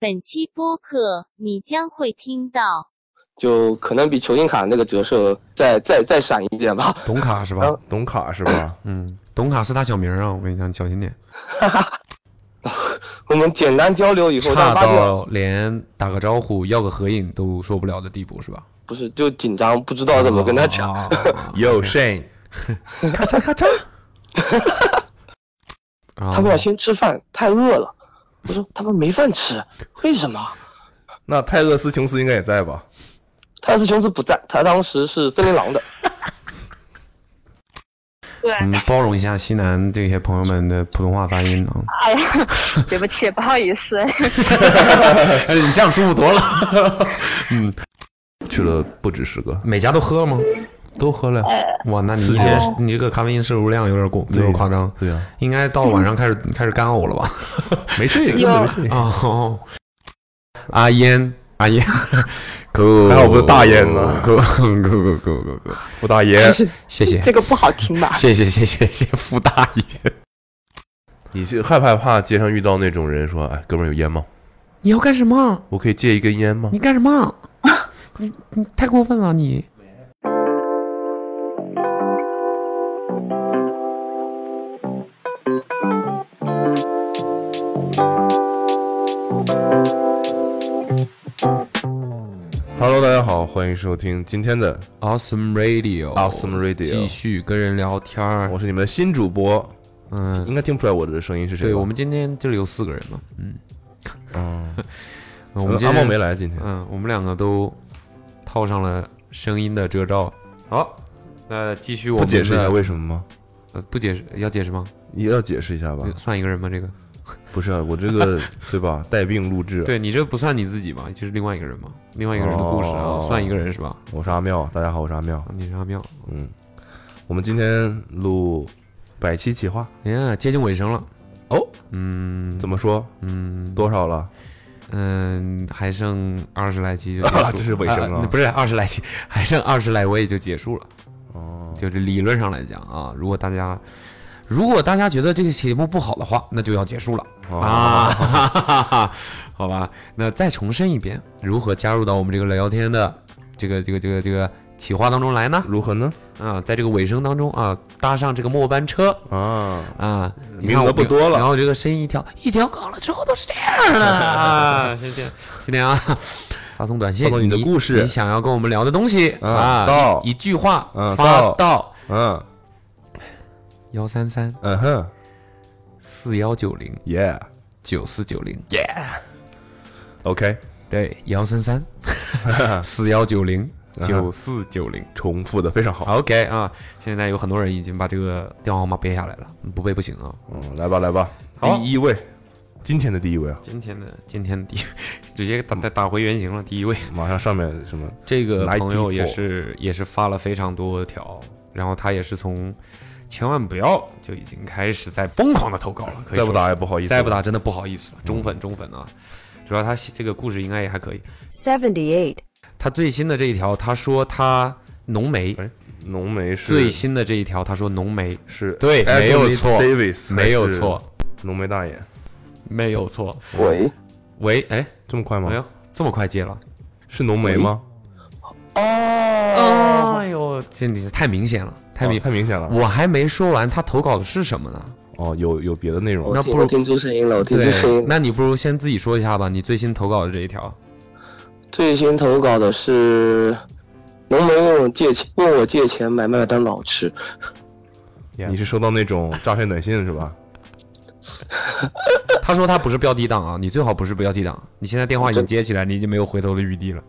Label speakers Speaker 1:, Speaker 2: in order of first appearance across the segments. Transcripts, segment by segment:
Speaker 1: 本期播客你将会听到
Speaker 2: 就可能比球星卡那个折射再再再闪一点吧。
Speaker 3: 董卡是
Speaker 2: 然后
Speaker 3: 吧？
Speaker 4: 懂卡是 吧？
Speaker 3: 嗯，董卡是他小名儿啊，我跟你讲，小心点。
Speaker 2: 我们简单交流以后，但
Speaker 3: 差
Speaker 2: 发现
Speaker 3: 到连打个招呼、要个合影都说不了的地步是吧？
Speaker 2: 不是就紧张，不知道怎么跟他讲。
Speaker 3: 哦。哦哦
Speaker 4: Yo Shane，
Speaker 3: 咔嚓咔嚓。啊
Speaker 2: 他们要先吃饭，太饿了。我说他们没饭 吃，为什么？
Speaker 4: 那泰勒斯琼斯应该也在吧？
Speaker 2: 泰斯琼斯不在，他当时是森林狼的。
Speaker 5: 对，
Speaker 3: 嗯，包容一下西南这些朋友们的普通话发音 啊。
Speaker 5: 哎呀， 对不起，不好意思。
Speaker 3: 哎，你这样舒服多了。 嗯，
Speaker 4: 去了不止十个，
Speaker 3: 每家都喝了吗？都喝 了。
Speaker 5: 哎
Speaker 3: 哇，那你
Speaker 4: 四
Speaker 3: 这
Speaker 4: 天
Speaker 3: 个你这个咖啡因摄入量有点过，有点夸张。
Speaker 4: 对呀，
Speaker 3: 应该到了晚上开始开始干呕了吧？
Speaker 4: 没睡，
Speaker 5: 有
Speaker 4: 没睡。
Speaker 3: 啊、哦，阿烟，阿 烟，可
Speaker 4: 还好不是大烟呢
Speaker 3: 可可可可可 可，
Speaker 4: 不大爷，
Speaker 3: 哎谢谢，
Speaker 5: 这个不好听吧？
Speaker 3: 谢谢谢谢谢谢傅大爷，
Speaker 4: 你是害不害怕街上遇到那种人说，哎，哥们儿有烟吗？
Speaker 3: 你要干什么？
Speaker 4: 我可以借一根烟吗？
Speaker 3: 你干什 么？你你太过分了你！
Speaker 4: Hello，大家好，欢迎收听今天的，
Speaker 3: Awesome Radio
Speaker 4: Awesome Radio
Speaker 3: 继续跟人聊天儿
Speaker 4: 我。是你们的新主播，
Speaker 3: 嗯，
Speaker 4: 应该听不出来我的声音是谁吧。
Speaker 3: 对，我们今天这里有四个人嘛。嗯，
Speaker 4: 嗯，
Speaker 3: 我们今
Speaker 4: 阿
Speaker 3: 天
Speaker 4: 茂没来今天，
Speaker 3: 嗯，我们两个都套上了声音的遮罩。好，那继续我
Speaker 4: 不
Speaker 3: 们
Speaker 4: 解释一下
Speaker 3: 的
Speaker 4: 为什么吗？
Speaker 3: 呃，不解释要解释吗？
Speaker 4: 也要解释一下吧，
Speaker 3: 算一个人吗？这个？
Speaker 4: 不是啊，我 这个对吧？带病录制，
Speaker 3: 对你这不算你自己吧？就是另外一个人嘛，另外一个人的故事啊，
Speaker 4: 哦
Speaker 3: 算一个人是吧？
Speaker 4: 我是阿妙，大家好，我是阿妙，
Speaker 3: 你是阿妙，
Speaker 4: 嗯，我们今天录百期企划
Speaker 3: 哎呀，接近尾声了。
Speaker 4: 哦，
Speaker 3: 嗯，
Speaker 4: 怎么说？
Speaker 3: 嗯
Speaker 4: 多少了？
Speaker 3: 嗯，还剩二十来期就结束了，
Speaker 4: 这是尾声 啊
Speaker 3: 呃不是二十来期， 还剩二十来我也就结束了。
Speaker 4: 哦，
Speaker 3: 就是理论上来讲啊，如果大家如果大家觉得这个节目不好的话，那就要结束了
Speaker 4: 哦
Speaker 3: 啊， 哈哈哈，好吧。那再重申一遍，如何加入到我们这个聊天的这个这个这个这个企划当中来呢？
Speaker 4: 如何呢？
Speaker 3: 啊，在这个尾声当中啊，搭上这个末班车
Speaker 4: 啊，
Speaker 3: 啊，你
Speaker 4: 名
Speaker 3: 看
Speaker 4: 额
Speaker 3: 我
Speaker 4: 不多了
Speaker 3: 然后这个声音一调，一调高了之后都是这样 的啊。谢谢，今天啊，发送短信，
Speaker 4: 发送你的故事
Speaker 3: 你想要跟我们聊的东西
Speaker 4: 啊
Speaker 3: 啊，
Speaker 4: 到
Speaker 3: 一一句话
Speaker 4: 啊
Speaker 3: 发
Speaker 4: 到
Speaker 3: 到
Speaker 4: 嗯
Speaker 3: 幺三三
Speaker 4: 嗯哼，
Speaker 3: 四幺九零
Speaker 4: 耶
Speaker 3: 九四九零，
Speaker 4: ，OK，
Speaker 3: 对，幺三 三四幺九零九四九零。
Speaker 4: 重复的非常好。
Speaker 3: OK 啊，现在有很多人已经把这个电话号码背下来了，不背不行啊。
Speaker 4: 嗯，来吧来吧，
Speaker 3: 好
Speaker 4: 第一位，今天的第一位啊，
Speaker 3: 今天的今天的第一直接打打打回原形了，第一位。
Speaker 4: 马上上面什么？
Speaker 3: 这个
Speaker 4: Nike
Speaker 3: 朋友也
Speaker 4: Four
Speaker 3: 是也是发了非常多条，然后他也是从千万不要就已经开始在疯狂的投稿了，可以
Speaker 4: 再不
Speaker 3: 说
Speaker 4: 打
Speaker 3: 是
Speaker 4: 也不好意思，
Speaker 3: 再不，打真的不好意思了，中粉中粉啊！主要他这个故事应该也还可以。
Speaker 6: 78.
Speaker 3: 他最新的这一条，他说他浓眉，
Speaker 4: 哎浓眉是
Speaker 3: 最新的这一条他说浓眉
Speaker 4: 是
Speaker 3: 对
Speaker 4: Anthony
Speaker 3: 没有错
Speaker 4: Davis
Speaker 3: 没有错，，
Speaker 4: 浓眉大眼，
Speaker 3: 没有错。
Speaker 2: 喂，
Speaker 3: 喂，哎，
Speaker 4: 这么快
Speaker 3: 哎
Speaker 4: 吗？
Speaker 3: 呦，嗯这么快接了？
Speaker 4: 是浓眉吗？
Speaker 2: 哦，
Speaker 3: 呦，这你太明显了，太明
Speaker 4: 哦太明显了。
Speaker 3: 我还没说完他投稿的是什么呢？
Speaker 4: 哦，有有别的内容
Speaker 2: 我
Speaker 3: 那
Speaker 2: 听
Speaker 3: 不如
Speaker 2: 我听出声音了，我听出声音
Speaker 3: 对，
Speaker 2: 了。
Speaker 3: 那你不如先自己说一下吧，你最新投稿的这一条。
Speaker 2: 最新投稿的是浓眉问我借钱，问我借钱买麦当劳吃。
Speaker 4: 你是收到那种诈骗短信 是吧？
Speaker 3: 他说他不是标题党啊，你最好不是标题党。你现在电话已经接起来，你已经没有回头的余地了。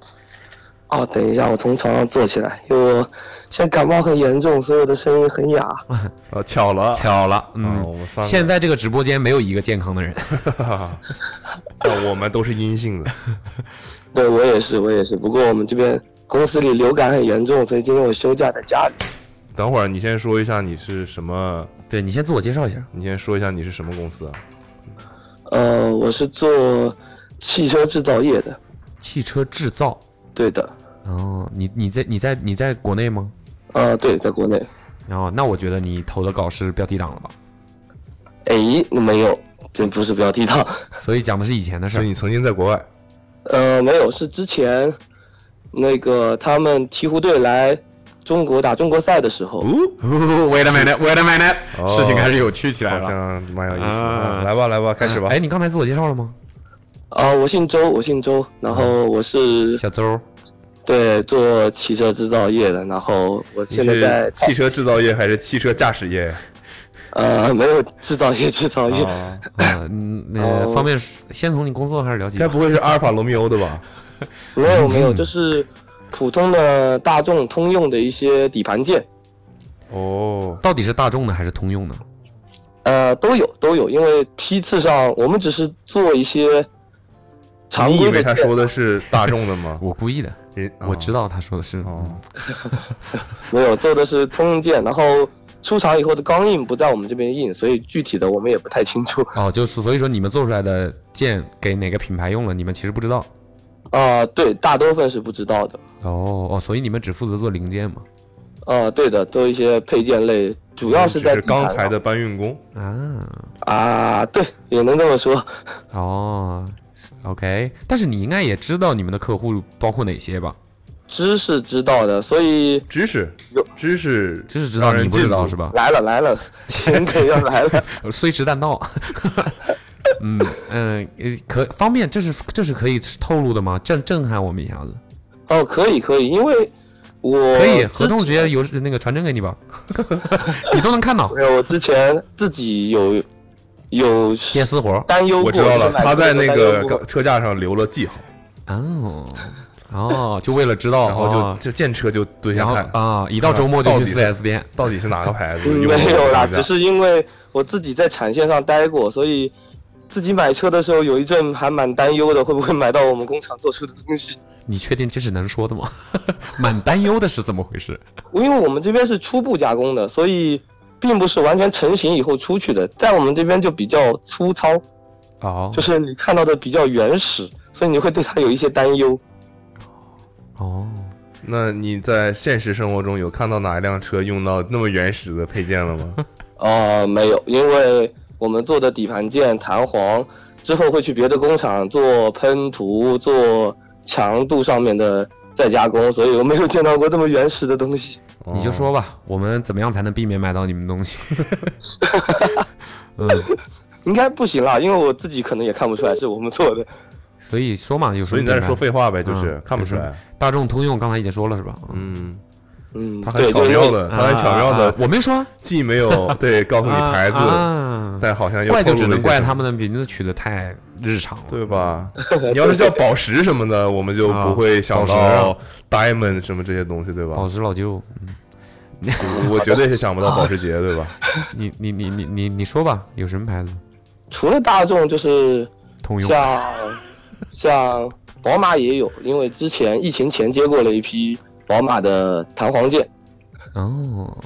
Speaker 2: 哦，等一下，我从床上坐起来，因为我现在感冒很严重，所以我的声音很哑。
Speaker 4: 呃，巧了，
Speaker 3: 巧了，
Speaker 4: 啊
Speaker 3: 嗯，
Speaker 4: 我们三个
Speaker 3: 现 在这个直播间没有一个健康的人。
Speaker 4: 啊我们都是阴性的。
Speaker 2: 对我也是，我也是。不过我们这边公司里流感很严重，所以今天我休假在家里。
Speaker 4: 等会儿你先说一下你是什么，
Speaker 3: 对你先自我介绍一下。
Speaker 4: 你先说一下你是什么公司啊？
Speaker 2: 呃，我是做汽车制造业的。
Speaker 3: 汽车制造，
Speaker 2: 对的，
Speaker 3: 哦，你你在你在你在国内吗？哦
Speaker 2: 呃，对，在国内。
Speaker 3: 然后那我觉得你投的稿是标题党了吧？
Speaker 2: 哎，没有，这不是标题党。
Speaker 3: 所以讲的是以前的事
Speaker 4: 所以
Speaker 3: 儿。
Speaker 4: 你曾经在国外，
Speaker 2: 呃，没有，是之前那个他们鹈鹕队来中国打中国赛的时候，
Speaker 3: 哦 Wait a minute, wait a minute，、
Speaker 4: 哦
Speaker 3: 事情开始有趣起来
Speaker 4: 好
Speaker 3: 了。
Speaker 4: 像蛮有意思的。
Speaker 3: 啊
Speaker 4: 啊来吧，来吧，开始吧。
Speaker 3: 哎，你刚才自我介绍了吗？
Speaker 2: 啊、我姓周，我姓周，然后我是
Speaker 3: 小周，
Speaker 2: 对做汽车制造业的，然后我
Speaker 4: 你
Speaker 2: 现在
Speaker 4: 是
Speaker 2: 在
Speaker 4: 汽车制造业还是汽车驾驶业？
Speaker 2: 呃没有制造业制造业，
Speaker 4: 啊，
Speaker 3: 呃嗯，那、
Speaker 2: 哦
Speaker 3: 方便先从你工作开始聊起吧
Speaker 4: 该。不会是阿尔法罗密欧的吧？
Speaker 2: 没有没有，就是普通的大众通用的一些底盘件，
Speaker 4: 哦，
Speaker 3: 到底是大众的还是通用的？
Speaker 2: 呃都有都有，因为批次上我们只是做一些常
Speaker 4: 你以
Speaker 2: 规的
Speaker 4: 为他
Speaker 2: 件，
Speaker 4: 说的是大众的 吗？
Speaker 3: 我故意的，
Speaker 4: 人
Speaker 3: 我知。道他说的是。
Speaker 4: 哦
Speaker 2: 没有做的是通用件，然后出厂以后的钢印不在我们这边印，所以具体的我们也不太清 楚。
Speaker 3: 哦，就是所以说你们做出来的剑给哪个品牌用了，你们其实不知道。
Speaker 2: 啊、对，大多分是不知道的。
Speaker 3: 哦哦，所以你们只负责做零件嘛？
Speaker 2: 呃，对的，做一些配件类，主要是在
Speaker 4: 只是刚才
Speaker 2: 底
Speaker 4: 的搬运工。
Speaker 3: 啊，
Speaker 2: 盘啊，对，也能这么说。
Speaker 3: 哦，OK，但是你应该也知道你们的客户包括哪些吧？
Speaker 2: 知是知道的，所以
Speaker 4: 知识
Speaker 2: 有，
Speaker 4: 知识，
Speaker 3: 这是知道
Speaker 4: 让人
Speaker 3: 你不知道
Speaker 4: 进步
Speaker 3: 是？吧？
Speaker 2: 来了来了， 秦可要来了。
Speaker 3: 虽迟但到。 嗯嗯，呃可方便，这是这是可以透露的吗？震震撼我们一下子，
Speaker 2: 哦，可以可以，因为我
Speaker 3: 可以
Speaker 2: 之
Speaker 3: 合同直接邮那个传真给你吧， 你都能看到
Speaker 2: 没哎有，我之前自己有有
Speaker 3: 接私活儿。
Speaker 2: 担忧过，
Speaker 4: 我知道了，
Speaker 2: 就是买
Speaker 4: 他在那
Speaker 2: 担忧过
Speaker 4: 个车架上留了记号，
Speaker 3: 哦哦，就为了知道，
Speaker 4: 然后就
Speaker 3: 哦
Speaker 4: 就见车就蹲下
Speaker 3: 然后
Speaker 4: 看，
Speaker 3: 啊，一到周末就
Speaker 4: 到
Speaker 3: 去
Speaker 4: 底是
Speaker 3: 4S 店。
Speaker 4: 到底是哪个牌子？
Speaker 2: 嗯
Speaker 4: 用过
Speaker 2: 没有啦，
Speaker 4: 哪
Speaker 2: 只
Speaker 4: 家
Speaker 2: 是因为我自己在产线上待过，所以自己买车的时候有一阵还蛮担忧的，会不会买到我们工厂做出的东西？
Speaker 3: 你确定这是能说的吗？ 蛮担忧的是怎么回事？
Speaker 2: 因为我们这边是初步加工的，所以并不是完全成型以后出去的，在我们这边就比较粗糙，
Speaker 3: 哦
Speaker 2: 就是你看到的比较原始，所以你会对它有一些担忧。
Speaker 3: 哦，
Speaker 4: 那你在现实生活中有看到哪一辆车用到那么原始的配件了吗？
Speaker 2: 呃，没有，因为我们做的底盘件、弹簧之后会去别的工厂做喷涂、做强度上面的再加工，所以我没有见到过这么原始的东西。
Speaker 4: 哦
Speaker 3: 你就说吧，我们怎么样才能避免买到你们东西？ 嗯，
Speaker 2: 应该不行啦，因为我自己可能也看不出来是我们做的。
Speaker 3: 所以说嘛，有什
Speaker 4: 所以
Speaker 3: 么
Speaker 4: 你在
Speaker 3: 品牌
Speaker 4: 这说废话呗，就是
Speaker 3: 嗯
Speaker 4: 看不出
Speaker 3: 有
Speaker 4: 来。
Speaker 3: 大众、通用，刚才已经说了是吧？嗯，
Speaker 4: 嗯，
Speaker 2: 嗯，
Speaker 4: 他还
Speaker 2: 对，
Speaker 4: 巧
Speaker 2: 就
Speaker 4: 妙
Speaker 2: 是
Speaker 4: 的，他还巧妙
Speaker 3: 啊啊啊
Speaker 4: 的，
Speaker 3: 我没说啊，
Speaker 4: 既没有 对告诉你牌子，
Speaker 3: 啊
Speaker 4: 但好像又
Speaker 3: 怪就
Speaker 4: 透
Speaker 3: 只
Speaker 4: 露了一
Speaker 3: 能
Speaker 4: 些
Speaker 3: 怪
Speaker 4: 什么
Speaker 3: 他们的名字取得太日常了。
Speaker 4: 对吧？你要是叫宝石什么的，我们就不会想
Speaker 3: 啊
Speaker 4: 到 diamond 什么这些东西，对吧？
Speaker 3: 宝石老舅，嗯
Speaker 4: 我绝对是想不到保时捷，对吧？
Speaker 3: 你你你你你你说吧，有什么牌子？
Speaker 2: 除了大众，就是
Speaker 3: 通用
Speaker 4: 啊
Speaker 2: 像像宝马也有，因为之前疫情前接过了一批宝马的弹簧件，
Speaker 3: 哦，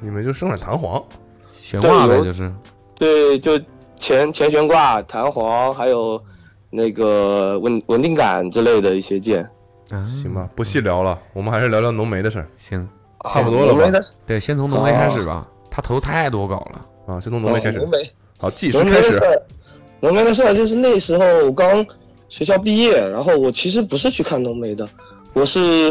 Speaker 4: 你们就生产弹簧，
Speaker 3: 悬挂
Speaker 2: 对
Speaker 3: 呗，
Speaker 2: 有
Speaker 3: 就是
Speaker 2: 对，就前前悬挂、弹簧，还有那个稳稳定杆之类的一些件，
Speaker 3: 啊，
Speaker 4: 行吧？不细聊了，我们还是聊聊浓眉的事儿
Speaker 3: 行，
Speaker 4: 差不多了吧
Speaker 2: 哎浓眉的
Speaker 3: 对，先从浓眉开始吧，他投太多稿了。
Speaker 4: 啊。先从浓眉开始
Speaker 2: 哦，浓眉，
Speaker 4: 好，计时
Speaker 2: 浓眉
Speaker 4: 开
Speaker 2: 的
Speaker 4: 始
Speaker 2: 事。儿，浓眉的事儿就是那时候我刚学校毕业，然后我其实不是去看浓眉的，我是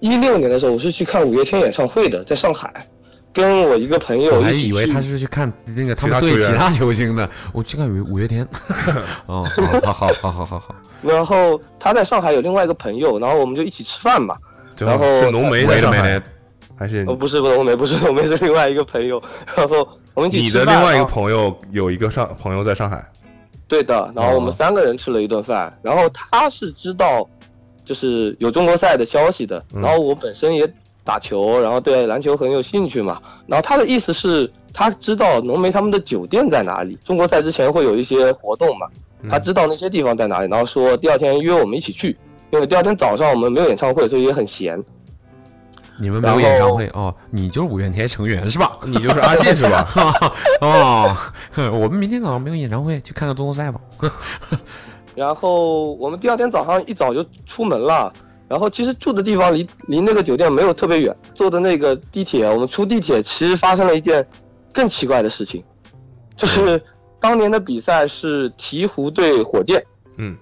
Speaker 2: 一六年的时候我是去看五月天演唱会的，在上海，跟我一个朋友
Speaker 3: 我还
Speaker 2: 一起
Speaker 3: 以为
Speaker 2: 去
Speaker 3: 他是去看那个他
Speaker 4: 其
Speaker 3: 们
Speaker 4: 他
Speaker 3: 对
Speaker 4: 球员
Speaker 3: 其他球星的，我去看五五月天。 哦，好好好好好好，
Speaker 2: 然后他在上海有另外一个朋友，然后我们就一起吃饭嘛。
Speaker 4: 正好
Speaker 2: 然后
Speaker 4: 是浓眉在
Speaker 3: Wait a
Speaker 4: 上海
Speaker 3: minute，
Speaker 4: 还是
Speaker 2: 呃，不是不是，我没不是我们是另外一个朋友，然后我们一起
Speaker 4: 你
Speaker 2: 吃
Speaker 4: 的
Speaker 2: 饭
Speaker 4: 另外一
Speaker 2: 然
Speaker 4: 个
Speaker 2: 后
Speaker 4: 朋友有一个上朋友在上海？
Speaker 2: 对的，然后我们
Speaker 4: 哦
Speaker 2: 三个人吃了一顿饭，然后他是知道就是有中国赛的消息的，
Speaker 4: 嗯
Speaker 2: 然后我本身也打球，然后对篮球很有兴趣嘛，然后他的意思是他知道浓眉他们的酒店在哪里，中国赛之前会有一些活动嘛，
Speaker 4: 嗯
Speaker 2: 他知道那些地方在哪里，然后说第二天约我们一起去，因为第二天早上我们没有演唱会，所以也很闲。
Speaker 3: 你们没
Speaker 2: 然
Speaker 3: 有
Speaker 2: 后
Speaker 3: 演唱会哦，你就是五月天成员是吧？
Speaker 4: 你就是阿信是吧？
Speaker 3: 哦，我们明天早上没有演唱会，去看看中国赛吧。
Speaker 2: 然后我们第二天早上一早就出门了，然后其实住的地方离离那个酒店没有特别远，坐的那个地铁，我们出地铁，其实发生了一件更奇怪的事情，就是当年的比赛是鹈鹕对火箭，
Speaker 4: 嗯，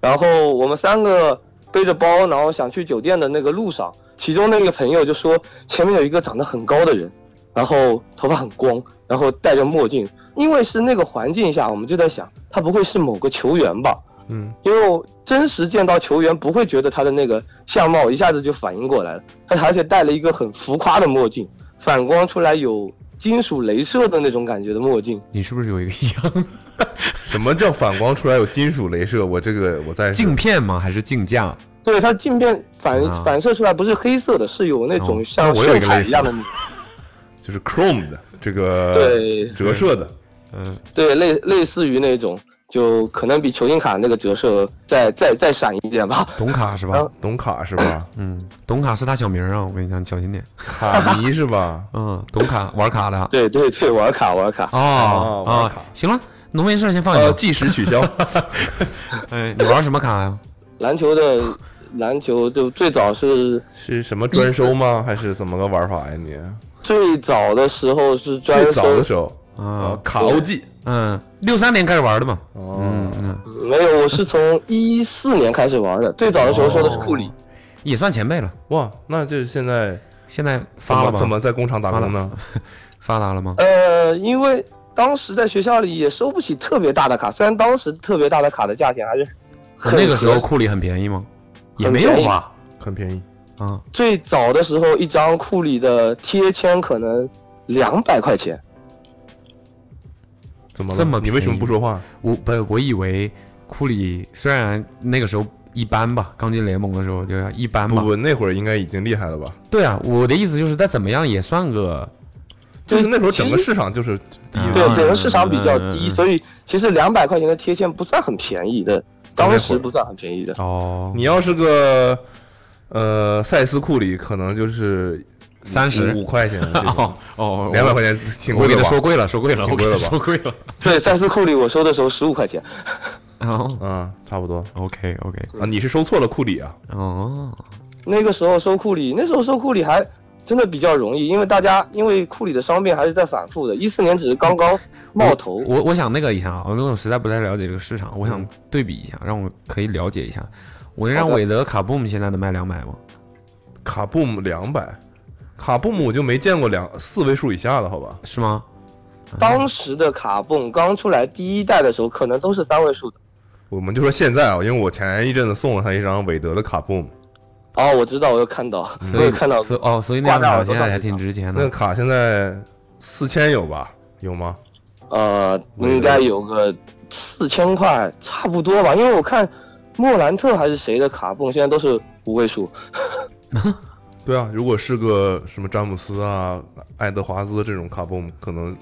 Speaker 2: 然后我们三个背着包，然后想去酒店的那个路上，其中那个朋友就说前面有一个长得很高的人，然后头发很光，然后戴着墨镜，因为是那个环境下，我们就在想他不会是某个球员吧？
Speaker 4: 嗯
Speaker 2: 因为我真实见到球员，不会觉得他的那个相貌一下子就反应过来了。他而且戴了一个很浮夸的墨镜，反光出来有金属镭射的那种感觉的墨镜。
Speaker 3: 你是不是有一个一样
Speaker 4: 什么叫反光出来有金属镭射？我这个我在
Speaker 3: 镜片吗？还是镜架？
Speaker 2: 对，它镜片反、
Speaker 3: 啊
Speaker 2: 反射出来不是黑色的，是有那
Speaker 3: 哦
Speaker 2: 种像
Speaker 3: 那我有
Speaker 2: 色
Speaker 3: 一个
Speaker 2: 彩
Speaker 3: 类
Speaker 2: 一
Speaker 3: 似
Speaker 2: 样的。
Speaker 4: 就是 Chrome 的这个
Speaker 2: 对
Speaker 4: 折射的，
Speaker 3: 嗯，
Speaker 2: 对，类类似于那种，就可能比球星卡那个折射再再再闪一点吧。
Speaker 3: 董卡是吧
Speaker 2: 啊？
Speaker 4: 懂卡是吧？
Speaker 3: 嗯，董卡是他小名儿啊，我跟你讲，你小心点。
Speaker 4: 卡迷是吧？
Speaker 3: 嗯，董卡玩卡的。
Speaker 2: 对对对，玩卡玩卡。
Speaker 3: 哦
Speaker 4: 哦玩
Speaker 3: 啊
Speaker 4: 卡，
Speaker 3: 行了，农民事儿先放一
Speaker 4: 呃，
Speaker 3: 放。
Speaker 4: 计时取 消。
Speaker 3: 哎，你玩什么卡呀？
Speaker 2: 篮球的篮球就最早是
Speaker 4: 是什么专收吗？还是怎么个玩法呀你？
Speaker 2: 最早的时候是专收
Speaker 4: 最早的时候
Speaker 3: 啊，
Speaker 4: 呃卡 OG
Speaker 3: 嗯，六三年开始玩的嘛。
Speaker 4: 哦，
Speaker 3: 嗯
Speaker 2: 没有，我是从一四年开始玩的，最早的时候说的是库里。
Speaker 3: 也算前辈了。
Speaker 4: 哇，那就是现在
Speaker 3: 现在
Speaker 4: 怎
Speaker 3: 发了
Speaker 4: 么
Speaker 3: 吧？
Speaker 4: 怎么在工厂打工呢？
Speaker 3: 发达了吗？
Speaker 2: 呃，因为当时在学校里也收不起特别大的卡，虽然当时特别大的卡的价钱还是呃很
Speaker 3: 啊那个时候
Speaker 2: 合
Speaker 3: 库里很便宜吗？也
Speaker 2: 很
Speaker 3: 没
Speaker 2: 便
Speaker 3: 有
Speaker 2: 宜
Speaker 3: 吧？
Speaker 4: 很便宜，
Speaker 3: 啊，
Speaker 2: 最早的时候，一张库里的贴签可能两百块钱。
Speaker 4: 怎么了
Speaker 3: 这么
Speaker 4: 你为什
Speaker 3: 便
Speaker 4: 么
Speaker 3: 宜
Speaker 4: 不说话？
Speaker 3: 我不，我以为库里虽然那个时候一般吧，刚进联盟的时候就要一般
Speaker 4: 不
Speaker 3: 吧。
Speaker 4: 不，那会儿应该已经厉害了吧？
Speaker 3: 对啊，我的意思就是，他怎么样也算个
Speaker 4: 就是
Speaker 2: 对
Speaker 4: 那时候整个
Speaker 2: 其实
Speaker 4: 市场就是第一
Speaker 3: 嗯
Speaker 2: 对
Speaker 4: 位，，
Speaker 2: 整个市场比较低，
Speaker 3: 嗯
Speaker 2: 所以其实两百块钱的贴签不算很便宜的，当时不算很便宜的。
Speaker 3: 哦，
Speaker 4: 你要是个呃塞斯库里，可能就是
Speaker 3: 30
Speaker 4: 五块钱这种
Speaker 3: 哦，哦，
Speaker 4: 两百块
Speaker 3: 钱，
Speaker 4: 钱挺
Speaker 3: 我
Speaker 4: 贵
Speaker 3: 给
Speaker 4: 的
Speaker 3: 他
Speaker 4: 吧
Speaker 3: 说贵了，说贵了，
Speaker 4: 挺
Speaker 3: 我给
Speaker 4: 贵
Speaker 3: 他
Speaker 4: 了吧
Speaker 3: 说贵了。
Speaker 2: 对，塞斯库里我收的时候十五块钱，
Speaker 3: 哦
Speaker 4: 嗯，差不多
Speaker 3: ，OK OK，
Speaker 4: 啊，你是收错了库里啊，
Speaker 3: 哦，
Speaker 2: 那个时候收库里，那时候收库里还真的比较容易，因为大家因为库里的伤病还是在反复的，一四年只是刚刚冒 头。
Speaker 3: 我我想那个一下啊，因为我实在不太了解这个市场，我想对比一下，让我可以了解一下。我能让
Speaker 2: 好的
Speaker 3: 韦德卡布姆现在能卖两百吗？
Speaker 4: 卡布姆两百，卡布姆我就没见过两四位数以下的好吧？
Speaker 3: 是吗？
Speaker 2: 当时的卡泵刚出来第一代的时候，可能都是三位数的。
Speaker 4: 我们就说现在啊，因为我前一阵子送了他一张韦德的卡布姆，
Speaker 2: 哦，我知道，我有看到，我
Speaker 3: 所以
Speaker 2: 有看到。
Speaker 3: 所以哦，所以那样
Speaker 2: 呃挂在
Speaker 3: 卡
Speaker 2: 耳朵
Speaker 3: 现在
Speaker 2: 上
Speaker 3: 还
Speaker 2: 就
Speaker 3: 挺
Speaker 2: 行
Speaker 3: 值钱
Speaker 4: 那个
Speaker 3: 的。
Speaker 4: 卡现在四千有吧？有吗？
Speaker 2: 呃，
Speaker 4: 我也
Speaker 2: 应该有个四千块差不多吧，因为我看莫兰特还是谁的卡泵，现在都是五位数。
Speaker 4: 对啊，如果是个什么詹姆斯啊、爱德华兹这种卡布姆，可能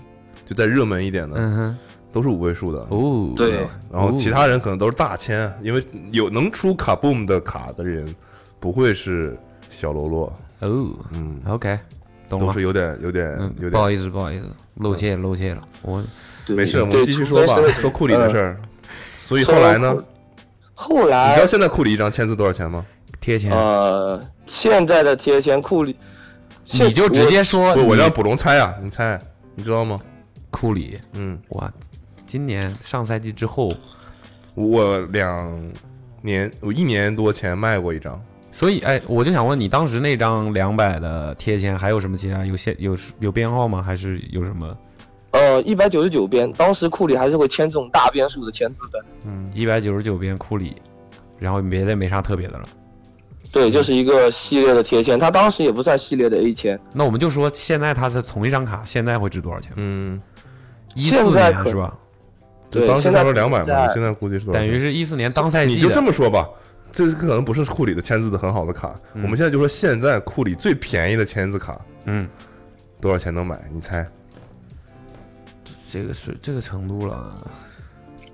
Speaker 4: 就再热门一点的，
Speaker 3: 嗯哼，
Speaker 4: 都是五位数的。
Speaker 3: 哦，
Speaker 2: 对，
Speaker 4: 然后其
Speaker 3: 哦
Speaker 4: 他人可能都是大千，因为有能出卡 boom 的卡的人，不会是小喽啰，
Speaker 3: 哦
Speaker 4: 嗯，
Speaker 3: ，OK，懂
Speaker 4: 都
Speaker 3: 了
Speaker 4: 是。有点有点
Speaker 3: 嗯
Speaker 4: 有，
Speaker 3: 不
Speaker 4: 点。
Speaker 3: 好意思，不好意思，露怯露怯了。嗯我
Speaker 2: 对
Speaker 4: 没事，我们
Speaker 2: 对
Speaker 4: 继续说吧
Speaker 2: 除非，是
Speaker 4: 说库里的事儿。所以后来呢？
Speaker 2: 呃后
Speaker 4: 你
Speaker 2: 来
Speaker 4: 知道现在库里一张签字多少钱吗？
Speaker 3: 贴钱，
Speaker 2: 呃，现在的贴钱库里，现
Speaker 3: 你就直接说
Speaker 4: 不，
Speaker 3: 你
Speaker 4: 我让卜龙猜啊，你猜，你知道吗？
Speaker 3: 库里，
Speaker 4: 嗯，
Speaker 3: 哇，今年上赛季之后，
Speaker 4: 我两年，我一年多前卖过一张，
Speaker 3: 所以哎，我就想问你，当时那张两百的贴钱还有什么其他？有些有有编号吗？还是有什么
Speaker 2: 呃一百九十九边，当时库里还是会签这种大边数的签字的，
Speaker 4: 嗯，
Speaker 3: 一百九十九边库里，然后别的没啥特别的了。
Speaker 2: 对，就是一个系列的贴签，他当时也不算系列的 A 签，
Speaker 3: 那我们就说，现在它是同一张卡，现在会值多少钱？
Speaker 4: 嗯，
Speaker 3: 一四
Speaker 2: 现在
Speaker 3: 年
Speaker 2: 可
Speaker 3: 是吧？
Speaker 4: 就
Speaker 2: 对，
Speaker 4: 当时
Speaker 2: 现在
Speaker 4: 他说两百
Speaker 2: 现在
Speaker 4: 嘛，现在估计是多少
Speaker 3: 等
Speaker 4: 钱？
Speaker 3: 于是一四年当赛季
Speaker 4: 你就
Speaker 3: 的
Speaker 4: 这么说吧，这可能不是库里的签字的很好的卡。我们现在就说现在库里最便宜的签字卡
Speaker 3: 嗯，
Speaker 4: 多少钱能买？你猜？
Speaker 3: 这个是这个程度了，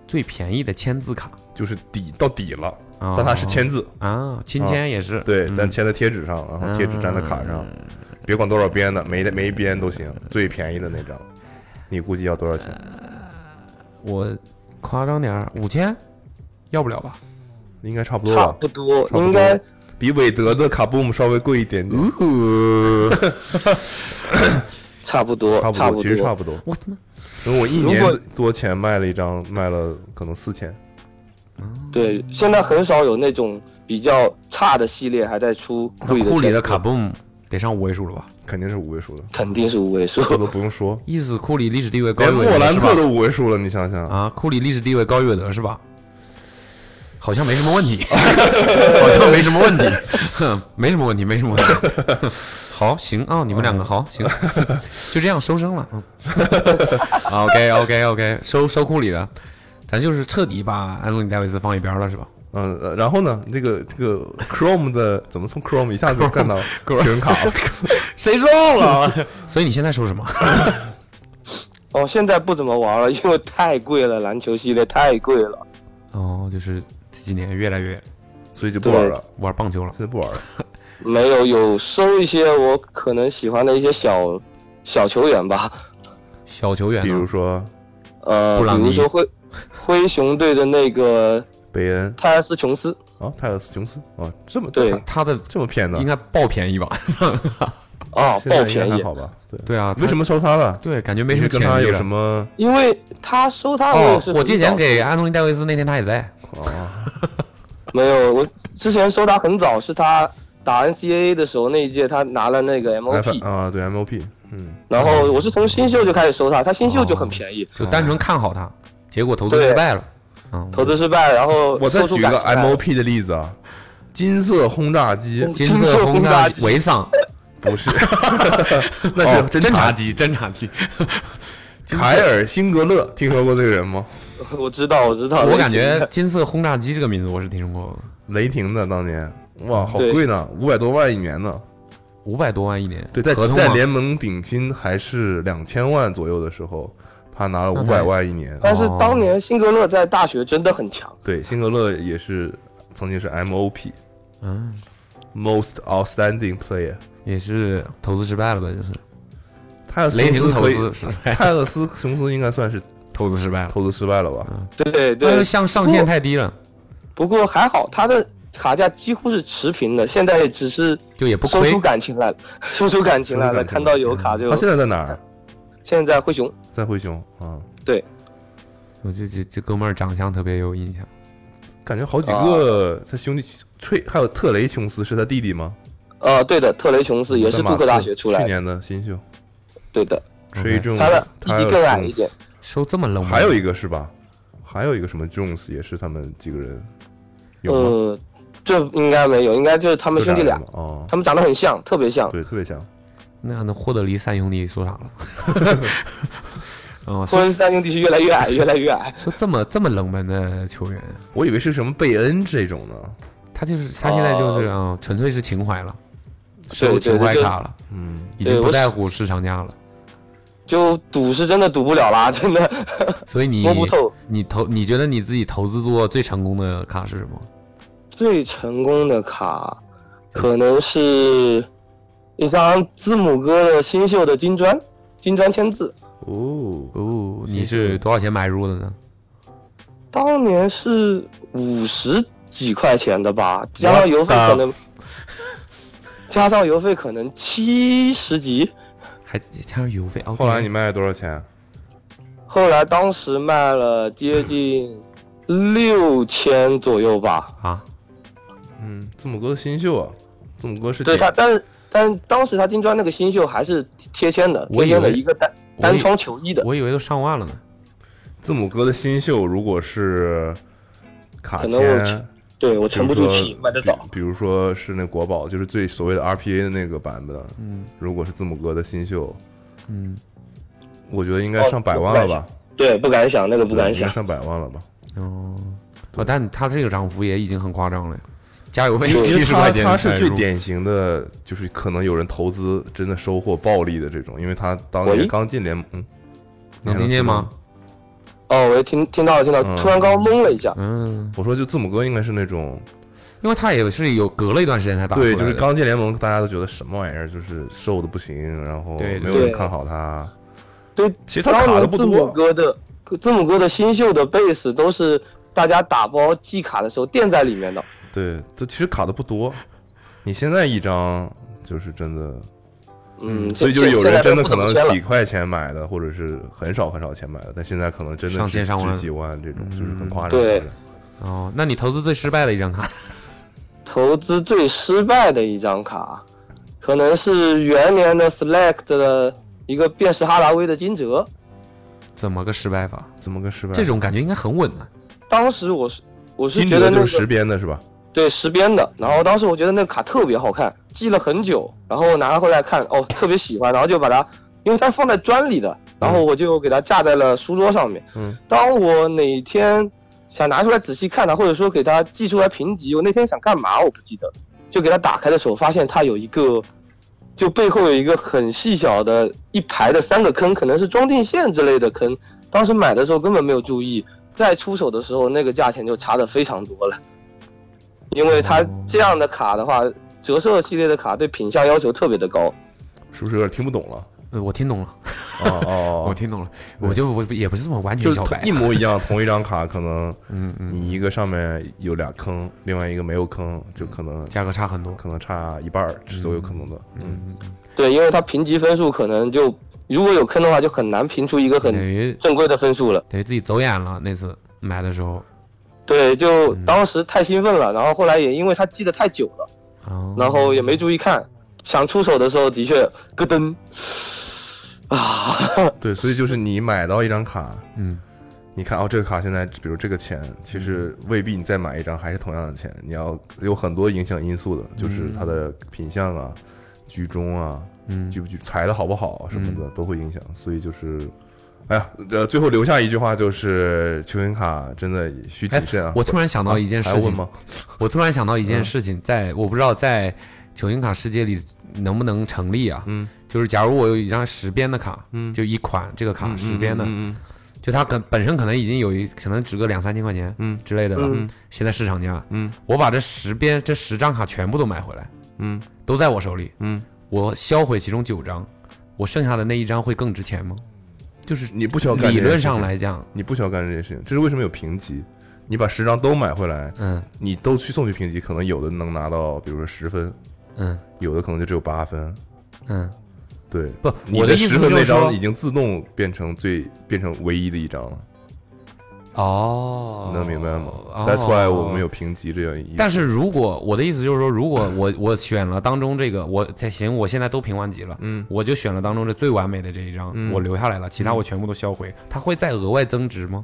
Speaker 3: 最便宜的签字卡
Speaker 4: 就是底到底了，
Speaker 3: 啊，
Speaker 4: 但它是签字，
Speaker 3: 啊，亲签也是、
Speaker 4: 对，
Speaker 3: 嗯
Speaker 4: 咱签在贴纸上，然后贴纸粘在卡上，别管多少边的，没没一边都行，最便宜的那张，你估计要多少钱？
Speaker 3: 我夸张点儿，五千，要不了吧？
Speaker 4: 应该差不多
Speaker 2: 差
Speaker 4: 吧
Speaker 2: 不，多，
Speaker 4: 差不多
Speaker 2: 应该
Speaker 3: 嗯
Speaker 4: 比韦德的卡布姆稍微贵一点点。
Speaker 3: 哦，
Speaker 2: 差不多，
Speaker 4: 差不多，
Speaker 2: 不
Speaker 4: 其实差
Speaker 2: 多。
Speaker 4: 不多。
Speaker 3: 我他妈
Speaker 4: 所以我一
Speaker 2: 如
Speaker 4: 年
Speaker 2: 果
Speaker 4: 多前卖了一张，卖了可能四千。
Speaker 2: 对，现在很少有那种比较差的系列还在出
Speaker 3: 那
Speaker 2: 贵
Speaker 3: 库里的
Speaker 2: 的
Speaker 3: 卡
Speaker 2: 卡，
Speaker 3: 布姆得上五位数了吧？
Speaker 4: 肯定是五位数的，
Speaker 2: 肯定是五位数。
Speaker 4: 这都不用说，
Speaker 3: 意思库里历史地位高于
Speaker 4: 连
Speaker 3: 韦
Speaker 4: 莫
Speaker 3: 德
Speaker 4: 兰
Speaker 3: 是
Speaker 4: 特
Speaker 3: 吧？
Speaker 4: 都五位数了，你想想，
Speaker 3: 啊，库里历史地位高于韦德是吧？好像没什么问 题，好像没什么问题，哼，没什么问题，没什么问题。 好，行啊、你们两个好，行，就这样收声了。嗯 OK OK OK，收收库里的，咱就是彻底把安东尼戴维斯放一边了是吧？
Speaker 4: 嗯，呃然后呢，这个这个 Chrome 的怎么从 Chrome 一下子
Speaker 3: Chrome-
Speaker 4: 干到
Speaker 3: Chrome-
Speaker 4: 信用卡了？
Speaker 3: 谁中了？ 所以你现在说什么？
Speaker 2: 哦，现在不怎么玩了，因为太贵了，篮球系列太贵了。
Speaker 3: 哦，就是这几年越来越
Speaker 4: 所以就不玩了，
Speaker 3: 玩棒球了
Speaker 4: 现。在不玩了。
Speaker 2: 没有有收一些我可能喜欢的一些小小球员吧，
Speaker 3: 小球员呢，啊
Speaker 4: 比如说
Speaker 2: 呃，
Speaker 3: 布
Speaker 2: 比
Speaker 3: 朗尼
Speaker 2: 如说灰灰熊队的那个
Speaker 4: 贝恩
Speaker 2: 泰莱斯琼斯，
Speaker 4: 啊，泰勒斯琼斯啊，这么
Speaker 2: 对
Speaker 4: 这么
Speaker 3: 他的
Speaker 4: 这么骗的
Speaker 3: 应，该爆便宜吧？
Speaker 2: 啊，
Speaker 4: 现
Speaker 2: 爆
Speaker 4: 在应该
Speaker 2: 便
Speaker 4: 还
Speaker 2: 宜，
Speaker 4: 好吧？对，
Speaker 3: 对啊，
Speaker 4: 为什
Speaker 3: 么？
Speaker 4: 么收他了？
Speaker 3: 对，感觉没什么
Speaker 4: 你是
Speaker 3: 潜
Speaker 4: 跟他
Speaker 3: 力
Speaker 4: 有
Speaker 3: 了
Speaker 4: 什。么？
Speaker 2: 因为他收他
Speaker 3: 哦
Speaker 2: 我是，
Speaker 3: 我借
Speaker 2: 很早
Speaker 3: 钱给安东尼戴维斯那天他也在。
Speaker 2: 没有，我之前收他很早，是他打 NCAA 的时候那一届，他拿了那个
Speaker 4: F
Speaker 2: MOP，
Speaker 4: 啊，对 MOP，嗯，
Speaker 2: 然后我是从新秀就开始收他，他新秀就很便宜，
Speaker 3: 就单纯看好他，结果投资失败了。嗯，
Speaker 2: 投资失败，然后
Speaker 4: 我再
Speaker 2: 做出
Speaker 4: 举一个
Speaker 2: 改善
Speaker 4: MOP 的例子啊，金色轰炸机
Speaker 3: 金色轰炸围上，
Speaker 4: 不是，那
Speaker 3: 哦
Speaker 4: 是
Speaker 3: 侦察
Speaker 4: 察
Speaker 3: 机，侦察机。
Speaker 4: 凯尔辛格勒，听说过这个人吗？
Speaker 2: 我知道，我知道，
Speaker 3: 我感觉金色轰炸机这个名字我是听说过，
Speaker 4: 雷霆的当年，哇，好
Speaker 2: 嗯对
Speaker 4: 贵呢，五百多万一年呢。
Speaker 3: 五百多万一年，
Speaker 4: 对，在
Speaker 2: 啊
Speaker 3: 合同啊
Speaker 4: 在
Speaker 3: 嘛
Speaker 4: 联盟顶薪还是两千万左右的时候，他拿了
Speaker 3: 那
Speaker 4: 五
Speaker 3: 他
Speaker 4: 百万一年。
Speaker 2: 但是当年辛格勒在大学真的很强，
Speaker 4: 对，辛格勒也是曾经是 MOP
Speaker 3: 嗯，
Speaker 4: Most Outstanding Player。
Speaker 3: 也是投资失败了吧？就是
Speaker 4: 泰勒斯
Speaker 3: 雷霆
Speaker 4: 琼斯
Speaker 3: 投
Speaker 4: 可以
Speaker 3: 资失败，
Speaker 4: 泰勒斯琼斯应该算是
Speaker 3: 投资失败了，
Speaker 4: 投资失败了吧？
Speaker 2: 对
Speaker 3: 但
Speaker 2: 对
Speaker 3: 是，像上限太低了，
Speaker 2: 不过还好他的卡价几乎是持平的，现在只是
Speaker 3: 就也不
Speaker 2: 收
Speaker 3: 亏
Speaker 2: 出。感情来了，收出感情来
Speaker 4: 收出
Speaker 2: 了，
Speaker 4: 感情
Speaker 2: 看到有卡就
Speaker 4: 他现在在哪儿？
Speaker 2: 现在灰熊
Speaker 4: 在灰熊啊，
Speaker 3: 我就这这哥们儿长相特别有印象，
Speaker 4: 感觉好几
Speaker 2: 啊
Speaker 4: 个他兄弟吹，还有特雷琼斯是他弟弟吗？
Speaker 2: 呃，对的，特雷琼斯也是
Speaker 4: 在马
Speaker 2: 杜克
Speaker 4: 刺
Speaker 2: 大学出
Speaker 4: 去
Speaker 2: 来的，
Speaker 4: 年的新秀。
Speaker 2: 对的，
Speaker 4: 吹
Speaker 3: OK
Speaker 4: 中
Speaker 2: 他的
Speaker 4: 他
Speaker 2: 弟弟更矮一点，
Speaker 3: 收这么冷吗？
Speaker 4: 还有一个是吧？还有一个什么 Jones 也是他们几个人有吗？
Speaker 2: 嗯，这应该没有，应该就是他
Speaker 4: 他
Speaker 2: 们兄弟俩，
Speaker 4: 哦，
Speaker 2: 他们长得很像，特别像。
Speaker 4: 对，特别像。
Speaker 3: 那那霍德离三兄弟说啥了？ 哦，
Speaker 2: 霍
Speaker 3: 说
Speaker 2: 恩三兄弟是越来越矮，越来越矮。
Speaker 3: 说这么这么冷门的球员，
Speaker 4: 我以为是什么贝恩这种呢。
Speaker 3: 他就是他现在就是啊、嗯纯粹是情怀了，
Speaker 2: 哦对
Speaker 3: 收
Speaker 2: 对
Speaker 3: 情
Speaker 2: 对
Speaker 3: 怀
Speaker 2: 就
Speaker 3: 卡了，
Speaker 4: 嗯，
Speaker 3: 已
Speaker 2: 对
Speaker 3: 经不
Speaker 2: 我
Speaker 3: 在乎市 场价了。
Speaker 2: 就赌是真的赌不了啦， 真的
Speaker 3: 所以你
Speaker 2: 摸不透。
Speaker 3: 你投你觉得你自己投资做最成功的卡是什么？
Speaker 2: 最成功的卡，可能是一张字母哥的新秀的金砖，金砖签字。
Speaker 4: 哦，
Speaker 3: 哦，你
Speaker 4: 谢谢
Speaker 3: 是多少钱买入的呢？
Speaker 2: 当年是五十几块钱的吧，加上邮费可能， 加上邮费可能七十几。
Speaker 3: 还加上邮费？OK。
Speaker 4: 后来你卖了多少钱？
Speaker 2: 后来当时卖了接近六千左右吧，
Speaker 3: 啊，
Speaker 4: 嗯，字母哥的新秀啊，字母哥是
Speaker 2: 对
Speaker 4: 几
Speaker 2: 他，但是但是当时他金砖那个新秀还是贴签的，
Speaker 3: 我
Speaker 2: 贴
Speaker 3: 以
Speaker 2: 签的
Speaker 3: 为
Speaker 2: 一个单
Speaker 3: 我
Speaker 2: 单
Speaker 3: 以
Speaker 2: 双球衣的，
Speaker 3: 我以为都上万了呢。
Speaker 4: 字母哥的新秀，如果是卡
Speaker 2: 可能我
Speaker 4: 签，
Speaker 2: 对我
Speaker 4: 比
Speaker 2: 沉
Speaker 4: 如
Speaker 2: 不住
Speaker 4: 说
Speaker 2: 气卖得
Speaker 4: 比
Speaker 2: 早。
Speaker 4: 比如说是那国宝，就是最所谓的 RPA 的那个版本。嗯，如果是字母哥的新秀，
Speaker 3: 嗯
Speaker 4: 我觉得应该
Speaker 2: 哦
Speaker 4: 上百万了吧？
Speaker 2: 对，不敢想那个不
Speaker 4: 对
Speaker 2: 敢
Speaker 4: 应该
Speaker 2: 想，
Speaker 4: 上百万了吧？
Speaker 3: 哦，哦，但他这个涨幅也已经很夸张了呀，加油 费
Speaker 4: 因为
Speaker 3: 七十块钱
Speaker 4: 他他是最
Speaker 3: 买入
Speaker 4: 典型的，就是可能有人投资真的收获暴利的这种，因为他当年
Speaker 2: 喂
Speaker 4: 刚进联盟，嗯，
Speaker 3: 能听见吗？？
Speaker 2: 哦，我听听到了听到了，
Speaker 4: 嗯
Speaker 2: 突然刚刚懵了一下，
Speaker 3: 嗯，
Speaker 4: 我说就字母哥应该是那种，
Speaker 3: 因为他也是有隔了一段时间才打出来
Speaker 4: 对，
Speaker 3: 的，
Speaker 4: 就是刚进联盟，大家都觉得什么玩意儿，就是瘦的不行，然后
Speaker 3: 对对
Speaker 4: 没有人
Speaker 2: 对
Speaker 4: 看好他。
Speaker 2: 对，
Speaker 4: 其实他
Speaker 2: 当
Speaker 4: 卡的
Speaker 2: 年
Speaker 4: 不
Speaker 2: 字母
Speaker 4: 多，啊
Speaker 2: 哥的字母哥的新秀的贝斯都是大家打包寄卡的时候垫在里面的，
Speaker 4: 对，这其实卡的不多。你现在一张就是真的，
Speaker 2: 嗯，
Speaker 4: 所以就是有人真的可能
Speaker 2: 现在都不怎么
Speaker 4: 几块钱买的，或者是很少很少钱买的，但现在可能真的
Speaker 3: 上千
Speaker 4: 是
Speaker 3: 上万嗯
Speaker 4: 值几万这种，就是很夸张。
Speaker 2: 对
Speaker 3: 哦，那你投资最失败的一张卡，
Speaker 2: 投资最失败的一张卡，可能是元年的 Select 的一个便是哈达威的金折。
Speaker 3: 怎么个失败法？
Speaker 4: 怎么个失败？
Speaker 3: 这种感觉应该很稳的、
Speaker 2: 当时我是我是
Speaker 4: 金
Speaker 2: 觉得
Speaker 4: 额
Speaker 2: 那
Speaker 4: 就
Speaker 2: 个
Speaker 4: 是十边的是吧？
Speaker 2: 对十边的，然后当时我觉得那个卡特别好看，记了很久，然后拿回来看，哦，特别喜欢，然后就把它，因为它放在砖里的，然后我就给它架在了书桌上面。
Speaker 4: 嗯，
Speaker 2: 当我哪天想拿出来仔细看它，或者说给它寄出来评级，我那天想干嘛我不记得，就给它打开的时候，发现它有一个，就背后有一个很细小的一排的三个坑，可能是装订线之类的坑。当时买的时候根本没有注意，再出手的时候那个价钱就差的非常多了，因为它这样的卡的话，折射系列的卡对品相要求特别的高。
Speaker 4: 是不是有点听 不懂了？
Speaker 3: 呃，我听懂了，
Speaker 4: 哦哦，
Speaker 3: 我听懂了，我就我也不是这么完全
Speaker 4: 就是
Speaker 3: 小
Speaker 4: 同
Speaker 3: 白
Speaker 4: 一，模一样，同一张卡，可能
Speaker 3: 嗯嗯，
Speaker 4: 你一个上面有俩坑，另外一个没有坑，就可 能
Speaker 3: 价格差很多。
Speaker 4: 可能差一半儿，这都有可能的。嗯，
Speaker 3: 嗯，
Speaker 2: 对，因为它评级分数可能就如果有坑的话，就很难评出一个
Speaker 3: 等
Speaker 2: 很
Speaker 3: 于
Speaker 2: 正规的分数了。
Speaker 3: 等于自己走眼了那次买的时候。
Speaker 2: 对，就当时太兴奋了，然后后来也因为他记得太久了，
Speaker 3: 哦，
Speaker 2: 然后也没注意看，想出手的时候的确咯噔， 啊，
Speaker 4: 对，所以就是你买到一张卡，
Speaker 3: 嗯，
Speaker 4: 你看哦，这个卡现在比如这个钱，其实
Speaker 3: 嗯
Speaker 4: 未必你再买一张还是同样的钱，你要有很多影响因素的，就是它的品相啊、居中啊、
Speaker 3: 嗯
Speaker 4: 举不举裁的好不好啊什么的都会影响，所以就是。哎呀，呃，最后留下一句话就是，球星卡真的需谨慎啊！
Speaker 3: 哎我突然想到一件事
Speaker 4: 还要问
Speaker 3: 情，
Speaker 4: 吗？
Speaker 3: 我突然想到一
Speaker 4: 嗯
Speaker 3: 件事情，在我不知道在球星卡世界里能不能成立啊？
Speaker 4: 嗯，
Speaker 3: 就是假如我有一张十边的卡，
Speaker 4: 嗯
Speaker 3: 就一款这个卡
Speaker 4: 嗯
Speaker 3: 十边的，
Speaker 4: 嗯嗯
Speaker 3: 就它可本身可能已经有一可能值个两三千块钱，
Speaker 4: 嗯
Speaker 3: 之类的了。
Speaker 2: 嗯
Speaker 3: 现在市场价，
Speaker 4: 嗯
Speaker 3: 我把这十边这十张卡全部都买回来，
Speaker 4: 嗯
Speaker 3: 都在我手里，
Speaker 4: 嗯，
Speaker 3: 我销毁其中九张，我剩下的那一张会更值钱吗？就是
Speaker 4: 你不需要干这件
Speaker 3: 理
Speaker 4: 事情
Speaker 3: 论上来讲，
Speaker 4: 你不需要干这件事情，这是为什么有评级？你把十张都买回来，
Speaker 3: 嗯
Speaker 4: 你都去送去评级，可能有的能拿到，比如说十分，
Speaker 3: 嗯
Speaker 4: 有的可能就只有八分。
Speaker 3: 嗯，
Speaker 4: 对，
Speaker 3: 不，
Speaker 4: 你
Speaker 3: 我的
Speaker 4: 的
Speaker 3: 意思
Speaker 4: 十
Speaker 3: 就
Speaker 4: 分那
Speaker 3: 是
Speaker 4: 张
Speaker 3: 说
Speaker 4: 已，经自动变成最变成唯一的一张了，
Speaker 3: 哦，
Speaker 4: 能明白吗
Speaker 3: 哦
Speaker 4: ？That's why 我们有嗯评级这样一。
Speaker 3: 但是如果我的意思就是说，如果我我选了当中这个，我才行，我现在都评完级了，
Speaker 4: 嗯
Speaker 3: 我就选了当中这最完美的这一张，
Speaker 4: 嗯
Speaker 3: 我留下来了，其他我全部都销毁，它会再额外增值吗？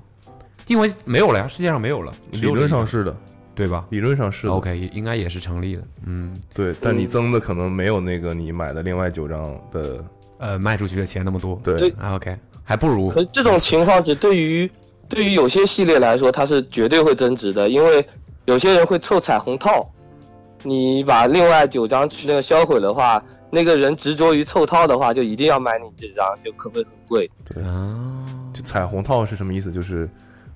Speaker 3: 因为没有了呀，世界上没有了，只
Speaker 4: 理
Speaker 3: 有这
Speaker 4: 论
Speaker 3: 一张
Speaker 4: 上是的，
Speaker 3: 对吧
Speaker 4: 理论上是的。
Speaker 3: ？OK，也应该也是成立的，嗯，
Speaker 4: 对，但你增的可能没有那个你买的另外九张的，
Speaker 3: 呃，卖出去的钱那么多，
Speaker 4: 对
Speaker 2: 对
Speaker 3: 啊，OK，还不如
Speaker 2: 可是这种情况只对于对于有些系列来说，它是绝对会增值的，因为有些人会凑彩虹套，你把另外九张去那个销毁的话，那个人执着于凑套的话，就一定要买你这张，就可会很贵。
Speaker 3: 啊，
Speaker 4: 就彩虹套是什么意思？就是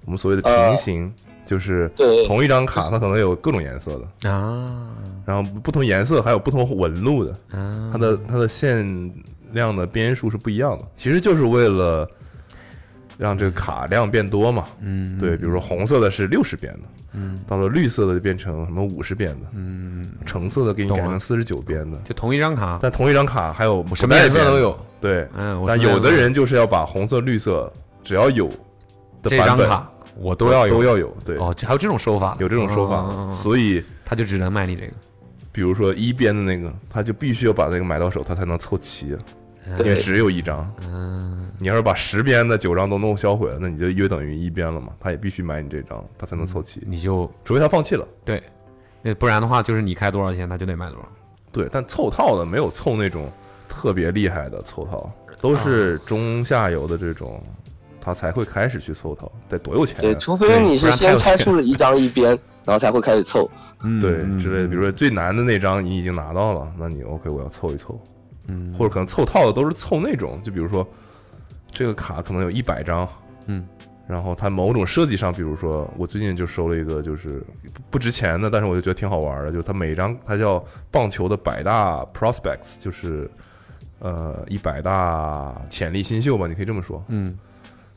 Speaker 4: 我们所谓的
Speaker 2: 呃
Speaker 4: 平行，就是
Speaker 2: 对
Speaker 4: 同一张卡它可能有各种颜色的。
Speaker 3: 啊
Speaker 4: 然后不同颜色还有不同纹路的，
Speaker 3: 啊，
Speaker 4: 它的它的限量的边数是不一样的，其实就是为了让这个卡量变多嘛。
Speaker 3: 嗯，
Speaker 4: 对，比如说红色的是六十遍的，
Speaker 3: 嗯，
Speaker 4: 到了绿色的就变成什么五十遍的，
Speaker 3: 嗯，
Speaker 4: 橙色的给你
Speaker 3: 懂
Speaker 4: 改
Speaker 3: 了
Speaker 4: 成四十九遍的。
Speaker 3: 就同一张卡，
Speaker 4: 但同一张卡还有
Speaker 3: 什么颜色都
Speaker 4: 有，
Speaker 3: 有，
Speaker 4: 对，
Speaker 3: 嗯，我
Speaker 4: 那
Speaker 3: 什么
Speaker 4: 有的
Speaker 3: 颜色
Speaker 4: 人就是要把红色、绿色只要有的
Speaker 3: 这
Speaker 4: 版
Speaker 3: 张
Speaker 4: 本
Speaker 3: 卡我都要有，
Speaker 4: 都要有，对，
Speaker 3: 哦，这还有这种说法呢，
Speaker 4: 有这种
Speaker 3: 嗯嗯
Speaker 4: 说
Speaker 3: 嗯
Speaker 4: 法，
Speaker 3: 嗯
Speaker 4: 所以。
Speaker 3: 他就只能卖你这个，
Speaker 4: 比如说一边的那个，他就必须要把那个买到手，他才能凑齐，因为只有一张。
Speaker 3: 嗯，
Speaker 4: 你要是把十边的九张都弄销毁了，那你就约等于一边了嘛，他也必须买你这张，他才能凑齐，
Speaker 3: 你就
Speaker 4: 除非他放弃了。
Speaker 3: 对，那不然的话就是你开多少钱他就得卖多少，
Speaker 4: 对，但凑套的没有凑那种特别厉害的凑套，都
Speaker 3: 哦
Speaker 4: 是中下游的这种，他才会开始去凑套，得多有钱
Speaker 2: 对，
Speaker 4: 啊、
Speaker 2: 除非你
Speaker 3: 不
Speaker 2: 是
Speaker 3: 然太
Speaker 2: 先
Speaker 3: 有
Speaker 2: 拆
Speaker 3: 钱
Speaker 2: 出了一张一边，然后才会开始凑。
Speaker 3: 嗯
Speaker 4: 对之类的。比如说最难的那张你已经拿到了，那你 OK，我要凑一凑，
Speaker 3: 嗯
Speaker 4: 或者可能凑套的都是凑那种，就比如说这个卡可能有一百张，
Speaker 3: 嗯，
Speaker 4: 然后它某种设计上，比如说我最近就收了一个就是不不值钱的，但是我就觉得挺好玩的，就是它每张它叫棒球的百大 prospects，就是呃一百大潜力新秀吧，你可以这么说，
Speaker 3: 嗯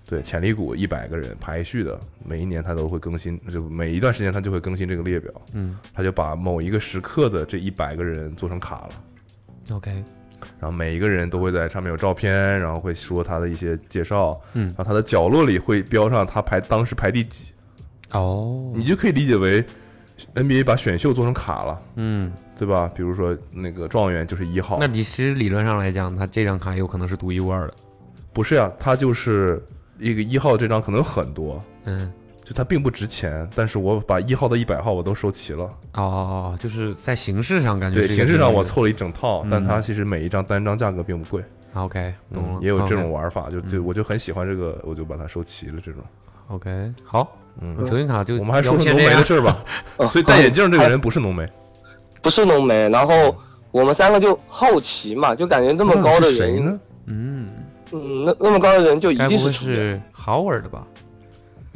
Speaker 4: 对，潜力股一百个人排序的，每一年它都会更新，就每一段时间它就会更新这个列表，
Speaker 3: 嗯
Speaker 4: 它就把某一个时刻的这一百个人做成卡了。
Speaker 3: ，OK，
Speaker 4: 然后每一个人都会在上面有照片，然后会说他的一些介绍，
Speaker 3: 嗯
Speaker 4: 然后他的角落里会标上他排当时排第几，
Speaker 3: 哦，
Speaker 4: 你就可以理解为 NBA 把选秀做成卡了，
Speaker 3: 嗯，
Speaker 4: 对吧？比如说那个状元就是一号，
Speaker 3: 那你其实理论上来讲，他这张卡有可能是独一无二的。
Speaker 4: 不是呀、啊他就是一个一号这张可能有很多，
Speaker 3: 嗯，
Speaker 4: 就它并不值钱，但是我把一号到一百号我都收齐了。
Speaker 3: 哦，就是在形式上感觉嗯
Speaker 4: 对，
Speaker 3: 是一
Speaker 4: 形
Speaker 3: 个
Speaker 4: 式上我
Speaker 3: 这
Speaker 4: 凑了一整套，但
Speaker 3: 嗯
Speaker 4: 它其实每一张单张价格并不贵，嗯
Speaker 3: 样的 OK，懂了，嗯
Speaker 4: 也有这种
Speaker 3: OK，
Speaker 4: 玩法，就就我就很喜欢这个，我就把它收齐了这种。
Speaker 3: OK，好，
Speaker 4: 嗯，
Speaker 3: 球星卡就
Speaker 4: 我们还说
Speaker 3: 聊
Speaker 4: 说
Speaker 3: 先
Speaker 4: 浓
Speaker 3: 这
Speaker 4: 眉
Speaker 3: 样
Speaker 4: 的事儿 吧。
Speaker 2: 哦
Speaker 4: 所以戴眼镜这个人不是浓眉，
Speaker 2: 不是浓眉，然后我们三个就好奇嘛，就感觉那么
Speaker 4: 那
Speaker 2: 高的
Speaker 4: 是谁
Speaker 2: 人，
Speaker 4: 呢？
Speaker 3: 嗯，
Speaker 2: 嗯，那那么高的人就一
Speaker 3: 该
Speaker 2: 定
Speaker 3: 不会
Speaker 2: 是球员
Speaker 3: 是 Howard 吧？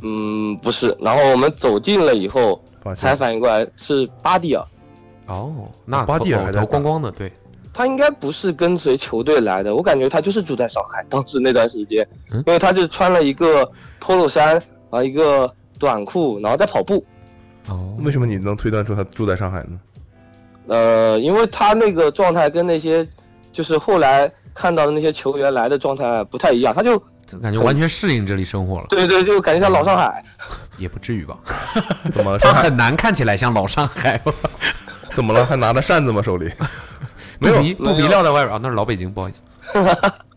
Speaker 2: 嗯，不是。然后我们走近了以后，
Speaker 4: 发
Speaker 2: 才
Speaker 4: 现
Speaker 2: 反应过来是巴蒂尔，
Speaker 3: 哦，那
Speaker 4: 巴
Speaker 3: 头
Speaker 4: 蒂尔
Speaker 3: 头
Speaker 4: 还在
Speaker 3: 头
Speaker 4: 打
Speaker 3: 光光的，对，
Speaker 2: 他应该不是跟随球队来的，我感觉他就是住在上海。当时那段时间，
Speaker 3: 嗯
Speaker 2: 因为他就穿了一个 polo 衫，然后一个短裤，然后在跑步。
Speaker 3: 哦，
Speaker 4: 为什么你能推断出他住在上海呢？
Speaker 2: 呃，因为他那个状态跟那些就是后来看到的那些球员来的状态不太一样，他就
Speaker 3: 这感觉完全适应这里生 活了，
Speaker 2: 对对，就感觉像老上海。
Speaker 3: 也不至于吧？
Speaker 4: 怎么 了？
Speaker 3: 他
Speaker 4: 上海
Speaker 3: 很难看起来像老上海吧？
Speaker 4: 怎么了？还拿着扇子吗？ 手里？没有
Speaker 3: 杜比杜比撂在外边啊，那是老北京，不好意思。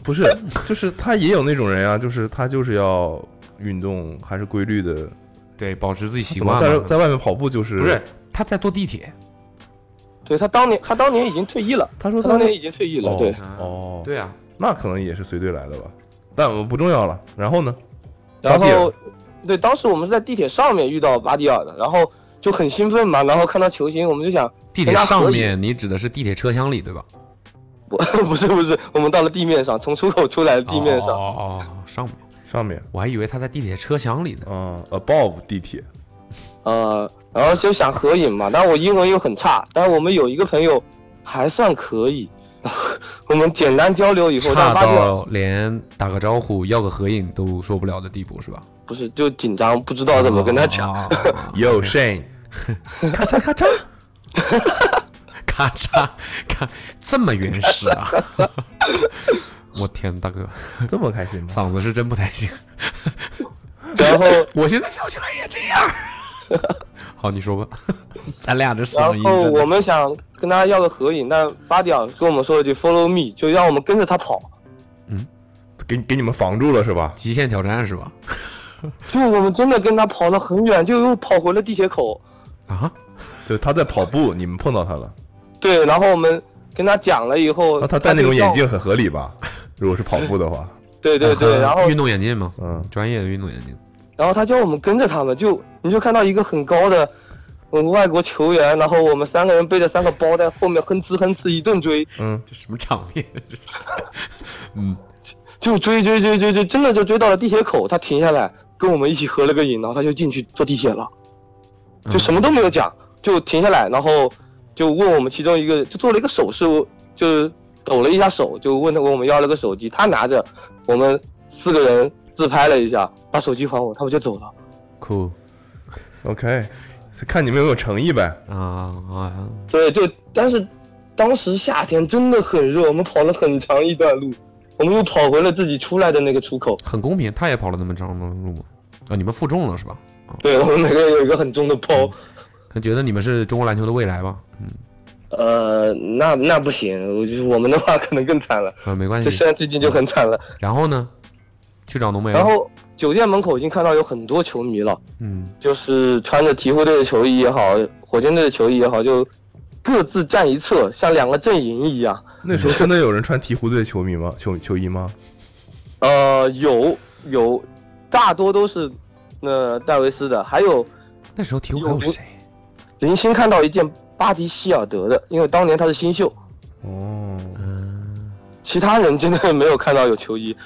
Speaker 4: 不是，就是他也有那种人啊，就是他就是要运动，还是规律的。
Speaker 3: 对，保持自己习
Speaker 4: 怎么
Speaker 3: 惯
Speaker 4: 在
Speaker 3: 嘛
Speaker 4: 在外面跑步就是？
Speaker 3: 不是，他在坐地铁，
Speaker 2: 对他当年，他当年已经退役了，
Speaker 4: 他说
Speaker 2: 他
Speaker 4: 他
Speaker 2: 当年已经退役了。
Speaker 4: 哦
Speaker 2: 对，
Speaker 4: 哦，，
Speaker 3: 对啊，
Speaker 4: 那可能也是随队来的吧，但我不重要了。然后呢？
Speaker 2: 然
Speaker 4: 巴蒂尔
Speaker 2: 后对，当时我们是在地铁上面遇到巴蒂尔的，然后就很兴奋嘛，然后看到球星，我们就想
Speaker 3: 地铁上面你指的是地铁车厢里对吧？
Speaker 2: 不， 不是不是，我们到了地面上，从出口出来的地面上，
Speaker 3: 哦哦哦，上面，
Speaker 4: 上面，
Speaker 3: 我还以为他在地铁车厢里呢。
Speaker 4: 嗯，above 地铁，
Speaker 2: 呃，然后就想合影嘛，但我英文又很差，但我们有一个朋友还算可以， 我们简单交流以后，但
Speaker 3: 差
Speaker 2: 发现
Speaker 3: 到连打个招呼、要个合影都说不了的地步是吧？
Speaker 2: 不是就紧张，不知道怎么跟他讲，
Speaker 3: 哦？哦哦哦
Speaker 4: 有 Shane，
Speaker 3: 咔嚓咔嚓， 咔嚓咔，这么原始啊！ 我天，大哥，
Speaker 4: 这么开心吗？
Speaker 3: 嗓子是真不太行，
Speaker 2: 然后
Speaker 3: 我现在笑起来也这样。 好，你说吧， 咱俩这嗓
Speaker 2: 然
Speaker 3: 音
Speaker 2: 后
Speaker 3: 真的
Speaker 2: 我们想跟他要个合影，但巴迪尔跟我们说了句 “follow me”，就让我们跟着他跑，
Speaker 4: 给给你们防住了是吧？
Speaker 3: 极限挑战是吧？
Speaker 2: 就我们真的跟他跑了很远，就又跑回了地铁口，
Speaker 3: 啊，
Speaker 4: 就他在跑步，你们碰到他了，
Speaker 2: 对，然后我们跟他讲了以后，
Speaker 4: 哦那他戴那
Speaker 2: 就
Speaker 4: 种眼
Speaker 2: 让
Speaker 4: 镜很合理吧？如果是跑步的话，
Speaker 2: 对对 对，然后
Speaker 3: 运动眼镜嘛，
Speaker 4: 嗯，
Speaker 3: 专业的运动眼镜。
Speaker 2: 然后他叫我们跟着他们，就你就看到一个很高的我们外国球员，然后我们三个人背着三个包在后面哼哧哼哧一顿追，
Speaker 3: 这什么场面？这 是，嗯，
Speaker 2: 就追追追追追，真的就追到了地铁口，他停下来跟我们一起合了个影，然后他就进去坐地铁了，
Speaker 3: 嗯
Speaker 2: 就什么都没有讲，就停下来，然后就问我们其中一个，就做了一个手势，就是抖了一下手，就问他问我们要了个手机，他拿着，我们四个人自拍了一下，把手机还我，他们就走了。
Speaker 3: 酷
Speaker 4: OK，看你们有没有诚意呗。
Speaker 3: 啊啊！
Speaker 2: 对，就但是当时夏天真的很热，我们跑了很长一段路，我们又跑回了自己出来的那个出口。
Speaker 3: 很公平，他也跑了那么长的路嘛。啊，你们负重了是吧？
Speaker 2: 对我们每个人有一个很重的包，
Speaker 3: 他觉得你们是中国篮球的未来吧？嗯，
Speaker 2: 呃，那那不行，我就是我们的话可能更惨了，
Speaker 3: 啊，没关
Speaker 2: 就
Speaker 3: 系。
Speaker 2: 现在最近就很惨了。
Speaker 3: 然后呢，去找浓眉了。
Speaker 2: 然，后酒店门口已经看到有很多球迷了，
Speaker 3: 嗯，
Speaker 2: 就是穿着鹈鹕队的球衣也好，火箭队的球衣也好，就各自站一侧，像两个阵营一样。
Speaker 4: 那时候真的有人穿鹈鹕队球迷吗？球球衣吗？
Speaker 2: 呃，有有，大多都是呃戴维斯的，还有
Speaker 3: 那时候鹈鹕还有谁？
Speaker 2: 零星看到一件巴迪希尔德的，因为当年他是新秀，
Speaker 4: 哦，
Speaker 3: 嗯
Speaker 2: 其他人真的没有看到有球衣。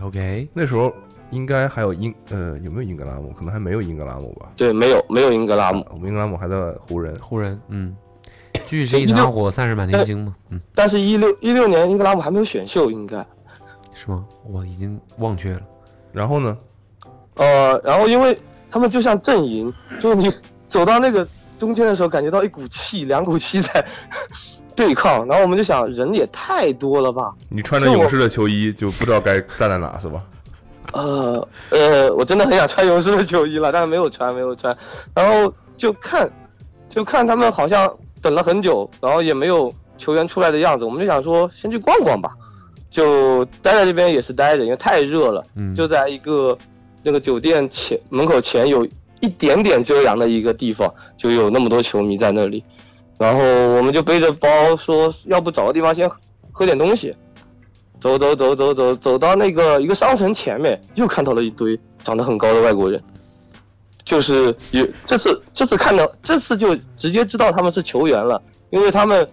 Speaker 3: ，OK，
Speaker 4: 那时候应该还有英呃有没有英格拉姆？可能还没有英格拉姆吧。
Speaker 2: 对，没有没有英格拉姆，
Speaker 4: 我们英格拉姆还在湖人，
Speaker 3: 湖人，嗯，聚是一团火，散是满天星嘛，嗯，
Speaker 2: 但是一六一六年英格拉姆还没有选秀，应该。
Speaker 3: 是吗？我已经忘却了。
Speaker 4: 然后呢？
Speaker 2: 呃，然后因为他们就像阵营，就是你走到那个中间的时候，感觉到一股气，两股气在 对抗，然后我们就想人也太多了吧，
Speaker 4: 你穿着勇士的球衣就不知道该站在哪 是吧？
Speaker 2: 呃呃，我真的很想穿勇士的球衣了，但是没有穿，没有穿。然后就看，就看他们好像等了很久，然后也没有球员出来的样子，我们就想说先去逛逛吧，就待在这边也是待着，因为太热了，
Speaker 3: 嗯，
Speaker 2: 就在一个那个酒店前门口前有一点点遮阳的一个地方，就有那么多球迷在那里。然后我们就背着包说，要不找个地方先喝点东西。走走走走走走到那个一个商城前面，又看到了一堆长得很高的外国人，就是也这次这次看到这次就直接知道他们是球员了，因为他们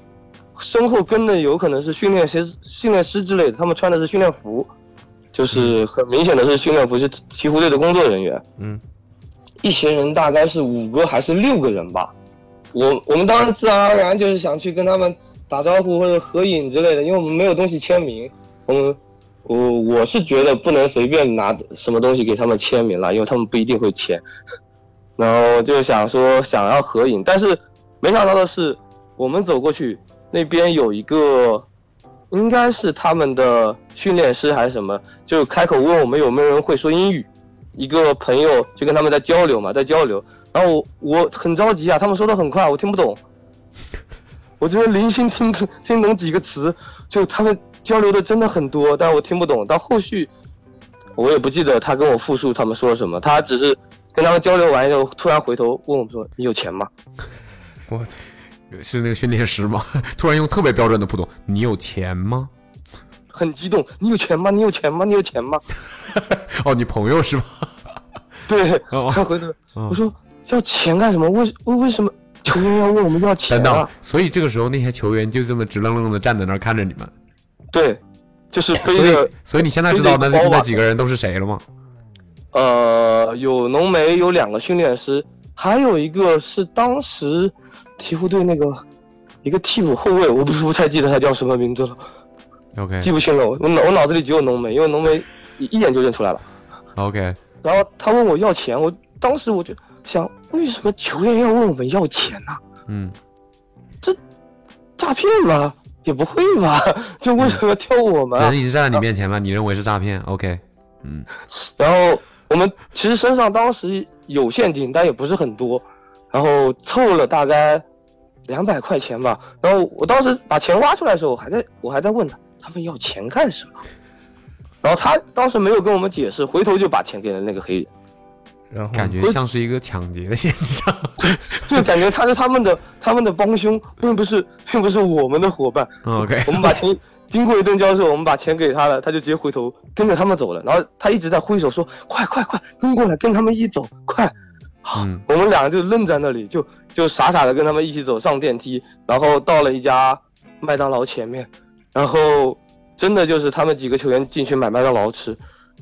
Speaker 2: 身后跟的有可能是训练师训练师之类的，他们穿的是训练服，就是很明显的是训练服是鹈鹕队的工作人员。
Speaker 4: 嗯，
Speaker 2: 一行人大概是五个还是六个人吧。我我们当时自然而然就是想去跟他们打招呼或者合影之类的，因为我们没有东西签名。我们我我是觉得不能随便拿什么东西给他们签名了，因为他们不一定会签。 然后就想说想要合影，但是没想到的是，我们走过去那边有一个，应该是他们的训练师还是什么，就开口问我们有没有人会说英语。一个朋友就跟他们在交流嘛，在交流，然后我我很着急啊，他们说的很快，我听不懂，我就是零星听听懂几个词，就他们交流的真的很多，但我听不懂。到后续我也不记得他跟我复述他们说什么，他只是跟他们交流完以后，突然回头问我们说：“你有钱吗
Speaker 4: 我操，
Speaker 3: 是那个训练师吗？ 突然用特别标准的普通，你有钱吗？？”
Speaker 2: 很激动，你有钱吗？你有钱吗？你有钱吗？
Speaker 3: 哦，你朋友是吧？
Speaker 2: 对，
Speaker 3: 哦
Speaker 2: 他回头
Speaker 3: 哦
Speaker 2: 我说要钱干什么？为为为什么球员要问我们要钱
Speaker 3: 等
Speaker 2: 啊
Speaker 3: 等？，所以这个时候那些球员就这么直愣愣的站在那儿看着你们，
Speaker 2: 对，就是背
Speaker 3: 所
Speaker 2: 着
Speaker 3: 以所以你现在知道
Speaker 2: 背着
Speaker 3: 那
Speaker 2: 一个包吧啊
Speaker 3: 那几个人都是谁了吗？
Speaker 2: 呃，有浓眉，有两个训练师，还有一个是当时鹈鹕队那个一个替补后卫，我不是不太记得他叫什么名字了，
Speaker 3: OK
Speaker 2: 记不清了。我我脑我脑子里只有浓眉，因为浓眉一一眼就认出来了。
Speaker 3: OK，
Speaker 2: 然后他问我要钱，我当时我就想，为什么球员要问我们要钱呢、
Speaker 3: 嗯，
Speaker 2: 诈骗吗？也不会吧？ 就为什么要挑我们啊？
Speaker 3: 人已经站在你面前了，你认为是诈骗？OK，嗯，
Speaker 2: 然后我们其实身上当时有现金，但也不是很多，然后凑了大概两百块钱吧。然后我当时把钱挖出来的时候，我还在我还在问他他们要钱干什么，然后他当时没有跟我们解释，回头就把钱给了那个黑人，
Speaker 4: 然后
Speaker 3: 感觉像是一个抢劫的现象。
Speaker 2: 就感觉他是他们的 他们的帮凶，并不是并不是我们的伙伴。
Speaker 3: 嗯 OK，
Speaker 2: 我们把钱经过一顿交涉，我们把钱给他了，他就直接回头跟着他们走了。然后他一直在挥手说：“快快快，跟过来，跟他们一走，快！”
Speaker 3: 嗯
Speaker 2: 我们俩就愣在那里，就就傻傻的跟他们一起走上电梯，然后到了一家麦当劳前面，然后真的就是他们几个球员进去买麦当劳吃，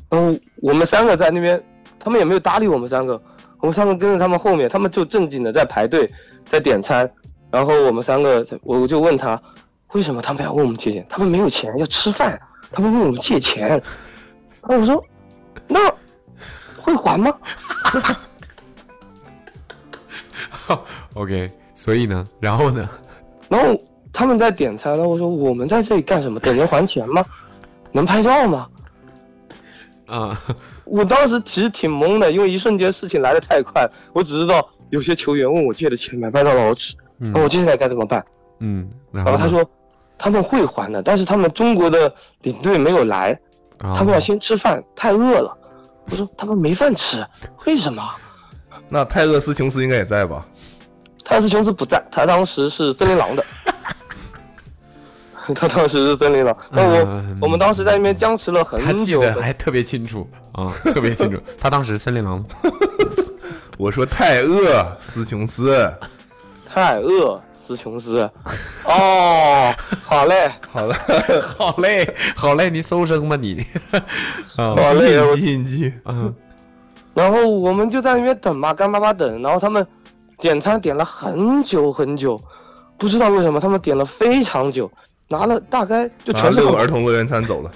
Speaker 2: 然后我们三个在那边，他们也没有搭理我们三个，我们三个跟着他们后面，他们就正经的在排队，在点餐，然后我们三个我就问他，为什么他们要问我们借钱？他们没有钱要吃饭，他们问我们借钱，然后我说，那会还吗？
Speaker 3: ，OK，所以呢，然后呢？
Speaker 2: 然后他们在点餐，然后我说我们在这里干什么？等人还钱 吗？能拍照吗？
Speaker 3: 啊，
Speaker 2: 我当时其实挺懵的，因为一瞬间事情来得太快，我只知道有些球员问我借的钱买麦当劳吃，那我
Speaker 3: 嗯
Speaker 2: 接下来该怎么办？
Speaker 3: 嗯，然
Speaker 2: 然后
Speaker 3: 后
Speaker 2: 他说他们会还的，但是他们中国的领队没有来，他
Speaker 3: 他
Speaker 2: 们要先吃饭，太饿了。我说他们没饭吃，为什么？
Speaker 4: 那泰勒斯琼斯应该也在吧？
Speaker 2: 泰斯琼斯不在，他当时是森林狼的。 他当时是森林狼，那我、
Speaker 3: 嗯
Speaker 2: 我们当时在那边僵持了很
Speaker 3: 他记
Speaker 2: 久
Speaker 3: 得
Speaker 2: 很
Speaker 3: 还特别清楚啊，特别清楚。他当时森林狼，
Speaker 4: 我说泰勒斯琼斯，
Speaker 2: 太饿，斯琼斯。哦，好嘞，
Speaker 4: 好了，
Speaker 3: 好嘞，好嘞，你收声吧你。啊，
Speaker 2: 好嘞。我
Speaker 4: 进进进进，
Speaker 3: 嗯
Speaker 2: 然后我们就在那边等嘛，干巴巴等。然后他们点餐点了很久很久，不知道为什么他们点了非常久，拿了大概就
Speaker 4: 拿
Speaker 2: 全是
Speaker 4: 啊
Speaker 2: 汉
Speaker 4: 六个
Speaker 2: 堡
Speaker 4: 儿，童乐园餐走了，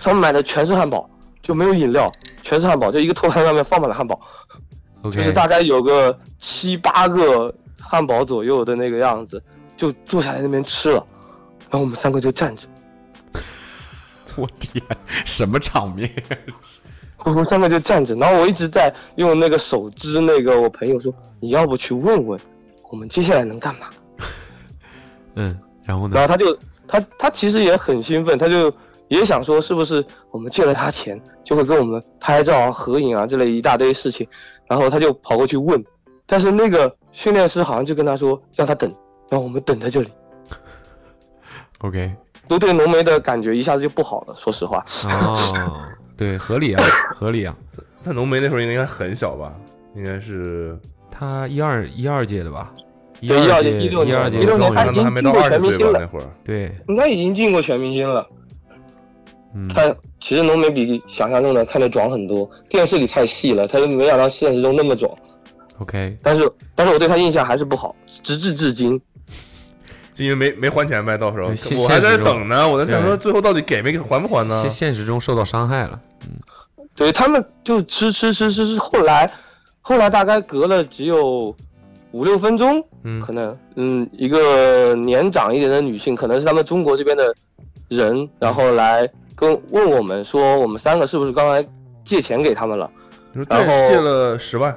Speaker 2: 他们买的全是汉堡，就没有饮料，全是汉堡，就一个托盘上面放满了汉堡。
Speaker 3: ，OK，
Speaker 2: 就是大概有个七八个汉堡左右的那个样子，就坐下来那边吃了，然后我们三个就站着，
Speaker 3: 我天，什么场面？
Speaker 2: 我们三个就站着，然后我一直在用那个手支那个我朋友说，你要不去问问我们接下来能干嘛？
Speaker 3: 嗯，然后
Speaker 2: 然
Speaker 3: 呢？
Speaker 2: 后他就他他其实也很兴奋，他就也想说是不是我们借了他钱就会跟我们拍照啊、合影啊这类一大堆事情，然后他就跑过去问，但是那个训练师好像就跟他说让他等，然后我们等在这里，
Speaker 3: OK，
Speaker 2: 都对浓眉的感觉一下子就不好了，说实话，
Speaker 3: 哦，对，合理啊，合理啊。
Speaker 4: 但浓眉那时候应该很小吧？应该是
Speaker 3: 他一二一二届的吧？一
Speaker 2: 对12
Speaker 3: 届
Speaker 2: 届16
Speaker 3: 一
Speaker 2: 年
Speaker 3: 二届
Speaker 2: 16
Speaker 4: 那
Speaker 2: 年
Speaker 3: 状
Speaker 4: 他
Speaker 3: 元
Speaker 2: 他
Speaker 4: 可能还没到
Speaker 2: 已经
Speaker 4: 二十
Speaker 2: 进入
Speaker 4: 岁
Speaker 2: 全明
Speaker 4: 吧
Speaker 2: 星，了
Speaker 4: 那会儿。
Speaker 3: 对，
Speaker 2: 应该已经进过全明星了。
Speaker 3: 嗯，
Speaker 2: 他其实浓眉比想象中的看着壮很多，电视里太细了，他就没想到现实中那么壮。
Speaker 3: OK，
Speaker 2: 但是，但是我对他印象还是不好，直至至今。
Speaker 4: 就因为没没还钱呗，到时候
Speaker 3: 对现
Speaker 4: 我还在
Speaker 3: 现
Speaker 4: 那
Speaker 3: 实中
Speaker 4: 等呢，我在想说
Speaker 3: 对
Speaker 4: 最后到底给没给还不还呢
Speaker 3: 现？现实中受到伤害了，
Speaker 2: 对他们就吃吃吃吃吃，后来，后来大概隔了只有五六分钟，
Speaker 4: 嗯
Speaker 2: 可能嗯，一个年长一点的女性，可能是他们中国这边的人，然后来跟问我们说，我们三个是不是刚才借钱给他们了？
Speaker 4: 你说
Speaker 2: 然
Speaker 4: 对，
Speaker 2: 后
Speaker 4: 借了十万，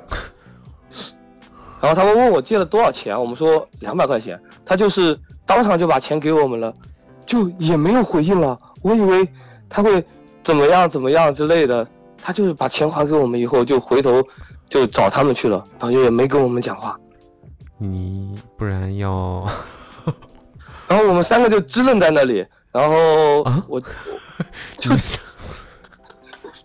Speaker 2: 然后他们问我借了多少钱，我们说两百块钱，他就是当场就把钱给我们了，就也没有回应了。我以为他会怎么样怎么样之类的，他就是把钱还给我们以后就回头就找他们去了，然后也没跟我们讲话。
Speaker 3: 你不然要
Speaker 2: 然后我们三个就支棱在那里，然后
Speaker 3: 啊
Speaker 2: 我、 就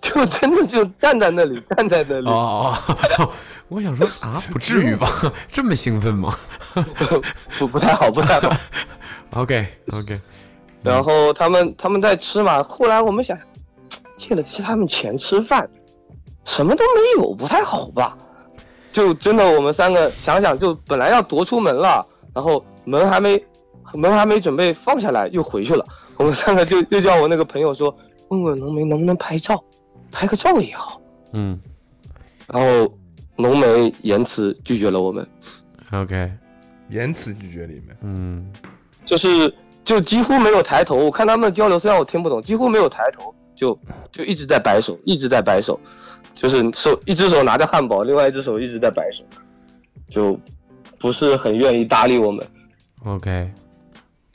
Speaker 2: 就真的就站在那里，站在那里，
Speaker 3: 哦，哦 我想说啊，不至于吧？ 这么兴奋吗
Speaker 2: 不不太好，不太好。
Speaker 3: ？OK OK，
Speaker 2: 然后他们他们在吃嘛，后来我们想，借了借他们钱吃饭，什么都没有，不太好吧？就真的我们三个想想，就本来要踱出门了，然后门还没门还没准备放下来，又回去了。我们三个就又叫我那个朋友说，问问浓眉能不能拍照，拍个照也好。
Speaker 3: 嗯
Speaker 2: 然后浓眉言辞拒绝了我们，
Speaker 3: ，OK，
Speaker 4: 言辞拒绝里面，
Speaker 3: 嗯
Speaker 2: 就是就几乎没有抬头。我看他们交流，虽然我听不懂，几乎没有抬头，就就一直在摆手，一直在摆手，就是手一只手拿着汉堡，另外一只手一直在摆手，就不是很愿意搭理我们。
Speaker 3: ，OK，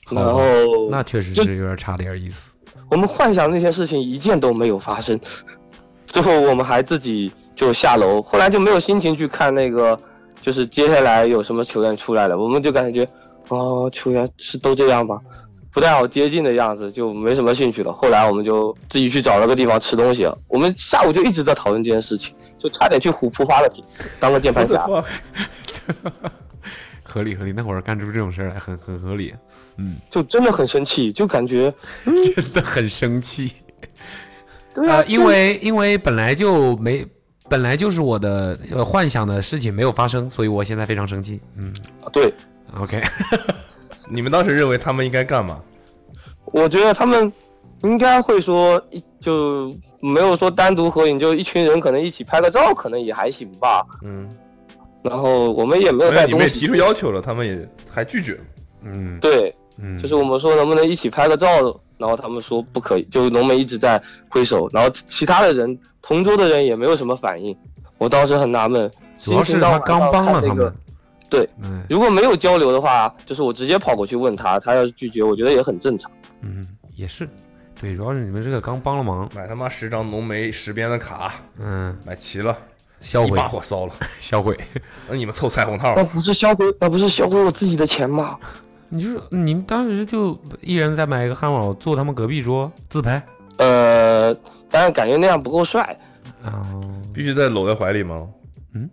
Speaker 3: 好吧
Speaker 2: 然后
Speaker 3: 那确实
Speaker 2: 就是
Speaker 3: 有点差点意思。
Speaker 2: 我们幻想那些事情一件都没有发生， 最后我们还自己就下楼，后来就没有心情去看那个，就是接下来有什么球员出来了，我们就感觉，哦，球员是都这样吧，不太好接近的样子，就没什么兴趣了。后来我们就自己去找了个地方吃东西了，我们下午就一直在讨论这件事情，就差点去虎扑发了帖，当个键盘侠。
Speaker 3: 合理合理，那会儿干出这种事儿来很很合理，
Speaker 2: 就真的很生气，就感觉
Speaker 3: 真的很生气。
Speaker 2: 嗯对啊，
Speaker 3: 呃，因为因为本来就没，本来就是我的呃幻想的事情没有发生，所以我现在非常生气。嗯
Speaker 2: 啊对，
Speaker 3: ，OK，
Speaker 4: 你们当时认为他们应该干嘛？
Speaker 2: 我觉得他们应该会说，一就没有说单独合影，就一群人可能一起拍个照，可能也还行吧。
Speaker 4: 嗯，
Speaker 2: 然后我们也没有
Speaker 4: 没有，
Speaker 2: 呃带
Speaker 4: 你
Speaker 2: 东
Speaker 4: 们也
Speaker 2: 西，
Speaker 4: 提出要求了，他们也还拒绝。
Speaker 3: 嗯
Speaker 2: 对，
Speaker 3: 嗯，
Speaker 2: 就是我们说能不能一起拍个照，然后他们说不可以，就浓眉一直在挥手，然后其他的人同桌的人也没有什么反应，我当时很纳闷。
Speaker 3: 主要是他刚帮了
Speaker 2: 心情到晚上
Speaker 3: 他
Speaker 2: 看那
Speaker 3: 们
Speaker 2: 个。对，
Speaker 3: 嗯
Speaker 2: 如果没有交流的话，就是我直接跑过去问他，他要是拒绝，我觉得也很正常。
Speaker 3: 嗯，也是，对，主要是你们这个刚帮了忙，
Speaker 4: 买他妈十张浓眉十边的卡，
Speaker 3: 嗯，
Speaker 4: 买齐了，
Speaker 3: 销
Speaker 4: 一
Speaker 3: 毁
Speaker 4: 把火烧了。
Speaker 3: 销毁。
Speaker 4: 那你们凑彩虹套
Speaker 2: 哦
Speaker 3: 哦
Speaker 2: 那，不是销毁，那不是销毁我自己的钱吗？
Speaker 3: 你就是你们当时就一人再买一个汉堡，坐他们隔壁桌自拍
Speaker 2: 呃，但是感觉那样不够帅，
Speaker 3: 啊，
Speaker 4: 必须再搂在怀里吗？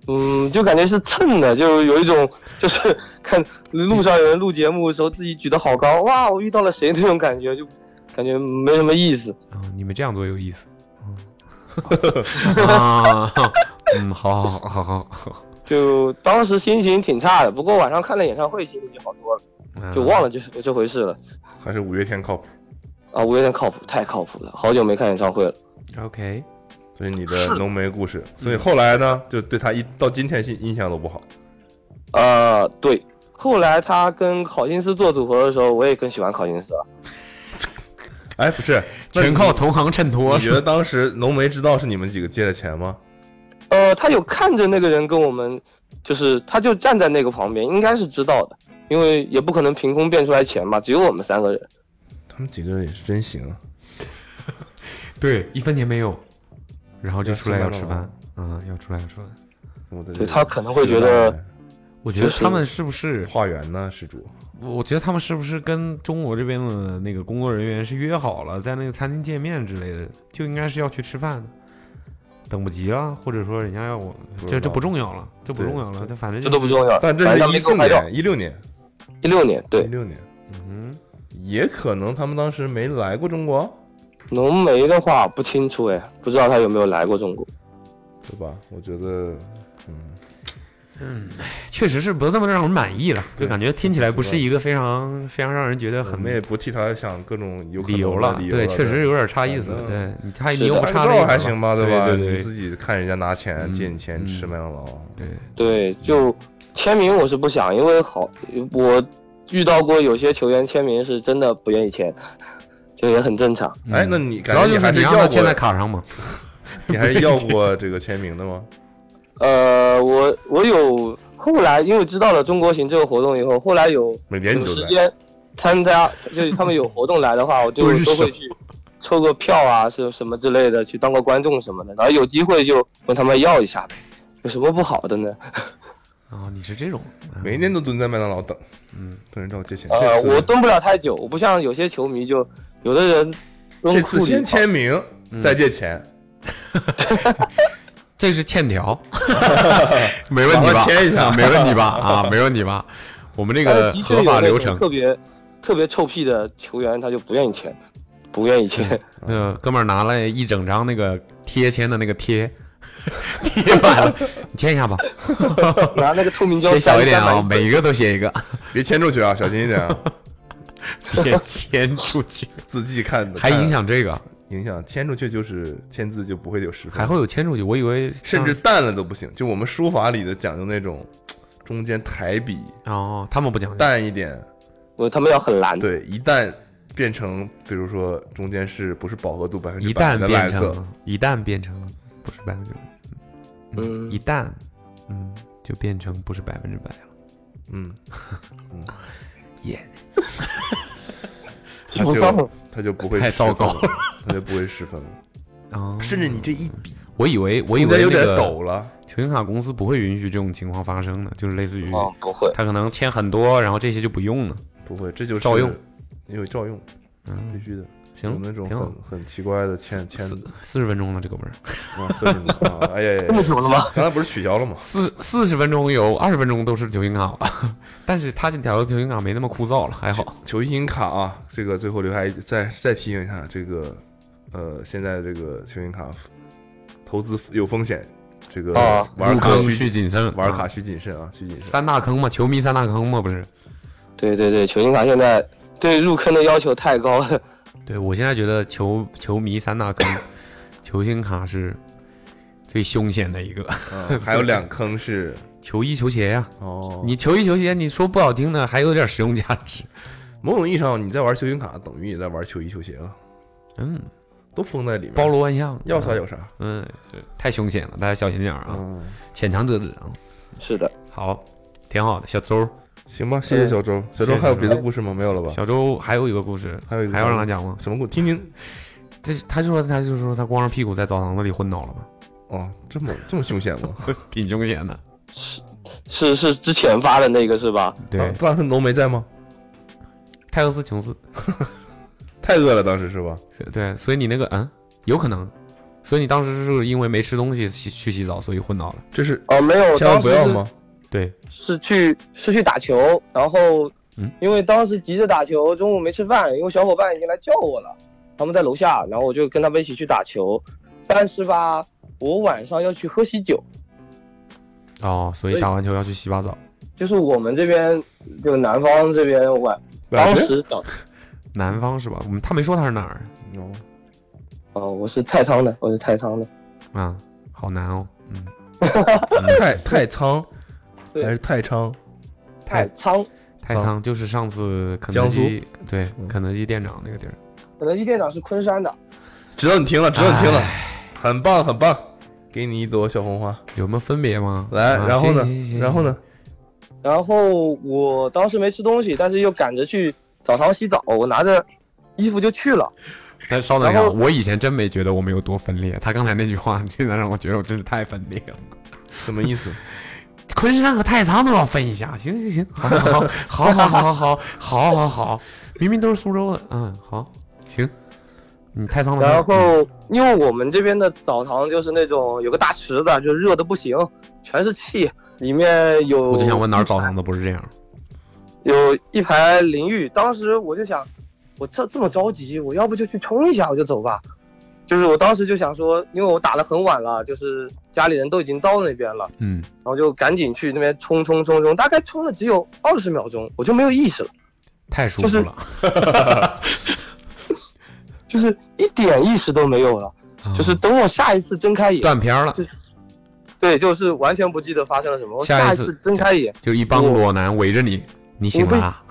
Speaker 2: 嗯，就感觉是蹭的，就有一种就是看路上有人录节目的时候自己举得好高，哇，我遇到了谁那种感觉，就感觉没什么意思。
Speaker 3: 啊，你们这样做有 意思。嗯啊，嗯，好好好好好，
Speaker 2: 就当时心情挺差的，不过晚上看了演唱会，心情就好多了，
Speaker 3: 嗯
Speaker 2: 就忘了这这回事了。
Speaker 4: 还是五月天靠谱？
Speaker 2: 啊，五月天靠谱，太靠谱了，好久没看演唱会了。
Speaker 3: 了。OK，
Speaker 4: 所以你的浓眉故
Speaker 3: 嗯
Speaker 4: 事，所以后来呢，就对他一到今天印印象都不好。
Speaker 2: 啊、对，后来他跟考辛斯做组合的时候，我也更喜欢考辛斯了。
Speaker 4: 哎，不是，那
Speaker 3: 全靠
Speaker 4: 你
Speaker 3: 同行衬托
Speaker 4: 你。觉得当时浓眉知道是你们几个借的钱吗？
Speaker 2: 呃，他有看着那个人跟我们，就是他就站在那个旁边，应该是知道的，因为也不可能凭空变出来钱嘛，只有我们三个人。
Speaker 4: 他们几个也是真行啊，
Speaker 3: 对，一分钱没有，然后就出来要吃
Speaker 4: 要吃饭
Speaker 3: 饭
Speaker 4: 了，
Speaker 3: 嗯，要出来要吃饭。
Speaker 4: 我的这
Speaker 2: 对
Speaker 4: 个
Speaker 2: 他可能会觉得
Speaker 4: 时代
Speaker 3: 我觉得
Speaker 2: 就是
Speaker 3: 他们是不是
Speaker 4: 化缘呢，施主。
Speaker 3: 我觉得他们是不是跟中国这边的那个工作人员是约好了，在那个餐厅见面之类的，就应该是要去吃饭的，等不及了，或者说人家要我，
Speaker 4: 不知
Speaker 3: 这
Speaker 4: 道
Speaker 3: 这不重要了，这不重要了，
Speaker 4: 对
Speaker 3: 这反正
Speaker 2: 这
Speaker 3: 就
Speaker 2: 都不重要。
Speaker 4: 哎但这
Speaker 2: 反正他们没给
Speaker 4: 是一四
Speaker 2: 我拍照
Speaker 4: 年、一六年、
Speaker 2: 一六年，
Speaker 4: 一
Speaker 2: 对，
Speaker 4: 六年，
Speaker 3: 嗯
Speaker 4: 也可能他们当时没来过中国，
Speaker 2: 浓眉的话不清楚哎，不知道他有没有来过中国。
Speaker 4: 对吧？我觉得，嗯，
Speaker 3: 哼，确实是不那么让人满意了，
Speaker 4: 对
Speaker 3: 就感觉听起来不是一个非常非常让人觉得
Speaker 4: 我
Speaker 3: 很
Speaker 4: 们也不替他想各种有可
Speaker 3: 理由
Speaker 4: 能的
Speaker 3: 了，
Speaker 4: 理由
Speaker 3: 对，确实有点差意思
Speaker 4: 反，正
Speaker 3: 对你差
Speaker 2: 是
Speaker 3: 你又
Speaker 2: 的
Speaker 3: 不
Speaker 4: 拍
Speaker 3: 差
Speaker 4: 个
Speaker 3: 这
Speaker 4: 照
Speaker 3: 个
Speaker 4: 还行吧，
Speaker 3: 对
Speaker 4: 吧？你
Speaker 3: 对
Speaker 4: 自己看人家拿钱
Speaker 3: 嗯
Speaker 4: 借你钱
Speaker 3: 嗯
Speaker 4: 吃麦当劳，
Speaker 3: 对，
Speaker 2: 对，就签名我是不想，因为好我遇到过有些球员签名是真的不愿意签，这也很正常。
Speaker 3: 嗯
Speaker 4: 哎，那你
Speaker 3: 主
Speaker 4: 感
Speaker 3: 要
Speaker 4: 觉
Speaker 3: 就
Speaker 4: 你
Speaker 3: 是
Speaker 4: 还
Speaker 3: 你
Speaker 4: 是
Speaker 3: 让
Speaker 4: 要
Speaker 3: 他签在
Speaker 4: 过，
Speaker 3: 卡上嘛，
Speaker 4: 你还是要过这个签名的吗？
Speaker 2: 呃，我我有后来因为知道了中国行这个活动以后，后来有
Speaker 4: 每年
Speaker 2: 有
Speaker 4: 你都
Speaker 2: 时
Speaker 4: 在，
Speaker 2: 间参加，就是他们有活动来的话，我就
Speaker 3: 蹲守
Speaker 2: 都会去抽个票啊，是什么之类的，去当个观众什么的。然后有机会就问他们要一下呗，有什么不好的呢？
Speaker 3: 啊，你是这种，嗯
Speaker 4: 每年都蹲在麦当劳等，嗯，等人找我借钱。
Speaker 2: 呃，
Speaker 4: 这次
Speaker 2: 我蹲不了太久，我不像有些球迷就有的人蹲
Speaker 4: 这
Speaker 2: 库
Speaker 4: 次
Speaker 2: 里
Speaker 4: 先签名，
Speaker 3: 嗯
Speaker 4: 再借钱，
Speaker 3: 这是欠 条，没问题
Speaker 4: 马
Speaker 3: 吧？
Speaker 4: 上签一下
Speaker 3: 啊没问题吧？啊，没问题吧？我们这
Speaker 2: 呃
Speaker 3: 个
Speaker 2: 的确
Speaker 3: 合
Speaker 2: 有
Speaker 3: 法
Speaker 2: 那
Speaker 3: 流
Speaker 2: 种
Speaker 3: 程，
Speaker 2: 特别特别臭屁的球员，他就不愿意签，不愿意 签。
Speaker 3: 呃，哥们儿拿了一整张那个贴签的那个贴， 贴满了，你签 一下吧，
Speaker 2: 拿那个透明胶
Speaker 3: 写小一点
Speaker 2: 粘
Speaker 3: 啊，
Speaker 2: 满
Speaker 3: 每一个都写一个，
Speaker 4: 别签出去啊，小心一 点啊，
Speaker 3: 别签出去，
Speaker 4: 字迹看 的
Speaker 3: 还影响这个，
Speaker 4: 影响，签出去就是签字就不会有失分，
Speaker 3: 还会有签出去，我以为
Speaker 4: 甚至
Speaker 3: 像
Speaker 4: 淡了都不行。就我们书法里的讲究那种，中间抬笔
Speaker 3: 哦，他们不讲究，
Speaker 4: 淡一点，
Speaker 2: 我他们要很蓝。
Speaker 4: 对，一旦变成，比如说中间是不是饱和度百分之
Speaker 3: 一
Speaker 4: 百
Speaker 3: 旦
Speaker 4: 的
Speaker 3: 变
Speaker 4: 蓝色，
Speaker 3: 成一旦变成不是百分之百，
Speaker 2: 嗯
Speaker 3: 一旦嗯就变成不是百分之百了，
Speaker 4: 嗯，
Speaker 3: 耶、
Speaker 4: 它就它就不会
Speaker 3: 太
Speaker 4: 失分
Speaker 3: 糟糕
Speaker 4: 了，它就不会失分了。
Speaker 3: 哦，
Speaker 4: 甚至你这一笔，
Speaker 3: 我以为我以
Speaker 4: 应该
Speaker 3: 为
Speaker 4: 有
Speaker 3: 那
Speaker 4: 点
Speaker 3: 个
Speaker 4: 抖了，
Speaker 3: 球星卡公司不会允许这种情况发生的，就是类似于
Speaker 2: 哦，不会。
Speaker 3: 他可能签很多，然后这些就不用了。
Speaker 4: 不会，这就是
Speaker 3: 照用，
Speaker 4: 因为照用必
Speaker 3: 嗯，
Speaker 4: 须的。有
Speaker 3: 行，
Speaker 4: 那种
Speaker 3: 挺好。
Speaker 4: 很很奇怪的 签签字
Speaker 3: 四十分钟了，这哥们儿，
Speaker 4: 啊，四十秒啊，哎呀 呀，
Speaker 2: 这么久了吗？
Speaker 4: 刚才不是取消了吗？
Speaker 3: 四四十分钟有二十分钟都是球星卡了， 但是他这条球星卡没那么枯燥了，还好。
Speaker 4: 球星卡啊，这个最后刘海再再提醒一下，啊这个呃，现在这个球星卡投资有风险，这个
Speaker 2: 啊
Speaker 4: 玩
Speaker 3: 入
Speaker 4: 卡
Speaker 3: 坑
Speaker 4: 需
Speaker 3: 需谨慎，
Speaker 4: 玩
Speaker 3: 嗯
Speaker 4: 卡需谨慎啊，需谨慎。
Speaker 3: 三大坑嘛，球迷三大坑嘛，不是？
Speaker 2: 对对对，球星卡现在对入坑的要求太高了。
Speaker 3: 对我现在觉得球球迷三大坑， 球星卡是最凶险的一个。
Speaker 4: 嗯，还有两坑是
Speaker 3: 球衣球鞋呀、
Speaker 4: 哦，
Speaker 3: 你球衣球鞋，你说不好听的，还有点实用价 值。
Speaker 4: 某种意义上你在玩球星卡，等于也在玩球衣球鞋了，
Speaker 3: 嗯，
Speaker 4: 都封在里面，
Speaker 3: 包罗万象，
Speaker 4: 要啥有啥。
Speaker 3: 嗯，对，太凶险了，大家小心点儿啊，
Speaker 4: 嗯，
Speaker 3: 浅尝辄止啊。
Speaker 2: 是的，
Speaker 3: 好，挺好的，小周，
Speaker 4: 行吧，谢谢小周。小周还有别的故事吗？没有了吧？
Speaker 3: 小周还有一个故事，
Speaker 4: 还有一个
Speaker 3: 还要让他讲吗？
Speaker 4: 什么故？听听。
Speaker 3: 这他就说他就说他光着屁股在澡堂子里昏倒了吧，
Speaker 4: 哦，这么这么凶险吗？
Speaker 3: 挺凶险的。
Speaker 2: 是是之前发的那个是吧？
Speaker 3: 对
Speaker 4: 当，啊当时浓眉在吗？
Speaker 3: 泰克斯琼斯，
Speaker 4: 太饿了，当时是吧？
Speaker 3: 对，所以你那个嗯，有可能，所以你当时是因为没吃东西去去洗澡，所以昏倒了。
Speaker 4: 这是
Speaker 2: 哦，没有，
Speaker 4: 千万不要
Speaker 2: 当时
Speaker 4: 吗？
Speaker 3: 对，
Speaker 2: 是去是去打球，然后
Speaker 3: 嗯
Speaker 2: 因为当时急着打球，中午没吃饭，因为小伙伴已经来叫我了，他们在楼下，然后我就跟他们一起去打球，但是吧，我晚上要去喝喜酒，
Speaker 3: 哦，所以打完球要去洗把澡。
Speaker 2: 就是我们这边就南方这边晚，当时早
Speaker 3: 南方是吧？我们他没说他是哪儿
Speaker 4: 哦
Speaker 2: 哦，我是太仓的，我是太仓的，
Speaker 3: 啊，好难哦。嗯，
Speaker 4: 太太仓
Speaker 2: 对
Speaker 4: 还是太仓？
Speaker 2: 太仓。
Speaker 3: 太仓就是上次肯德
Speaker 4: 江苏
Speaker 3: 基对
Speaker 4: 嗯
Speaker 3: 肯德基店长那个地儿。
Speaker 2: 肯德基店长是昆山的，
Speaker 4: 知道你听了，知道你听了，很棒很棒，给你一朵小红花，
Speaker 3: 有什么分别吗？
Speaker 4: 来，
Speaker 3: 啊
Speaker 4: 然后
Speaker 3: 行行
Speaker 4: 呢，
Speaker 3: 行
Speaker 4: 然后呢，
Speaker 2: 然后我当时没吃东西，但是又赶着去澡堂洗澡，我拿着衣服就去了。
Speaker 3: 但稍等一
Speaker 2: 然
Speaker 3: 下，
Speaker 2: 后
Speaker 3: 我以前真没觉得我们有多分裂，他刚才那句话 真的让我觉得我真是太分裂了。
Speaker 4: 什么意思？
Speaker 3: 昆山和太仓都要分一下，行行行，好好好 好好好好好好好好，明明都是苏州的，嗯，好，行，你太仓了。嗯
Speaker 2: 然后因为我们这边的澡堂就是那种有个大池子，就热的不行，全是气，里面有
Speaker 3: 我就想问哪儿澡堂子不是这样？
Speaker 2: 有一排淋浴，当时我就想，我这这么着急，我要不就去冲一下，我就走吧。就是我当时就想说，因为我打得很晚了，就是家里人都已经到那边了，
Speaker 3: 嗯，
Speaker 2: 然后就赶紧去那边冲冲冲冲，大概冲了只有二十秒钟，我就没有意识了，
Speaker 3: 太舒服了，
Speaker 2: 就是一点意识都没有了。
Speaker 3: 啊
Speaker 2: 就是等我下一次睁开眼，
Speaker 3: 断片儿了，
Speaker 2: 对，就是完全不记得发生了什么。我
Speaker 3: 下
Speaker 2: 下
Speaker 3: 一
Speaker 2: 一
Speaker 3: 次
Speaker 2: 次睁开眼，
Speaker 3: 就一帮
Speaker 2: 我
Speaker 3: 裸男围着你，你醒了啊，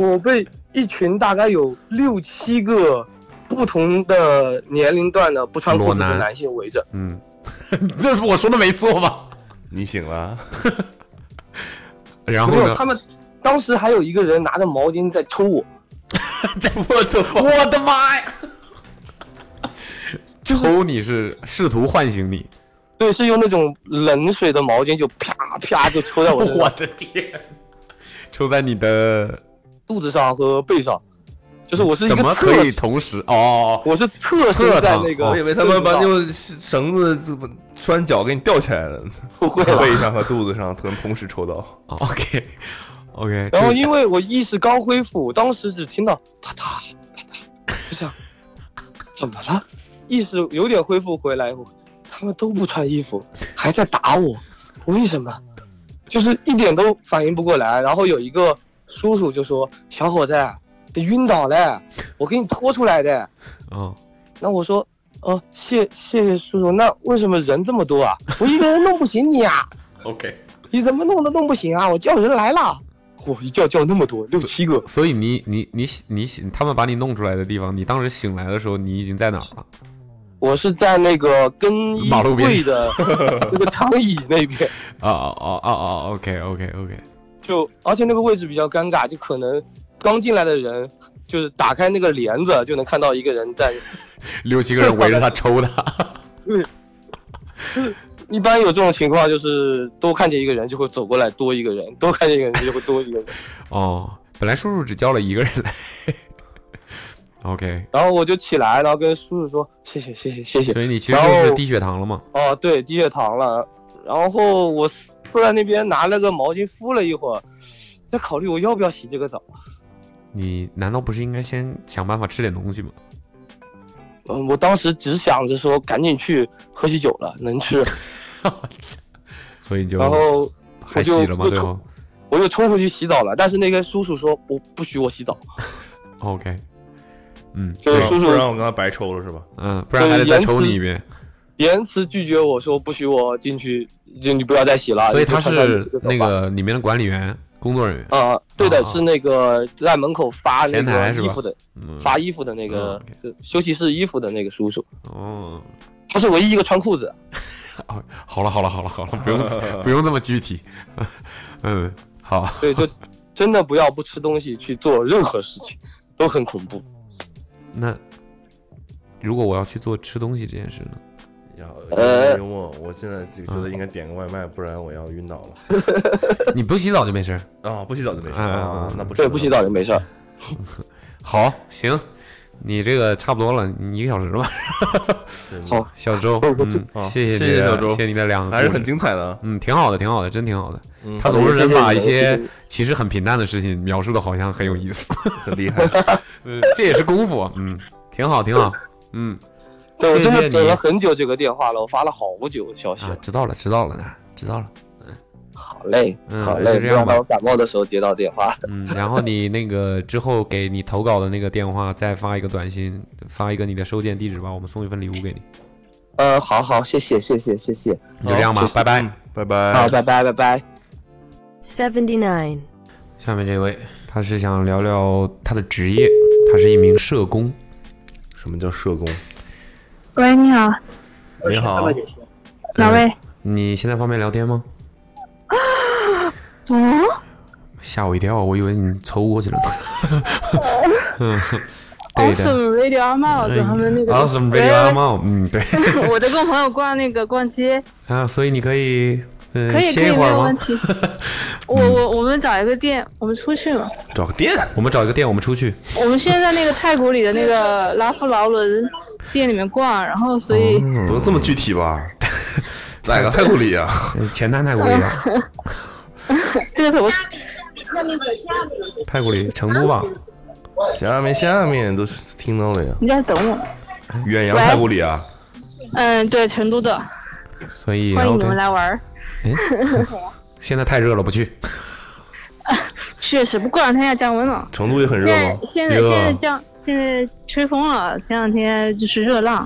Speaker 2: 我被一群大概有六七个不同的年龄段的不穿裤子
Speaker 3: 裸男
Speaker 2: 的男性围着。
Speaker 3: 嗯，这是我说的没错吧？
Speaker 4: 你醒了，啊
Speaker 3: 然后
Speaker 2: 没有，
Speaker 3: 呢
Speaker 2: 他？们当时还有一个人拿着毛巾在抽我，
Speaker 4: 我的
Speaker 3: 我的妈呀！抽你是试图唤醒你，
Speaker 2: 对，是用那种冷水的毛巾就啪啪就抽在我的
Speaker 3: 的天！抽在你的
Speaker 2: 肚子上和背上，就是我是一
Speaker 3: 怎么
Speaker 2: 个侧
Speaker 3: 可，以同时哦？
Speaker 2: 我是侧身
Speaker 3: 侧
Speaker 2: 在
Speaker 3: 躺
Speaker 2: 那个，
Speaker 3: 哦
Speaker 4: 我以为他们把用绳子这么拴脚给你吊起来了，
Speaker 2: 不会了。
Speaker 4: 背上和肚子上可能同时抽到，
Speaker 3: 哦 OK OK，
Speaker 2: 然后因为我意识刚恢复，我当时只听到啪嗒啪嗒，就这样，怎么了？意识有点恢复回来以后，他们都不穿衣服，还在打我，为什么？就是一点都反应不过来。然后有一个叔叔就说：“小伙子，你晕倒了，我给你拖出来的。
Speaker 3: 嗯，”
Speaker 2: 那我说：“哦、谢谢谢叔叔，那为什么人这么多啊？我一个人弄不醒你啊！”
Speaker 3: OK，
Speaker 2: 你怎么弄都弄不醒啊！我叫人来了，我一叫叫那么多，六七个，
Speaker 3: 所以你你你你醒，他们把你弄出来的地方，你当时醒来的时候，你已经在哪儿了？
Speaker 2: 我是在那个更衣
Speaker 3: 马路边
Speaker 2: 柜的那个长椅那边，
Speaker 3: 哦哦哦哦哦，OK OK OK，
Speaker 2: 就而且那个位置比较尴尬，就可能刚进来的人就是打开那个帘子就能看到一个人在，
Speaker 3: 六七个人围着他抽他，
Speaker 2: 一般有这种情况就是多看见一个人就会走过来多一个人，多看见一个人就会多一个人，
Speaker 3: 哦，本来叔叔只叫了一个人来，OK，
Speaker 2: 然后我就起来，然后跟叔叔说谢谢谢谢谢谢，
Speaker 3: 所以你其实
Speaker 2: 然
Speaker 3: 就是
Speaker 2: 后
Speaker 3: 低血糖了嘛？
Speaker 2: 哦，对，低血糖了。然后我坐在那边拿了个毛巾敷了一会儿，在考虑我要不要洗这个澡。
Speaker 3: 你难道不是应该先想办法吃点东西吗？
Speaker 2: 嗯，我当时只想着说赶紧去喝喜酒了，能吃。
Speaker 3: 哎所以你就
Speaker 2: 然后
Speaker 3: 还洗了
Speaker 2: 我
Speaker 3: 吗？
Speaker 2: 就
Speaker 3: 最后
Speaker 2: 我又冲回去洗澡了，但是那个叔叔说我不许我洗澡，
Speaker 3: OK，嗯
Speaker 2: 就是
Speaker 4: 不
Speaker 2: 叔
Speaker 4: 然
Speaker 2: 叔
Speaker 4: 不然我刚才白抽了是吧？
Speaker 3: 嗯，不然还得再抽你一遍。
Speaker 2: 严词拒绝我说不许我进去，就你不要再洗了。
Speaker 3: 所以
Speaker 2: 你就
Speaker 3: 他
Speaker 2: 穿上你
Speaker 3: 是
Speaker 2: 这个走
Speaker 3: 那
Speaker 2: 吧。
Speaker 3: 个里面的管理员、工作人员，
Speaker 2: 呃，对的，
Speaker 3: 啊
Speaker 2: 是那个在门口发那
Speaker 3: 前台
Speaker 2: 个
Speaker 3: 是吧
Speaker 2: 衣服的，
Speaker 3: 嗯，
Speaker 2: 发衣服的那个
Speaker 3: 嗯，
Speaker 2: 就休息室衣服的那个叔叔，
Speaker 3: 哦，
Speaker 2: 他是唯一一个穿裤 子的。
Speaker 3: 哦，好了好了好了好了， 不用不用那么具体， 嗯，好，
Speaker 2: 对，就真的不要不吃东西去做任何事情，都很恐怖。
Speaker 3: 那如果我要去做吃东西这件事呢？
Speaker 4: 要
Speaker 2: 呃
Speaker 4: 幽默，我现在就觉得应该点个外卖，不然我要晕倒了。
Speaker 3: 你不洗澡就没事儿。
Speaker 4: 啊，不洗澡就没事
Speaker 3: 嗯嗯
Speaker 4: 啊
Speaker 3: 嗯，
Speaker 4: 那不吃
Speaker 2: 对，
Speaker 4: 了
Speaker 2: 不洗澡就没事儿。
Speaker 3: 好，行，你这个差不多了，你一个小时吧，
Speaker 4: 真
Speaker 2: 嗯
Speaker 4: 的
Speaker 2: 好
Speaker 3: 小周，
Speaker 2: 我这
Speaker 4: 好
Speaker 3: 嗯，谢
Speaker 4: 啊谢
Speaker 3: 你
Speaker 4: 谢
Speaker 3: 的
Speaker 4: 小周
Speaker 3: 谢谢你的两个，
Speaker 4: 还是很，精彩的啊。
Speaker 3: 嗯，挺好的，挺好的，真挺好的。
Speaker 4: 嗯
Speaker 3: 他总是能把一
Speaker 2: 谢谢
Speaker 3: 些
Speaker 2: 你们
Speaker 3: 其实很平淡的事情描述的好像很有意思，
Speaker 4: 很厉害，
Speaker 3: 嗯这也是功夫，嗯，挺 好，挺好，嗯
Speaker 2: 对我
Speaker 3: 谢谢
Speaker 2: 真的等
Speaker 3: 你
Speaker 2: 了很久这个电话了，我发了好久消息
Speaker 3: 啊
Speaker 2: 了。，
Speaker 3: 知道了，知道了呢，知道了，
Speaker 2: 好嘞，
Speaker 3: 嗯
Speaker 2: 好
Speaker 3: 那
Speaker 2: 嘞，
Speaker 3: 就
Speaker 2: 不
Speaker 3: 这样
Speaker 2: 要
Speaker 3: 吧
Speaker 2: 到我感冒的时候接到电话。
Speaker 3: 嗯，然后你那个之后给你投稿的那个电话再发一个短信，发一个你的收件地址吧，我们送一份礼物给你，
Speaker 2: 呃，好好，谢谢，谢谢，谢谢。
Speaker 3: 你就这样吧
Speaker 4: 嗯
Speaker 2: 谢，谢
Speaker 3: 拜拜。
Speaker 4: 拜拜。
Speaker 2: 好，拜拜，拜拜。
Speaker 6: 79.
Speaker 3: 下面这位，他是想聊聊他的职业，他是一名社工。
Speaker 4: 什么叫社工？
Speaker 5: 喂，你好，
Speaker 3: 嗯
Speaker 4: 你好，
Speaker 5: 哪位？
Speaker 3: 你现在方便聊天吗？
Speaker 5: 嗯，
Speaker 3: 吓我一跳，啊我以为你抽过去了呢。 嗯，对的。哎
Speaker 5: awesome radio 阿茂，就他们那个哎
Speaker 3: Awesome Radio 阿茂，嗯，对
Speaker 5: 我在跟朋友逛那个逛街，
Speaker 3: 啊，所以你可以，嗯、
Speaker 5: 可以可
Speaker 3: 歇一
Speaker 5: 以，
Speaker 3: 会
Speaker 5: 没
Speaker 3: 儿
Speaker 5: 有问
Speaker 3: 吗？
Speaker 5: 题。我我
Speaker 3: 嗯
Speaker 5: 我们找一个店，我们出去嘛。
Speaker 4: 找个店。
Speaker 3: 我们找一个店，我们出去。
Speaker 5: 我们现在在那个太古里的 那个拉夫劳伦店里面逛，然后所
Speaker 3: 哦
Speaker 5: 以
Speaker 4: 不用这么具体吧？ 哪个太古里啊？
Speaker 3: 嗯前滩太古里吧，
Speaker 5: 这个怎么
Speaker 3: 太古里，成都吧。
Speaker 4: 下面下面都是听到了呀。
Speaker 5: 你在等我？
Speaker 4: 远洋太古里啊，
Speaker 5: 嗯，对，成都的，
Speaker 3: 所以
Speaker 5: 欢迎你
Speaker 3: OK，
Speaker 5: 们来玩儿。
Speaker 3: 现在太热了，不去。
Speaker 5: 确实，不过两天要降温了。
Speaker 4: 成都也很热
Speaker 5: 现在
Speaker 4: 吗？
Speaker 5: 现在
Speaker 3: 热
Speaker 5: 现在降，现在吹风了，前两天就是热浪。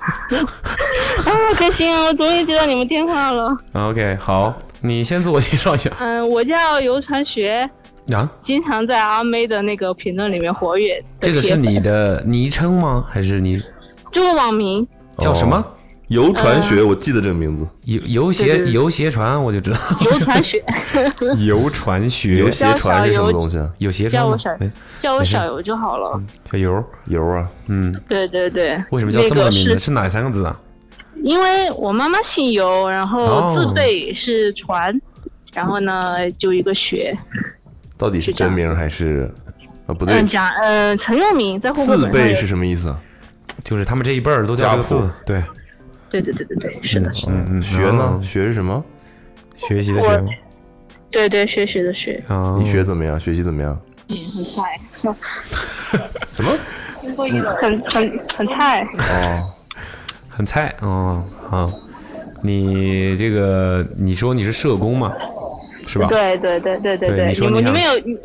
Speaker 5: 啊，开心啊！我终于接到你们电话了。
Speaker 3: 啊 OK，好，你先自我介绍一下。
Speaker 5: 嗯，我叫游传学，
Speaker 3: 啊，
Speaker 5: 经常在阿妹的那个评论里面活跃。
Speaker 3: 这个是你的昵称吗？还是你
Speaker 5: 这个网名，
Speaker 3: 叫什么？
Speaker 4: 哦游传学，我记得这个名字。
Speaker 3: 游游协
Speaker 5: 对对
Speaker 3: 游协传，我就知道。
Speaker 5: 游 传学，
Speaker 3: 游传学
Speaker 4: 游协传是什么东西啊？
Speaker 3: 有协传
Speaker 5: 叫
Speaker 3: 吗
Speaker 5: 我小？
Speaker 3: 哎
Speaker 5: 叫我小游就好了。
Speaker 3: 小游，
Speaker 4: 游啊，
Speaker 3: 嗯，
Speaker 5: 对对对，
Speaker 3: 为什么叫这么
Speaker 5: 那
Speaker 3: 个
Speaker 5: 个
Speaker 3: 名字？
Speaker 5: 是
Speaker 3: 是哪三个字啊？
Speaker 5: 因为我妈妈姓游，然
Speaker 3: 哦
Speaker 5: 后字辈是传，然后呢就一个学，
Speaker 4: 到底是真名还是？啊，
Speaker 3: 哦
Speaker 4: 不对
Speaker 5: 嗯，讲嗯曾用名在户口本
Speaker 4: 字
Speaker 5: 上
Speaker 4: 辈
Speaker 5: 有
Speaker 4: 是什么意思啊？
Speaker 3: 就是他们这一辈儿都叫这个
Speaker 4: 家谱
Speaker 3: 字，对，
Speaker 5: 对对对对对，是的，是的，
Speaker 3: 嗯嗯，
Speaker 4: 学呢
Speaker 3: 哦？
Speaker 4: 学是什么？
Speaker 3: 学习的学吗？
Speaker 5: 对对学学的学，
Speaker 3: 啊，
Speaker 4: 你学怎么样？学习怎么样？
Speaker 5: 嗯，很菜，
Speaker 4: 什么？
Speaker 5: 很很很菜，
Speaker 4: 哦，
Speaker 3: 很菜，嗯，好，你这个你说你是社工嘛，是
Speaker 4: 啊
Speaker 3: 吧？
Speaker 5: 对对对对对
Speaker 3: 对你说
Speaker 5: 你们
Speaker 3: 你
Speaker 5: 你们
Speaker 3: 想
Speaker 5: 有你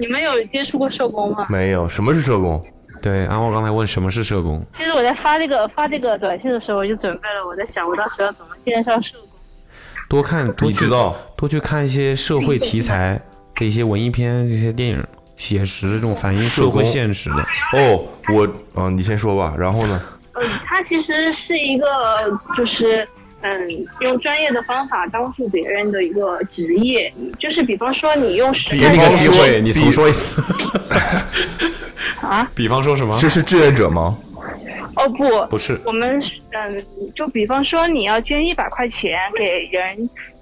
Speaker 5: 你们有接触过社工吗？
Speaker 4: 没有。什么是社工？
Speaker 3: 对，然后我刚才问什么是社工，
Speaker 5: 其实我在发这个发这个短信的时候，我就准备了，我在想我到时要怎么介绍社工。
Speaker 3: 多看多
Speaker 4: 你
Speaker 3: 去
Speaker 4: 知道？
Speaker 3: 多去看一些社会题材的一些文艺片、这些电影，写实这种反映社会
Speaker 4: 工
Speaker 3: 现实的。
Speaker 4: 哦，我啊，你先说吧。然后呢？
Speaker 5: 嗯，他其实是一个就是。嗯，用专业的方法帮助别人的一个职业，就是比方说你用实
Speaker 4: 给
Speaker 5: 战
Speaker 4: 你个机
Speaker 5: 经
Speaker 4: 会
Speaker 5: 验
Speaker 4: 你重说
Speaker 3: 一次。啊
Speaker 5: 啊？
Speaker 3: 比方说什么？
Speaker 4: 这是志愿者吗？
Speaker 5: 哦不，
Speaker 3: 不是
Speaker 5: 我们是嗯，就比方说你要捐一百块钱给人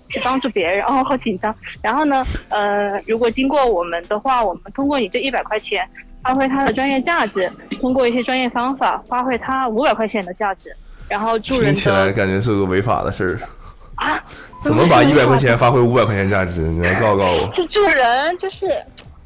Speaker 5: 去帮助别人，哦，好紧张。然后呢，呃，如果经过我们的话，我们通过你这一百块钱，发挥它的专业价值，通过一些专业方法，发挥它五百块钱的价值，然后助人
Speaker 4: 听起来
Speaker 5: 的
Speaker 4: 感觉是个违法的事儿。
Speaker 5: 啊，
Speaker 4: 怎么把
Speaker 5: 不是
Speaker 4: 一百
Speaker 5: 说
Speaker 4: 块钱发挥五百块钱价值？你来告告我。
Speaker 5: 是助人，就是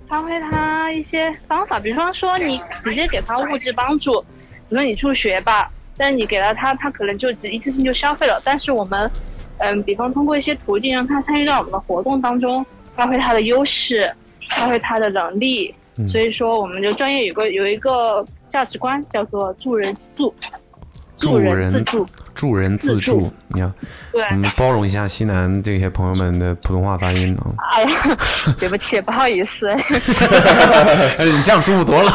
Speaker 5: 发挥他一些方法，比方说你直接给他物质帮助，比如说你助学吧，但你给了他，他可能就只一次性就消费了。但是我们，嗯，比方通过一些途径让他参与到我们的活动当中，发挥他的优势，发挥他的能力。
Speaker 3: 嗯
Speaker 5: 所以说，我们就专业有个有一个价值观叫做助人自助，
Speaker 3: 助
Speaker 5: 人自
Speaker 3: 人
Speaker 5: 助，
Speaker 3: 助人自
Speaker 5: 自
Speaker 3: 助
Speaker 5: 助。
Speaker 3: 你看，
Speaker 5: 对。
Speaker 3: 嗯，包容一下西南这些朋友们的普通话发音啊。
Speaker 5: 哎呀， 对不起，不好意思。
Speaker 3: 哎，你这样舒服多了。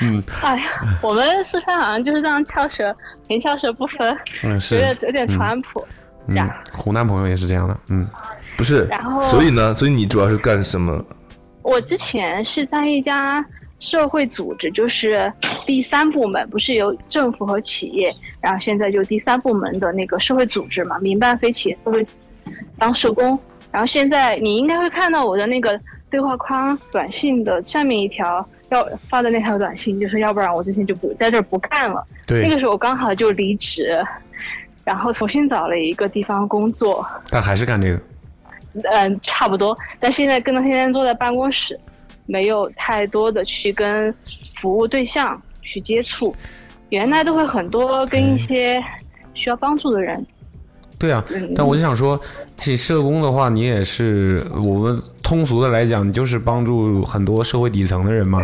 Speaker 3: 嗯
Speaker 5: 哎呀，我们四川好像就是这样翘舌，平翘舌不分，
Speaker 3: 嗯
Speaker 5: 有点
Speaker 3: 是，
Speaker 5: 有点川普。
Speaker 3: 嗯，湖南朋友也是这样的。嗯，
Speaker 4: 不是
Speaker 5: 然后，
Speaker 4: 所以呢，所以你主要是干什么？
Speaker 5: 我之前是在一家社会组织，就是第三部门，不是由政府和企业，然后现在就第三部门的那个社会组织嘛，民办非企业社会当社工。然后现在你应该会看到我的那个对话框短信的下面一条要发的那条短信，就是要不然我之前就不在这儿不干了。那
Speaker 3: 对
Speaker 5: 个，时候我刚好就离职，然后重新找了一个地方工作，
Speaker 3: 但还是干这个。
Speaker 5: 嗯，差不多。但现在跟他现在坐在办公室，没有太多的去跟服务对象去接触，原来都会很多
Speaker 3: 嗯
Speaker 5: 跟一些需要帮助的人，
Speaker 3: 对啊，
Speaker 5: 嗯
Speaker 3: 但我就想说，这社工的话，你也是我们通俗的来讲，你就是帮助很多社会底层的人嘛。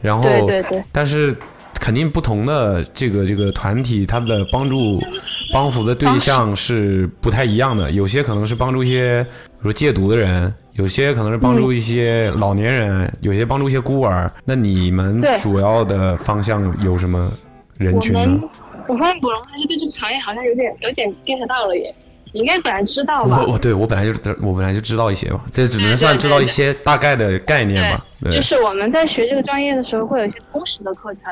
Speaker 3: 然后，
Speaker 5: 对对对
Speaker 3: 但是肯定不同的这个这个团体，他的帮助帮扶的对象是不太一样的。有些可能是帮助一些，比如说戒毒的人，有些可能是
Speaker 5: 嗯
Speaker 3: 帮助一些老年人，有些帮助一些孤儿。那你们
Speaker 5: 对
Speaker 3: 主要的方向有什么人
Speaker 5: 我
Speaker 3: 群呢
Speaker 5: 们？我发现古龙还是对这个行业好像有点有点 get 到了耶，你应该本来知道吧
Speaker 3: 我？我对我本来就我本来就知道一些吧，这只能
Speaker 5: 对
Speaker 3: 算
Speaker 5: 对
Speaker 3: 知道
Speaker 5: 对
Speaker 3: 一些大概的概念吧。对
Speaker 5: 就，是我们在学这个专业的时候，会有一些通识的课程，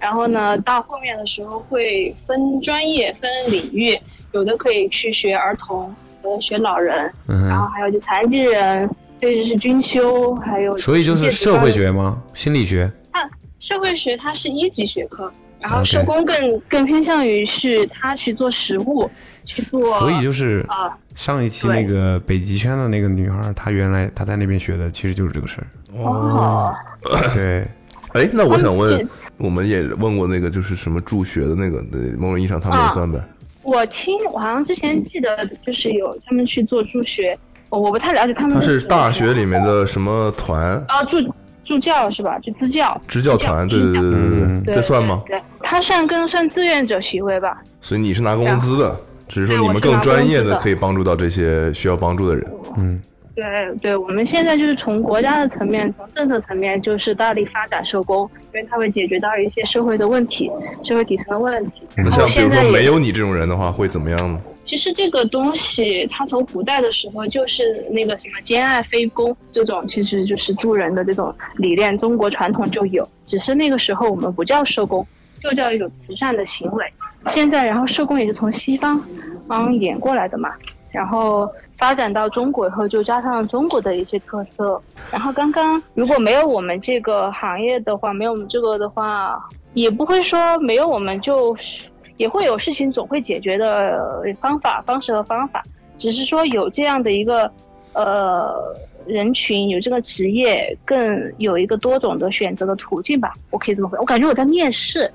Speaker 5: 然后呢，到后面的时候会分专业、分领域，有的可以去学儿童，有的学老人，
Speaker 3: 嗯
Speaker 5: 然后
Speaker 3: 哼，
Speaker 5: 还有就残疾人，对，就是军修，还有
Speaker 3: 所以就是
Speaker 5: 职业
Speaker 3: 社会
Speaker 5: 职业。
Speaker 3: 学吗？心理学？
Speaker 5: 社会学它是一级学科，然后
Speaker 3: OK
Speaker 5: 社工更更偏向于是他去做实务，去做
Speaker 3: 所以就是
Speaker 5: 啊，
Speaker 3: 上一期
Speaker 5: 对
Speaker 3: 那个北极圈的那个女孩，她原来她在那边学的，其实就是这个事儿。
Speaker 5: 哦，
Speaker 3: 对，
Speaker 4: 哎，那我想
Speaker 5: 他
Speaker 4: 问
Speaker 5: 们，
Speaker 4: 我们也问过那个就是什么助学的那个，对某种意义上他们也
Speaker 5: 啊
Speaker 4: 算呗。
Speaker 5: 我听我好像之前记得就是有他们去做助学，我我不太了解他们
Speaker 4: 他
Speaker 5: 的
Speaker 4: 是
Speaker 5: 职业
Speaker 4: 大
Speaker 5: 是吧
Speaker 4: 学里面的什么团？
Speaker 5: 啊，助助教是吧？就支教，
Speaker 4: 支教团，对
Speaker 5: 支
Speaker 4: 对
Speaker 5: 教
Speaker 4: 对对对
Speaker 3: 嗯
Speaker 4: 这算吗？
Speaker 5: 对，他算更算志愿者行为吧？
Speaker 4: 所以你是拿工资的，只是说
Speaker 5: 对
Speaker 4: 你
Speaker 5: 我
Speaker 4: 们
Speaker 5: 是拿
Speaker 4: 更专业
Speaker 5: 工资
Speaker 4: 的
Speaker 5: 的
Speaker 4: 可以帮助到这些需要帮助的人。
Speaker 3: 嗯，
Speaker 5: 对对，我们现在就是从国家的层面，从政策层面，就是大力发展社工，因为它会解决到一些社会的问题，社会底层的问题。
Speaker 3: 嗯
Speaker 4: 那
Speaker 5: 然
Speaker 4: 像
Speaker 5: 后
Speaker 4: 比
Speaker 5: 嗯现
Speaker 4: 如
Speaker 5: 在
Speaker 4: 说
Speaker 5: 也
Speaker 4: 没有你这种人的话，会怎么样呢？
Speaker 5: 其实这个东西，它从古代的时候就是那个什么兼爱非攻这种，其实就是助人的这种理念，中国传统就有。只是那个时候我们不叫社工，就叫一种慈善的行为。现在，然后社工也是从西方嗯演过来的嘛，然后发展到中国以后，就加上中国的一些特色。然后刚刚如果没有我们这个行业的话，没有我们这个的话，也不会说没有我们就是也会有事情总会解决的方法、方式和方法，只是说有这样的一个呃人群，有这个职业，更有一个多种的选择的途径吧。我可以这么回，我感觉我在面试。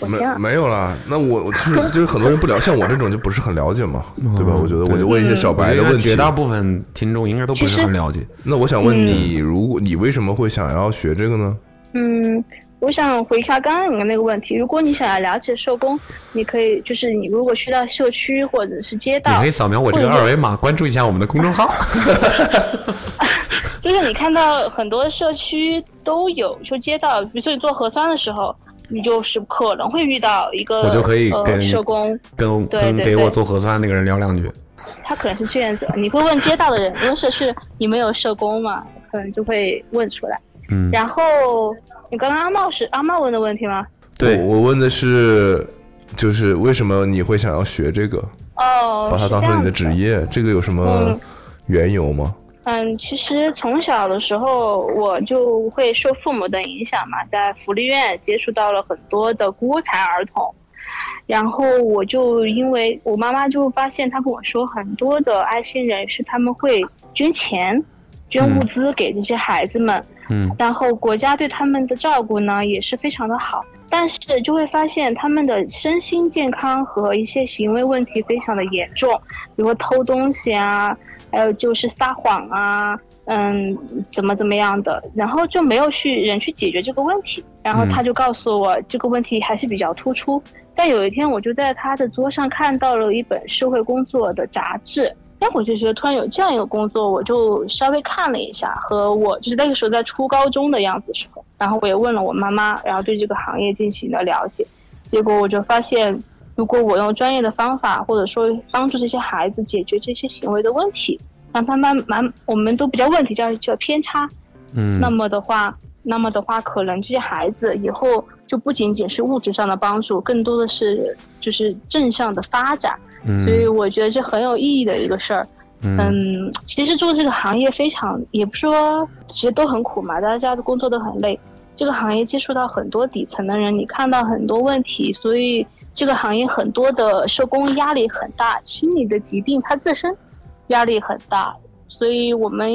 Speaker 5: 我
Speaker 4: 没
Speaker 5: 天啊！
Speaker 4: 没有啦，那我我就是就是很多人不了，像我这种就不是很了解嘛，对吧？
Speaker 3: 嗯
Speaker 4: 我觉得
Speaker 3: 对嗯
Speaker 4: 我就问一些小
Speaker 3: 我
Speaker 4: 白
Speaker 3: 觉
Speaker 4: 的
Speaker 3: 得
Speaker 4: 问题
Speaker 3: 绝。大部分听众应该都不是很了解。
Speaker 4: 那我想问你，如果你为什么会想要学这个呢？
Speaker 5: 嗯，我想回答刚刚你的那个问题。如果你想要了解社工，你可以就是你如果去到社区或者是街
Speaker 3: 你
Speaker 5: 道
Speaker 3: 可以，扫描我这个
Speaker 5: 或者
Speaker 3: 二维码，关注一下我们的公众号。
Speaker 5: 就是你看到很多社区都有，就街道，比如说你做核酸的时候，你就是可能会遇到一个
Speaker 3: 我就可以跟
Speaker 5: 呃、社工，
Speaker 3: 跟
Speaker 5: 对
Speaker 3: 跟
Speaker 5: 对
Speaker 3: 给我
Speaker 5: 对
Speaker 3: 做核酸那个人聊两句。
Speaker 5: 他可能是志愿者，你会问街道的人，因为社区你们有社工嘛，可能就会问出来。
Speaker 3: 嗯，
Speaker 5: 然后你刚刚阿茂是阿茂问的问题吗？
Speaker 3: 对
Speaker 4: 我我问的是，就是为什么你会想要学这个，
Speaker 5: 哦，
Speaker 4: 把它
Speaker 5: 是
Speaker 4: 当
Speaker 5: 这
Speaker 4: 成
Speaker 5: 样
Speaker 4: 你的
Speaker 5: 子
Speaker 4: 职业，这个有什么
Speaker 5: 嗯
Speaker 4: 缘由吗？
Speaker 5: 嗯，其实从小的时候我就会受父母的影响嘛，在福利院接触到了很多的孤残儿童，然后我就因为我妈妈就发现，她跟我说很多的爱心人士他们会捐钱、捐物资给这些孩子们，
Speaker 3: 嗯
Speaker 5: 然后国家对他们的照顾呢也是非常的好，但是就会发现他们的身心健康和一些行为问题非常的严重，比如说偷东西啊，还有就是撒谎啊，嗯，怎么怎么样的，然后就没有去人去解决这个问题。然后
Speaker 3: 嗯
Speaker 5: 他就告诉我、这个问题还是比较突出，但有一天我就在他的桌上看到了一本社会工作的杂志。哎，我就觉得突然有这样一个工作，我就稍微看了一下，和我就是那个时候在初高中的样子的时候，然后我也问了我妈妈，然后对这个行业进行了了解，结果我就发现，如果我用专业的方法，或者说帮助这些孩子解决这些行为的问题，让他慢慢，我们都不叫问题，叫叫偏差。
Speaker 3: 嗯，
Speaker 5: 那么的话，那么的话，可能这些孩子以后就不仅仅是物质上的帮助，更多的是就是正向的发展。
Speaker 3: 嗯
Speaker 5: 所以我觉得这很有意义的一个事儿。
Speaker 3: 嗯
Speaker 5: 嗯，其实做这个行业非常，也不是说其实都很苦嘛，大家的工作都很累。这个行业接触到很多底层的人，你看到很多问题，所以这个行业很多的社工压力很大，心理的疾病它自身压力很大，所以我们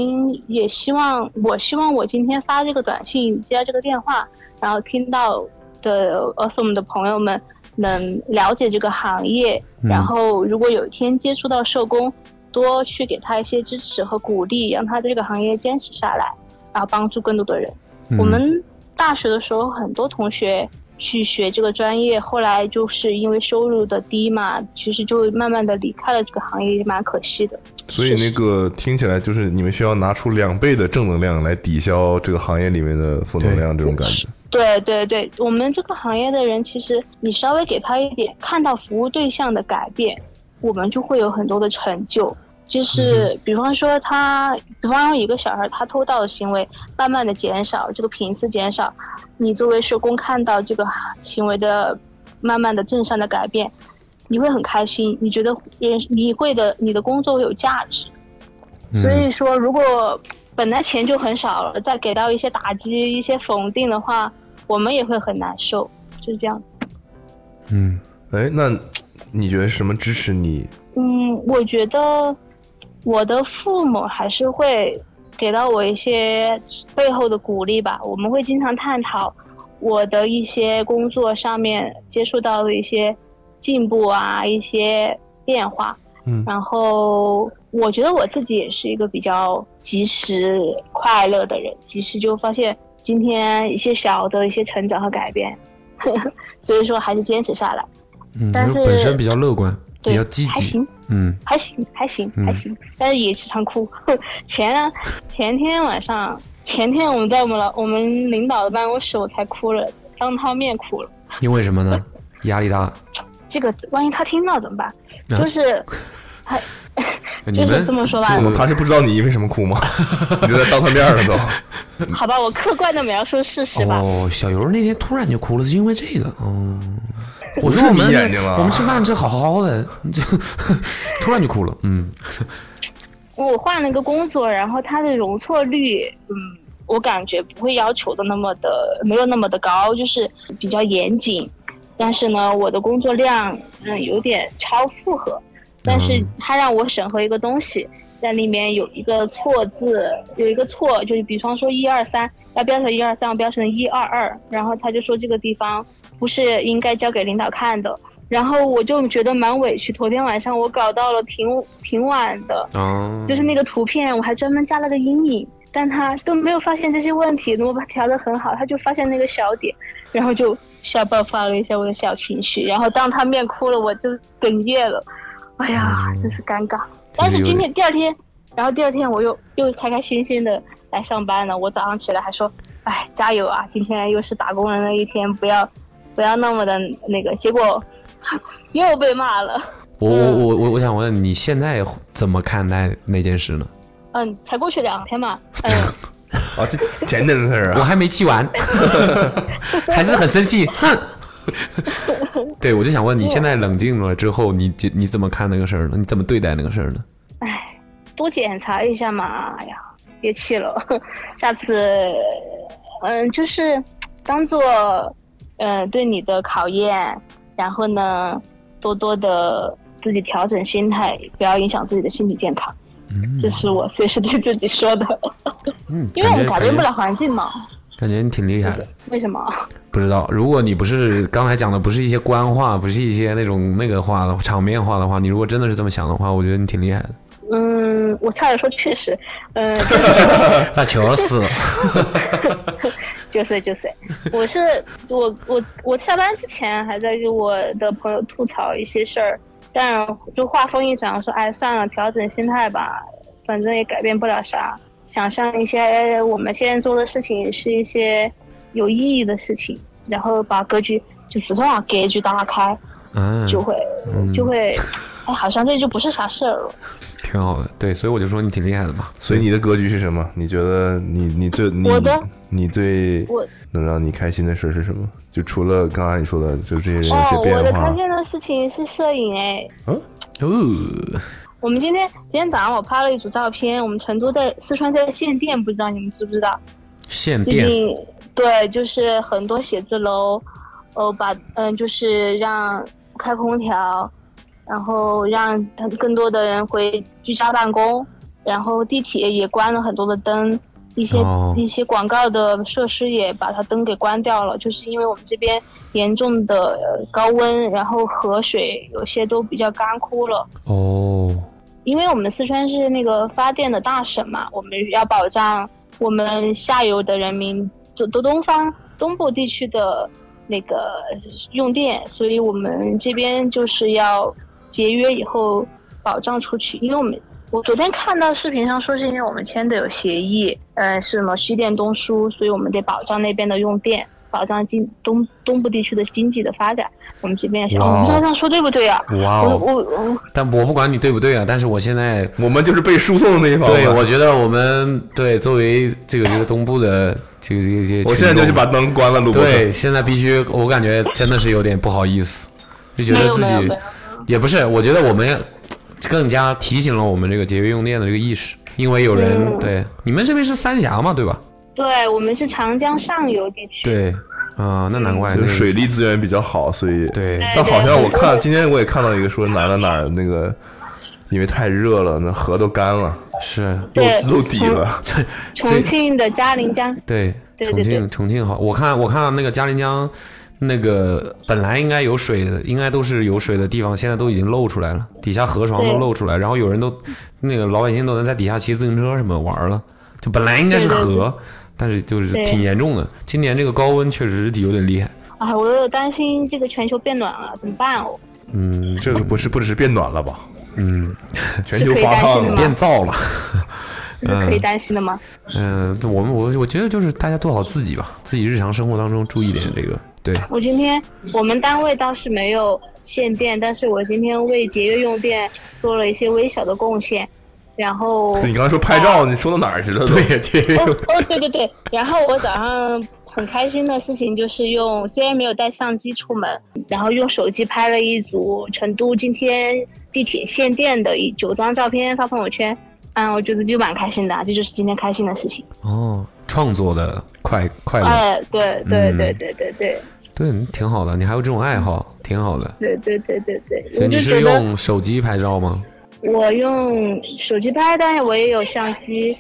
Speaker 5: 也希望，我希望我今天发这个短信，接到这个电话，然后听到的呃，是我们的朋友们能了解这个行业，
Speaker 3: 嗯
Speaker 5: 然后如果有一天接触到社工，多去给他一些支持和鼓励，让他在这个行业坚持下来，然后帮助更多的人。
Speaker 3: 嗯
Speaker 5: 我们大学的时候，很多同学去学这个专业，后来就是因为收入的低嘛，其实就慢慢的离开了这个行业，也蛮可惜的。
Speaker 4: 所以那个听起来就是你们需要拿出两倍的正能量来抵消这个行业里面的负能量，这种感觉。
Speaker 5: 对对对，我们这个行业的人，其实你稍微给他一点看到服务对象的改变，我们就会有很多的成就。就是比方说他，比方说一个小孩他偷盗的行为慢慢的减少，这个频次减少，你作为社工看到这个行为的慢慢的正向的改变，你会很开心，你觉得人你会的你的工作会有价值。
Speaker 3: 嗯
Speaker 5: 所以说，如果本来钱就很少了，再给到一些打击、一些否定的话，我们也会很难受，就是这样。
Speaker 3: 嗯，
Speaker 4: 哎，那你觉得什么支持你？
Speaker 5: 嗯，我觉得我的父母还是会给到我一些背后的鼓励吧。我们会经常探讨我的一些工作上面接触到的一些进步啊，一些变化。
Speaker 4: 嗯
Speaker 5: 然后我觉得我自己也是一个比较及时快乐的人，及时就发现今天一些小的一些成长和改变， 所以说还是坚持下来。
Speaker 3: 嗯，
Speaker 5: 但
Speaker 3: 就是本身比较乐观，
Speaker 5: 对，
Speaker 3: 比较积
Speaker 5: 还
Speaker 3: 极
Speaker 5: 行，，
Speaker 3: 嗯
Speaker 5: 还行，还行，
Speaker 3: 嗯
Speaker 5: 还行，但是也时常哭。 前前天晚上，前天我们在我们老我们领导的办公室，我才哭了，当着他面哭了。
Speaker 3: 因为什么呢？压力大。
Speaker 5: 这个万一他听到怎么办？
Speaker 3: 啊
Speaker 5: 就是
Speaker 3: 你
Speaker 5: 就是
Speaker 3: 们
Speaker 5: 这么说吧
Speaker 4: 怎，么他是不知道你因为什 么哭吗？你就在当他面儿了都。
Speaker 5: 好吧，我客观的描述事实吧。
Speaker 3: 哦，小游那天突然就哭了，是因为这个。哦，我
Speaker 4: 是
Speaker 3: 说我
Speaker 4: 你
Speaker 3: 们
Speaker 4: 眼睛了
Speaker 3: 我们吃饭吃好好的， 就突然就哭了。嗯，
Speaker 5: 我换了一个工作，然后它的容错率，嗯，我感觉不会要求的那么的没有那么的高，就是比较严谨。但是呢，我的工作量嗯有点超负荷，但是
Speaker 3: 嗯
Speaker 5: 它让我审核一个东西，在里面有一个错字，有一个错，就是比方说一二三，要标成一二三，我标成一二二，然后他就说这个地方不是应该交给领导看的。然后我就觉得蛮委屈，昨天晚上我搞到了挺挺晚的，
Speaker 4: 哦
Speaker 3: 啊
Speaker 5: 就是那个图片，我还专门加了个阴影，但他都没有发现这些问题，我把它调得很好，他就发现那个小点，然后就小爆发了一下我的小情绪，然后当他面哭了，我就哽咽了，哎呀，真是尴尬。但是今天第二天，然后第二天我又又开开心心的来上班了，我早上起来还说，哎，加油啊，今天又是打工人的一天，不要不要那么的那个，结果 又被骂了。
Speaker 3: 我我
Speaker 5: 嗯
Speaker 3: 我我我想问你现在怎么看待那件事呢？
Speaker 5: 嗯，才过去两天嘛，嗯，
Speaker 4: 啊，这前天的事儿
Speaker 3: 我
Speaker 4: 啊，
Speaker 3: 还没气完，还是很生气，哼。 对，我就想问你，现在冷静了之后，你你怎么看那个事儿呢？你怎么对待那个事儿呢？
Speaker 5: 唉，多检查一下嘛，哎呀，别气了，下次，嗯，就是当做，嗯，对你的考验，然后呢，多多的自己调整心态，不要影响自己的心理健康，
Speaker 3: 嗯
Speaker 5: 这是我随时对自己说的，
Speaker 3: 嗯，
Speaker 5: 因为我们改
Speaker 3: 感觉
Speaker 5: 变不了，环境嘛，
Speaker 3: 感觉你挺厉害的。
Speaker 5: 为什么？
Speaker 3: 不知道，如果你不是刚才讲的不是一些官话，不是一些那种那个话的场面话的话，你如果真的是这么想的话，我觉得你挺厉害的。
Speaker 5: 嗯，我差点说确实， 嗯，
Speaker 3: 那球死了，
Speaker 5: 九岁九岁，我是我我我下班之前还在给我的朋友吐槽一些事儿，但就话锋一转说，哎，算了，调整心态吧，反正也改变不了啥。想象一些我们现在做的事情是一些有意义的事情，然后把格局就只是把格局打开，
Speaker 3: 嗯，
Speaker 5: 就会、
Speaker 3: 嗯
Speaker 5: 就会， 哎，好像这就不是啥事儿了。
Speaker 3: 挺好的。对，所以我就说你挺厉害的嘛。
Speaker 4: 所以你的格局是什么？你觉得你你最你
Speaker 5: 我的
Speaker 4: 你最
Speaker 5: 我
Speaker 4: 能让你开心的事是什么？就除了刚才你说的，就这些人有些
Speaker 5: 哦，我
Speaker 4: 变
Speaker 5: 的
Speaker 4: 化
Speaker 5: 开。心的事情是摄影哎，
Speaker 3: 哦，
Speaker 5: 我们今天今天早上我拍了一组照片，我们成都在四川在限电，不知道你们知不知道？
Speaker 3: 限
Speaker 5: 最
Speaker 3: 电，
Speaker 5: 近对，就是很多写字楼，呃，把嗯、就是让开空调，然后让更多的人回居家办公，然后地铁也关了很多的灯，一些、
Speaker 3: 哦
Speaker 5: 一些广告的设施也把它灯给关掉了，就是因为我们这边严重的呃高温，然后河水有些都比较干枯了。
Speaker 3: 哦，
Speaker 5: 因为我们四川是那个发电的大省嘛，我们要保障我们下游的人民，就东东方东部地区的那个用电，所以我们这边就是要节约以后保障出去，因为我们我昨天看到视频上说是因为我们签的有协议，呃，是什么西电东输，所以我们得保障那边的用电，保障经东东部地区的经济的发展，我们这边想，
Speaker 3: 哇哦
Speaker 5: 我不知道这样说对不对啊？
Speaker 3: 哇
Speaker 5: 我
Speaker 3: 哦！
Speaker 5: 我我
Speaker 3: 但我不管你对不对啊，但是我现在
Speaker 4: 我们就是被输送的那一方嘛。
Speaker 3: 对我觉得我们对作为这个这个东部的这个这个这个，
Speaker 4: 我现在就去把灯关了，录播课。
Speaker 3: 对，现在必须，我感觉真的是有点不好意思，就觉得自
Speaker 5: 没有没有没
Speaker 3: 己
Speaker 5: 有
Speaker 3: 也不是，我觉得我们更加提醒了我们这个节约用电的这个意识，因为有人、
Speaker 5: 嗯
Speaker 3: 对你们这边是三峡嘛，对吧？
Speaker 5: 对我们是长江上游地区，
Speaker 3: 对，啊、那难怪
Speaker 4: 就
Speaker 3: 那
Speaker 4: 是
Speaker 3: 个
Speaker 4: 嗯水利资源比较好，所以。
Speaker 3: 对
Speaker 5: 哎
Speaker 4: 但好像我
Speaker 5: 对
Speaker 4: 看今天我也看到一个说哪儿哪儿哪儿那个，因为太热了，那河都干了，
Speaker 3: 是，
Speaker 4: 露
Speaker 5: 对嗯
Speaker 4: 露底了。
Speaker 5: 重庆的嘉陵江，
Speaker 3: 对，
Speaker 5: 对
Speaker 3: 重
Speaker 5: 对
Speaker 3: 庆
Speaker 5: 对
Speaker 3: 重庆好，我看我看那个嘉陵江。那个本来应该有水的，应该都是有水的地方，现在都已经露出来了，底下河床都
Speaker 5: 对
Speaker 3: 露出来，然后有人都，那个老百姓都能在底下骑自行车什么玩了，就本来应该是
Speaker 5: 对对对
Speaker 3: 河，但是就是
Speaker 5: 对
Speaker 3: 挺严重的。今年这个高温确实有点厉害，
Speaker 5: 哎，我有担心这个全球变暖了，怎么办哦？
Speaker 3: 嗯
Speaker 4: 这个不是不只是变暖了 吧？
Speaker 3: 嗯，
Speaker 4: 全球发
Speaker 5: 是可以担
Speaker 4: 烫
Speaker 5: 心的
Speaker 4: 了
Speaker 5: 吗。
Speaker 3: 变燥了，
Speaker 5: 这是可以担心的吗？
Speaker 3: 嗯、我们我我觉得就是大家做好自己吧，自己日常生活当中注意点这个，对，
Speaker 5: 我今天我们单位倒是没有限电，但是我今天为节约用电做了一些微小的贡献。然后
Speaker 4: 你刚才说拍照，你说到哪儿去了？对，
Speaker 5: 哦哦对对对，然后我早上很开心的事情就是用，虽然没有带相机出门，然后用手机拍了一组成都今天地铁限电的一九张照片发朋友圈。嗯，我觉得就蛮开心的啊，这就是今天开心的事情。
Speaker 3: 哦，创作的快快乐，
Speaker 5: 哎，对对
Speaker 3: 嗯
Speaker 5: 对对对对
Speaker 3: 对，你挺好的，你还有这种爱好，挺好的。
Speaker 5: 对对对对对，
Speaker 3: 所以
Speaker 5: 嗯我
Speaker 3: 你
Speaker 5: 就是觉得
Speaker 3: 用手机拍照吗？
Speaker 5: 我用手机拍，但是我也有相机，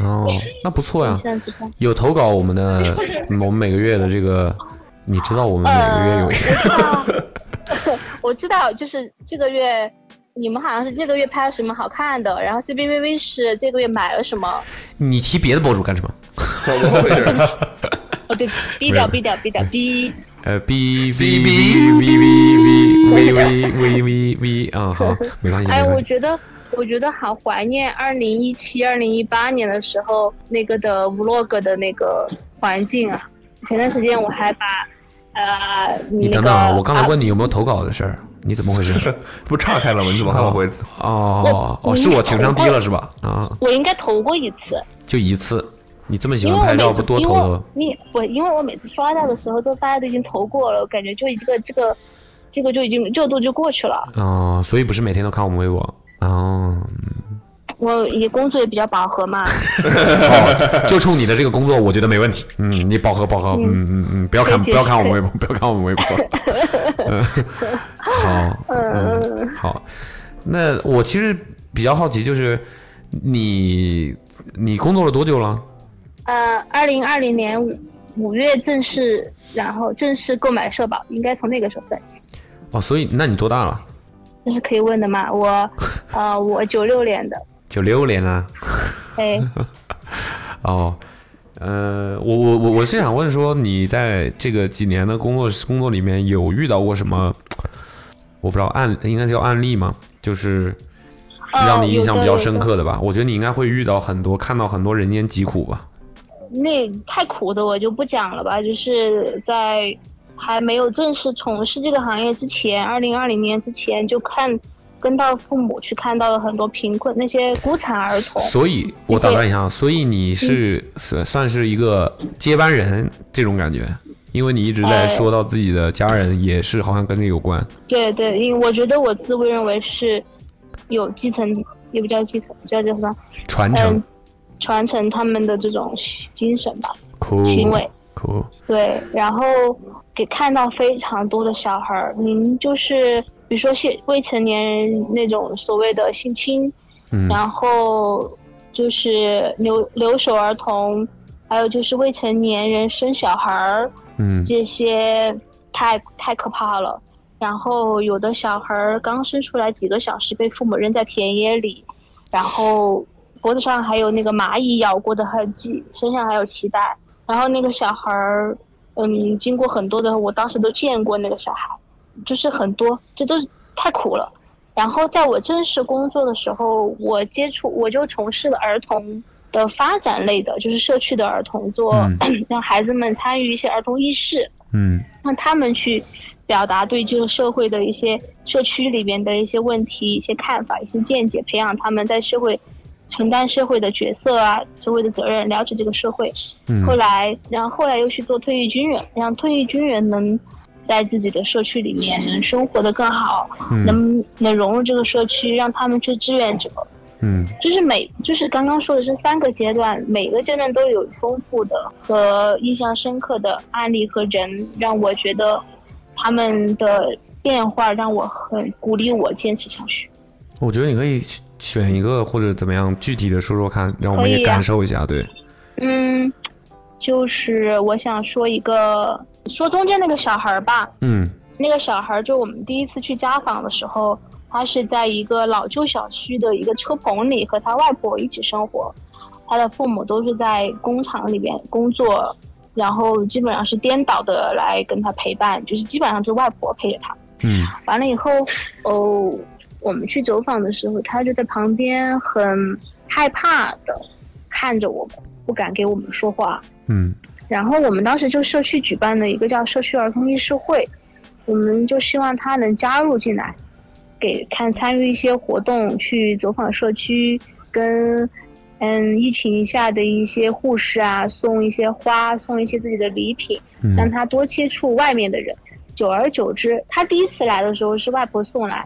Speaker 3: 哦，那不 错呀、
Speaker 5: 相机拍。
Speaker 3: 有投稿我们的， 嗯我们每个月的这个，你知道我们每个月有一
Speaker 5: 呃
Speaker 3: 个，
Speaker 5: 我知道，就是这个月你们好像是这个月拍了什么好看的，然后 CBVV 是这个月买了什么。
Speaker 3: 你提别的博主干什么？
Speaker 4: 怎么回事？
Speaker 5: 哦， 对不起，逼掉，逼掉，逼掉，逼。
Speaker 3: 呃，b b b b b b v v v v 啊，好，没关系，
Speaker 5: 哎，
Speaker 3: 没
Speaker 5: 我
Speaker 3: 关系。
Speaker 5: 觉得，我觉得好怀念二零一七、二零一八年的时候那个的 vlog 的那个环境啊。前段时间我还把，呃，
Speaker 3: 你
Speaker 5: 那
Speaker 3: 等
Speaker 5: 个
Speaker 3: 等啊，我刚才
Speaker 5: 啊
Speaker 3: 问你有没有投稿的事儿，你怎么回 事？
Speaker 4: 不岔开了吗？你怎么还往回？
Speaker 3: 哦，哦，
Speaker 5: 我
Speaker 3: 是我情商低了是吧？啊，
Speaker 5: 我应该投过一次，
Speaker 3: 就一次，你这么喜
Speaker 5: 因为
Speaker 3: 欢
Speaker 5: 我
Speaker 3: 拍
Speaker 5: 每
Speaker 3: 照，
Speaker 5: 次
Speaker 3: 不多
Speaker 5: 因
Speaker 3: 投
Speaker 5: 为
Speaker 3: 投
Speaker 5: 我？你我因为我每次刷到的时候都大家都已经投过了，我感觉就一个这个这个就已经热度就过去了。
Speaker 3: 哦，所以不是每天都看我们微博哦，
Speaker 5: 我也工作也比较饱和嘛，
Speaker 3: 哦 就冲你的这个工作，我觉得没问题。嗯，你饱和饱和，嗯嗯嗯，不要看
Speaker 5: 可
Speaker 3: 不
Speaker 5: 以解
Speaker 3: 要看我们微
Speaker 5: 释
Speaker 3: 博， 不要看我们微博。嗯好，嗯好。那我其实比较好奇，就是你你工作了多久了？
Speaker 5: 呃，二零二零年五五月正式，然后正式购买社保，应该从那个时候算起。
Speaker 3: 哦，所以那你多大了？
Speaker 5: 这是可以问的嘛？我，呃，我九六年的，
Speaker 3: 九六年啊了。
Speaker 5: 哎，
Speaker 3: 哦，呃，我我我我是想问说，你在这个几年的工作工作里面有遇到过什么？我不知道案应该叫案例吗？就是
Speaker 5: 哦
Speaker 3: 让你印象比较深。
Speaker 5: 有的有
Speaker 3: 刻的吧？我觉得你应该会遇到很多，看到很多人间疾苦吧？
Speaker 5: 的那太苦的我就不讲了吧，就是在还没有正式从事这个行业之前，二零二零年之前就看。跟到父母去看到了很多贫困那些孤残儿童，
Speaker 3: 所以，我打断一下啊，所以
Speaker 5: 嗯
Speaker 3: 你是算算是一个接班人这种感觉，因为你一直在
Speaker 5: 哎
Speaker 3: 说到自己的家人也是好像跟这有关。
Speaker 5: 对对，因为我觉得我自认为是有继承，也不叫继承，叫叫什么？
Speaker 3: 传承
Speaker 5: 嗯，传承他们的这种精神吧。
Speaker 3: 酷
Speaker 5: 行为
Speaker 3: 酷，
Speaker 5: 对，然后给看到非常多的小孩儿，您就是比如说现未成年人那种所谓的性侵，
Speaker 3: 嗯
Speaker 5: 然后就是留留守儿童，还有就是未成年人生小孩儿，
Speaker 3: 嗯
Speaker 5: 这些太太可怕了。然后有的小孩儿刚生出来几个小时被父母扔在田野里，然后脖子上还有那个蚂蚁咬过的痕迹，身上还有脐带。然后那个小孩儿，嗯，经过很多的，我当时都见过那个小孩，就是很多，这都是太苦了。然后在我正式工作的时候，我接触我就从事了儿童的发展类的，就是社区的儿童做， 让孩子们参与一些儿童意识，
Speaker 3: 嗯
Speaker 5: 让他们去表达对这个社会的一些社区里边的一些问题、一些看法、一些见解，培养他们在社会承担社会的角色啊、社会的责任，了解这个社会。
Speaker 3: 嗯
Speaker 5: 后来，然后后来又去做退役军人，让退役军人能在自己的社区里面能生活得更好，
Speaker 3: 嗯
Speaker 5: 能能融入这个社区，让他们去志愿者。
Speaker 3: 嗯
Speaker 5: 就是每就是刚刚说的这三个阶段，每个阶段都有丰富的和印象深刻的案例和人，让我觉得他们的变化让我很鼓励我坚持下去。
Speaker 3: 我觉得你可以选选一个或者怎么样具体的说说看，让我们
Speaker 5: 可
Speaker 3: 也
Speaker 5: 以啊
Speaker 3: 感受一下。对，
Speaker 5: 嗯，就是我想说一个，说中间那个小孩儿吧，
Speaker 3: 嗯
Speaker 5: 那个小孩儿就我们第一次去家访的时候，他是在一个老旧小区的一个车棚里和他外婆一起生活，他的父母都是在工厂里边工作，然后基本上是颠倒的来跟他陪伴，就是基本上是外婆陪着他。
Speaker 3: 嗯
Speaker 5: 完了以后，哦，我们去走访的时候，他就在旁边很害怕的看着我们，不敢给我们说话。
Speaker 3: 嗯
Speaker 5: 然后我们当时就社区举办了一个叫社区儿童议事会，我们就希望他能加入进来，给看参与一些活动，去走访社区，跟嗯疫情下的一些护士啊，送一些花，送一些自己的礼品，让
Speaker 3: 嗯
Speaker 5: 他多接触外面的人。久而久之，他第一次来的时候是外婆送来，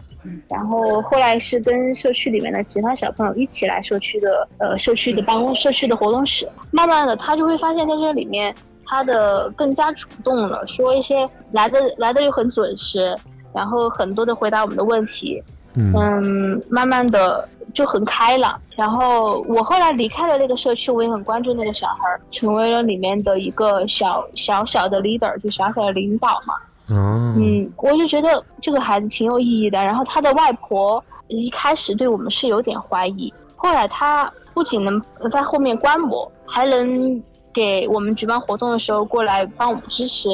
Speaker 5: 然后后来是跟社区里面的其他小朋友一起来社区的呃社区的办公社区的活动室，慢慢的他就会发现在这里面他的更加主动了，说一些来的来的又很准时，然后很多的回答我们的问题，
Speaker 3: 嗯
Speaker 5: 嗯，慢慢的就很开朗。然后我后来离开了那个社区，我也很关注那个小孩儿，成为了里面的一个小小小的 leader，就小小的领导嘛。
Speaker 3: 哦
Speaker 5: 嗯，我就觉得这个孩子挺有意义的。然后他的外婆一开始对我们是有点怀疑，后来他不仅能在后面观摩，还能给我们举办活动的时候过来帮我们支持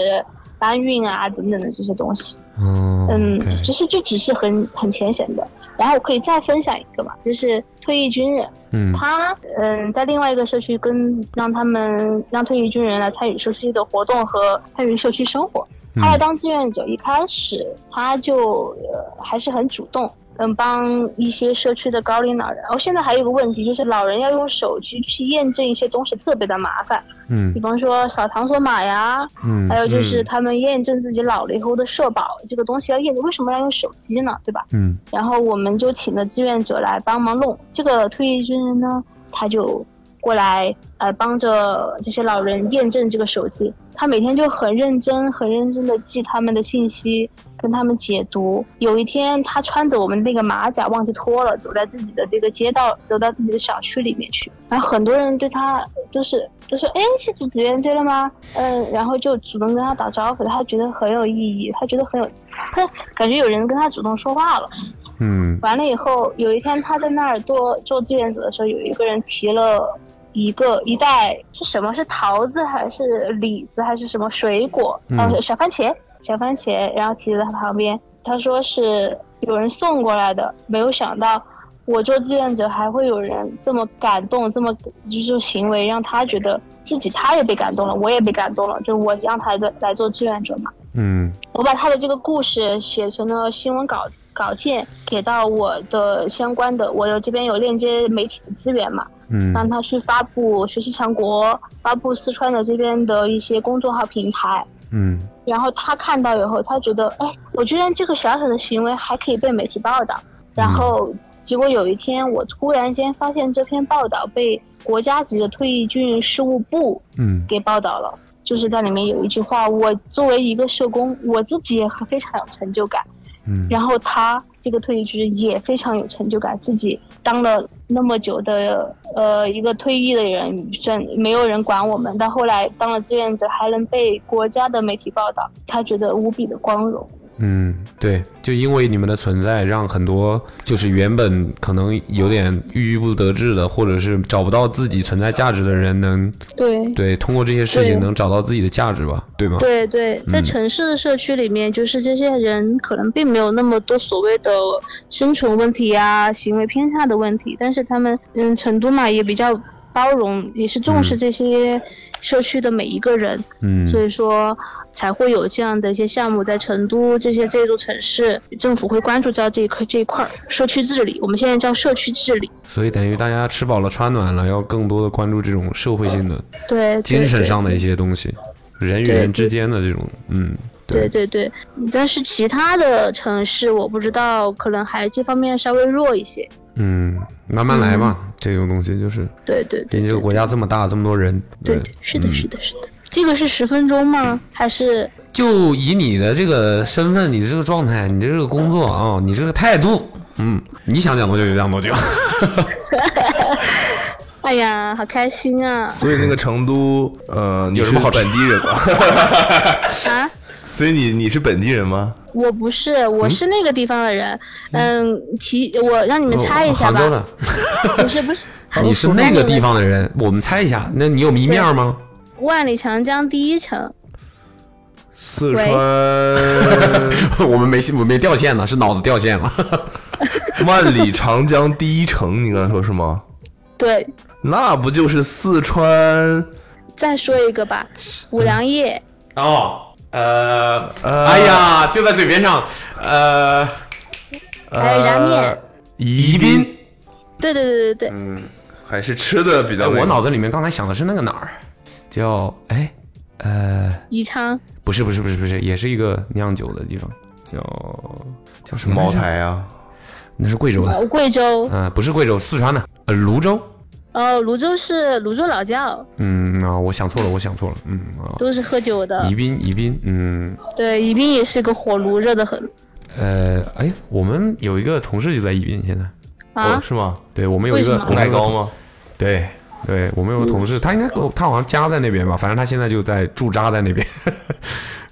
Speaker 5: 搬运啊等等的这些东西。
Speaker 3: 哦
Speaker 5: 嗯
Speaker 3: OK，
Speaker 5: 就是这只是很很浅显的。然后我可以再分享一个嘛，就是退役军人，
Speaker 3: 嗯
Speaker 5: 他嗯在另外一个社区跟让他们让退役军人来参与社区的活动和参与社区生活。
Speaker 3: 嗯
Speaker 5: 他来当志愿者，一开始他就呃还是很主动，嗯，帮一些社区的高龄老人。哦，现在还有一个问题就是，老人要用手机去验证一些东西，特别的麻烦，
Speaker 3: 嗯
Speaker 5: 比方说扫场所码呀，
Speaker 3: 嗯，
Speaker 5: 还有就是
Speaker 3: 嗯
Speaker 5: 他们验证自己老了以后的社保这个东西要验证，为什么要用手机呢？对吧？
Speaker 3: 嗯
Speaker 5: 然后我们就请了志愿者来帮忙弄。这个退役军人呢，他就过来呃帮着这些老人验证这个手机。他每天就很认真、很认真的记他们的信息，跟他们解读。有一天，他穿着我们那个马甲忘记脱了，走在自己的这个街道，走到自己的小区里面去。然后很多人对他都是都说：“哎，是组职员队了吗？”嗯，然后就主动跟他打招呼，他觉得很有意义，他觉得很有，他感觉有人跟他主动说话了。
Speaker 3: 嗯
Speaker 5: 完了以后，有一天他在那儿做做志愿者的时候，有一个人提了一个一袋是什么？是桃子还是李子还是什么水果？
Speaker 3: 嗯
Speaker 5: 呃，小番茄，小番茄，然后提在他旁边，他说是有人送过来的，没有想到。我做志愿者还会有人这么感动，这么就是行为让他觉得自己他也被感动了，我也被感动了，就我让他来来做志愿者嘛。
Speaker 3: 嗯
Speaker 5: 我把他的这个故事写成了新闻稿稿件，给到我的相关的，我有这边有链接媒体的资源嘛，
Speaker 3: 嗯
Speaker 5: 让他去发布学习强国，发布四川的这边的一些公众号平台。
Speaker 3: 嗯
Speaker 5: 然后他看到以后，他觉得，哎，我居然这个小小的行为还可以被媒体报道。然后结果有一天，我突然间发现这篇报道被国家级的退役军人事务部
Speaker 3: 嗯
Speaker 5: 给报道了，就是在里面有一句话，我作为一个社工，我自己也很非常有成就感，
Speaker 3: 嗯
Speaker 5: 然后他这个退役军人也非常有成就感，自己当了那么久的呃一个退役的人，真没有人管我们，到后来当了志愿者还能被国家的媒体报道，他觉得无比的光荣。
Speaker 3: 嗯，对，就因为你们的存在，让很多就是原本可能有点郁郁不得志的，或者是找不到自己存在价值的人能，
Speaker 5: 对。
Speaker 3: 对通过这些事情
Speaker 5: 对
Speaker 3: 能找到自己的价值吧，对吗？
Speaker 5: 对对，在
Speaker 3: 嗯
Speaker 5: 城市的社区里面，就是这些人可能并没有那么多所谓的生存问题啊、行为偏差的问题，但是他们，嗯，成都嘛也比较包容，也是重视这些社区的每一个人，
Speaker 3: 嗯，
Speaker 5: 所以说才会有这样的一些项目在成都这些这座城市，政府会关注到这一块这一块儿社区治理，我们现在叫社区治理，
Speaker 3: 所以等于大家吃饱了穿暖了，要更多的关注这种社会性的、
Speaker 5: 啊对，对
Speaker 3: 精神
Speaker 5: 对
Speaker 3: 上的一些东西，人与
Speaker 5: 对
Speaker 3: 人
Speaker 5: 对
Speaker 3: 之间的这种，嗯，
Speaker 5: 对对对，但是其他的城市我不知道，可能还这方面稍微弱一些。
Speaker 3: 嗯，慢慢来吧，
Speaker 5: 嗯
Speaker 3: 这种东西就是，
Speaker 5: 对对
Speaker 3: 毕
Speaker 5: 对
Speaker 3: 竟这个国家这么大，这么多人，嗯
Speaker 5: 对对，是的，是的，是的。这个是十分钟吗？还是
Speaker 3: 就以你的这个身份、你这个状态、你这个工作啊、你这个态度，嗯，你想讲多久就讲多久。
Speaker 5: 哎呀，好开心啊！
Speaker 4: 所以那个成都，呃，你
Speaker 3: 有什
Speaker 4: 是
Speaker 3: 么好吃
Speaker 4: 本地人吗？
Speaker 5: 啊，
Speaker 4: 所以你你是本地人 吗？
Speaker 5: 我不是，我是那个地方的人。嗯，提我让你 们猜一下
Speaker 3: 哦杭州
Speaker 5: 吧。
Speaker 3: 的，哦
Speaker 5: 不 是不是，
Speaker 3: 你是那个地方的人，我们猜一下，那你有谜面吗？
Speaker 5: 万里长江第一城。
Speaker 4: 四川
Speaker 3: 我们没信我没掉线呢，是脑子掉线了。
Speaker 4: 万里长江第一城，你刚才说是吗？
Speaker 5: 对，
Speaker 4: 那不就是四川？
Speaker 5: 再说一个吧，五粮液。
Speaker 3: 哦，呃，
Speaker 4: 呃
Speaker 3: 哎呀，就在嘴边上，呃，嗯
Speaker 5: 还有燃面
Speaker 3: 啊
Speaker 4: 呃宜宾
Speaker 5: 对对对对对，
Speaker 3: 嗯
Speaker 4: 还是吃的比
Speaker 3: 哎，
Speaker 4: 较那个。
Speaker 3: 我脑子里面刚才想的是那个哪儿，叫哎，呃，
Speaker 5: 宜昌。
Speaker 3: 不是不是不是不是，也是一个酿酒的地方，叫叫什么来
Speaker 4: 茅
Speaker 3: 着？
Speaker 4: 台啊，
Speaker 3: 那是贵州的，
Speaker 5: 呃，贵州，
Speaker 3: 嗯、不是贵州，四川的，呃，泸州。
Speaker 5: 哦，泸州是泸州老窖，
Speaker 3: 嗯啊，我想错了，我想错了，嗯啊，
Speaker 5: 都是喝酒的
Speaker 3: 宜。宾，宜宾，嗯，
Speaker 5: 对，宜宾也是个火炉，热得很
Speaker 3: 呃，哎，我们有一个同事就在宜宾，现在，
Speaker 5: 啊
Speaker 4: 哦，。是吗？
Speaker 3: 对我们有一
Speaker 5: 为
Speaker 3: 个
Speaker 5: 什么
Speaker 3: 我们
Speaker 4: 奶
Speaker 3: 有个
Speaker 4: 糕
Speaker 3: 同
Speaker 4: 吗？
Speaker 3: 对对，我们有个同事，他应该他好像家在那边吧，反正他现在就在驻扎在那边。啊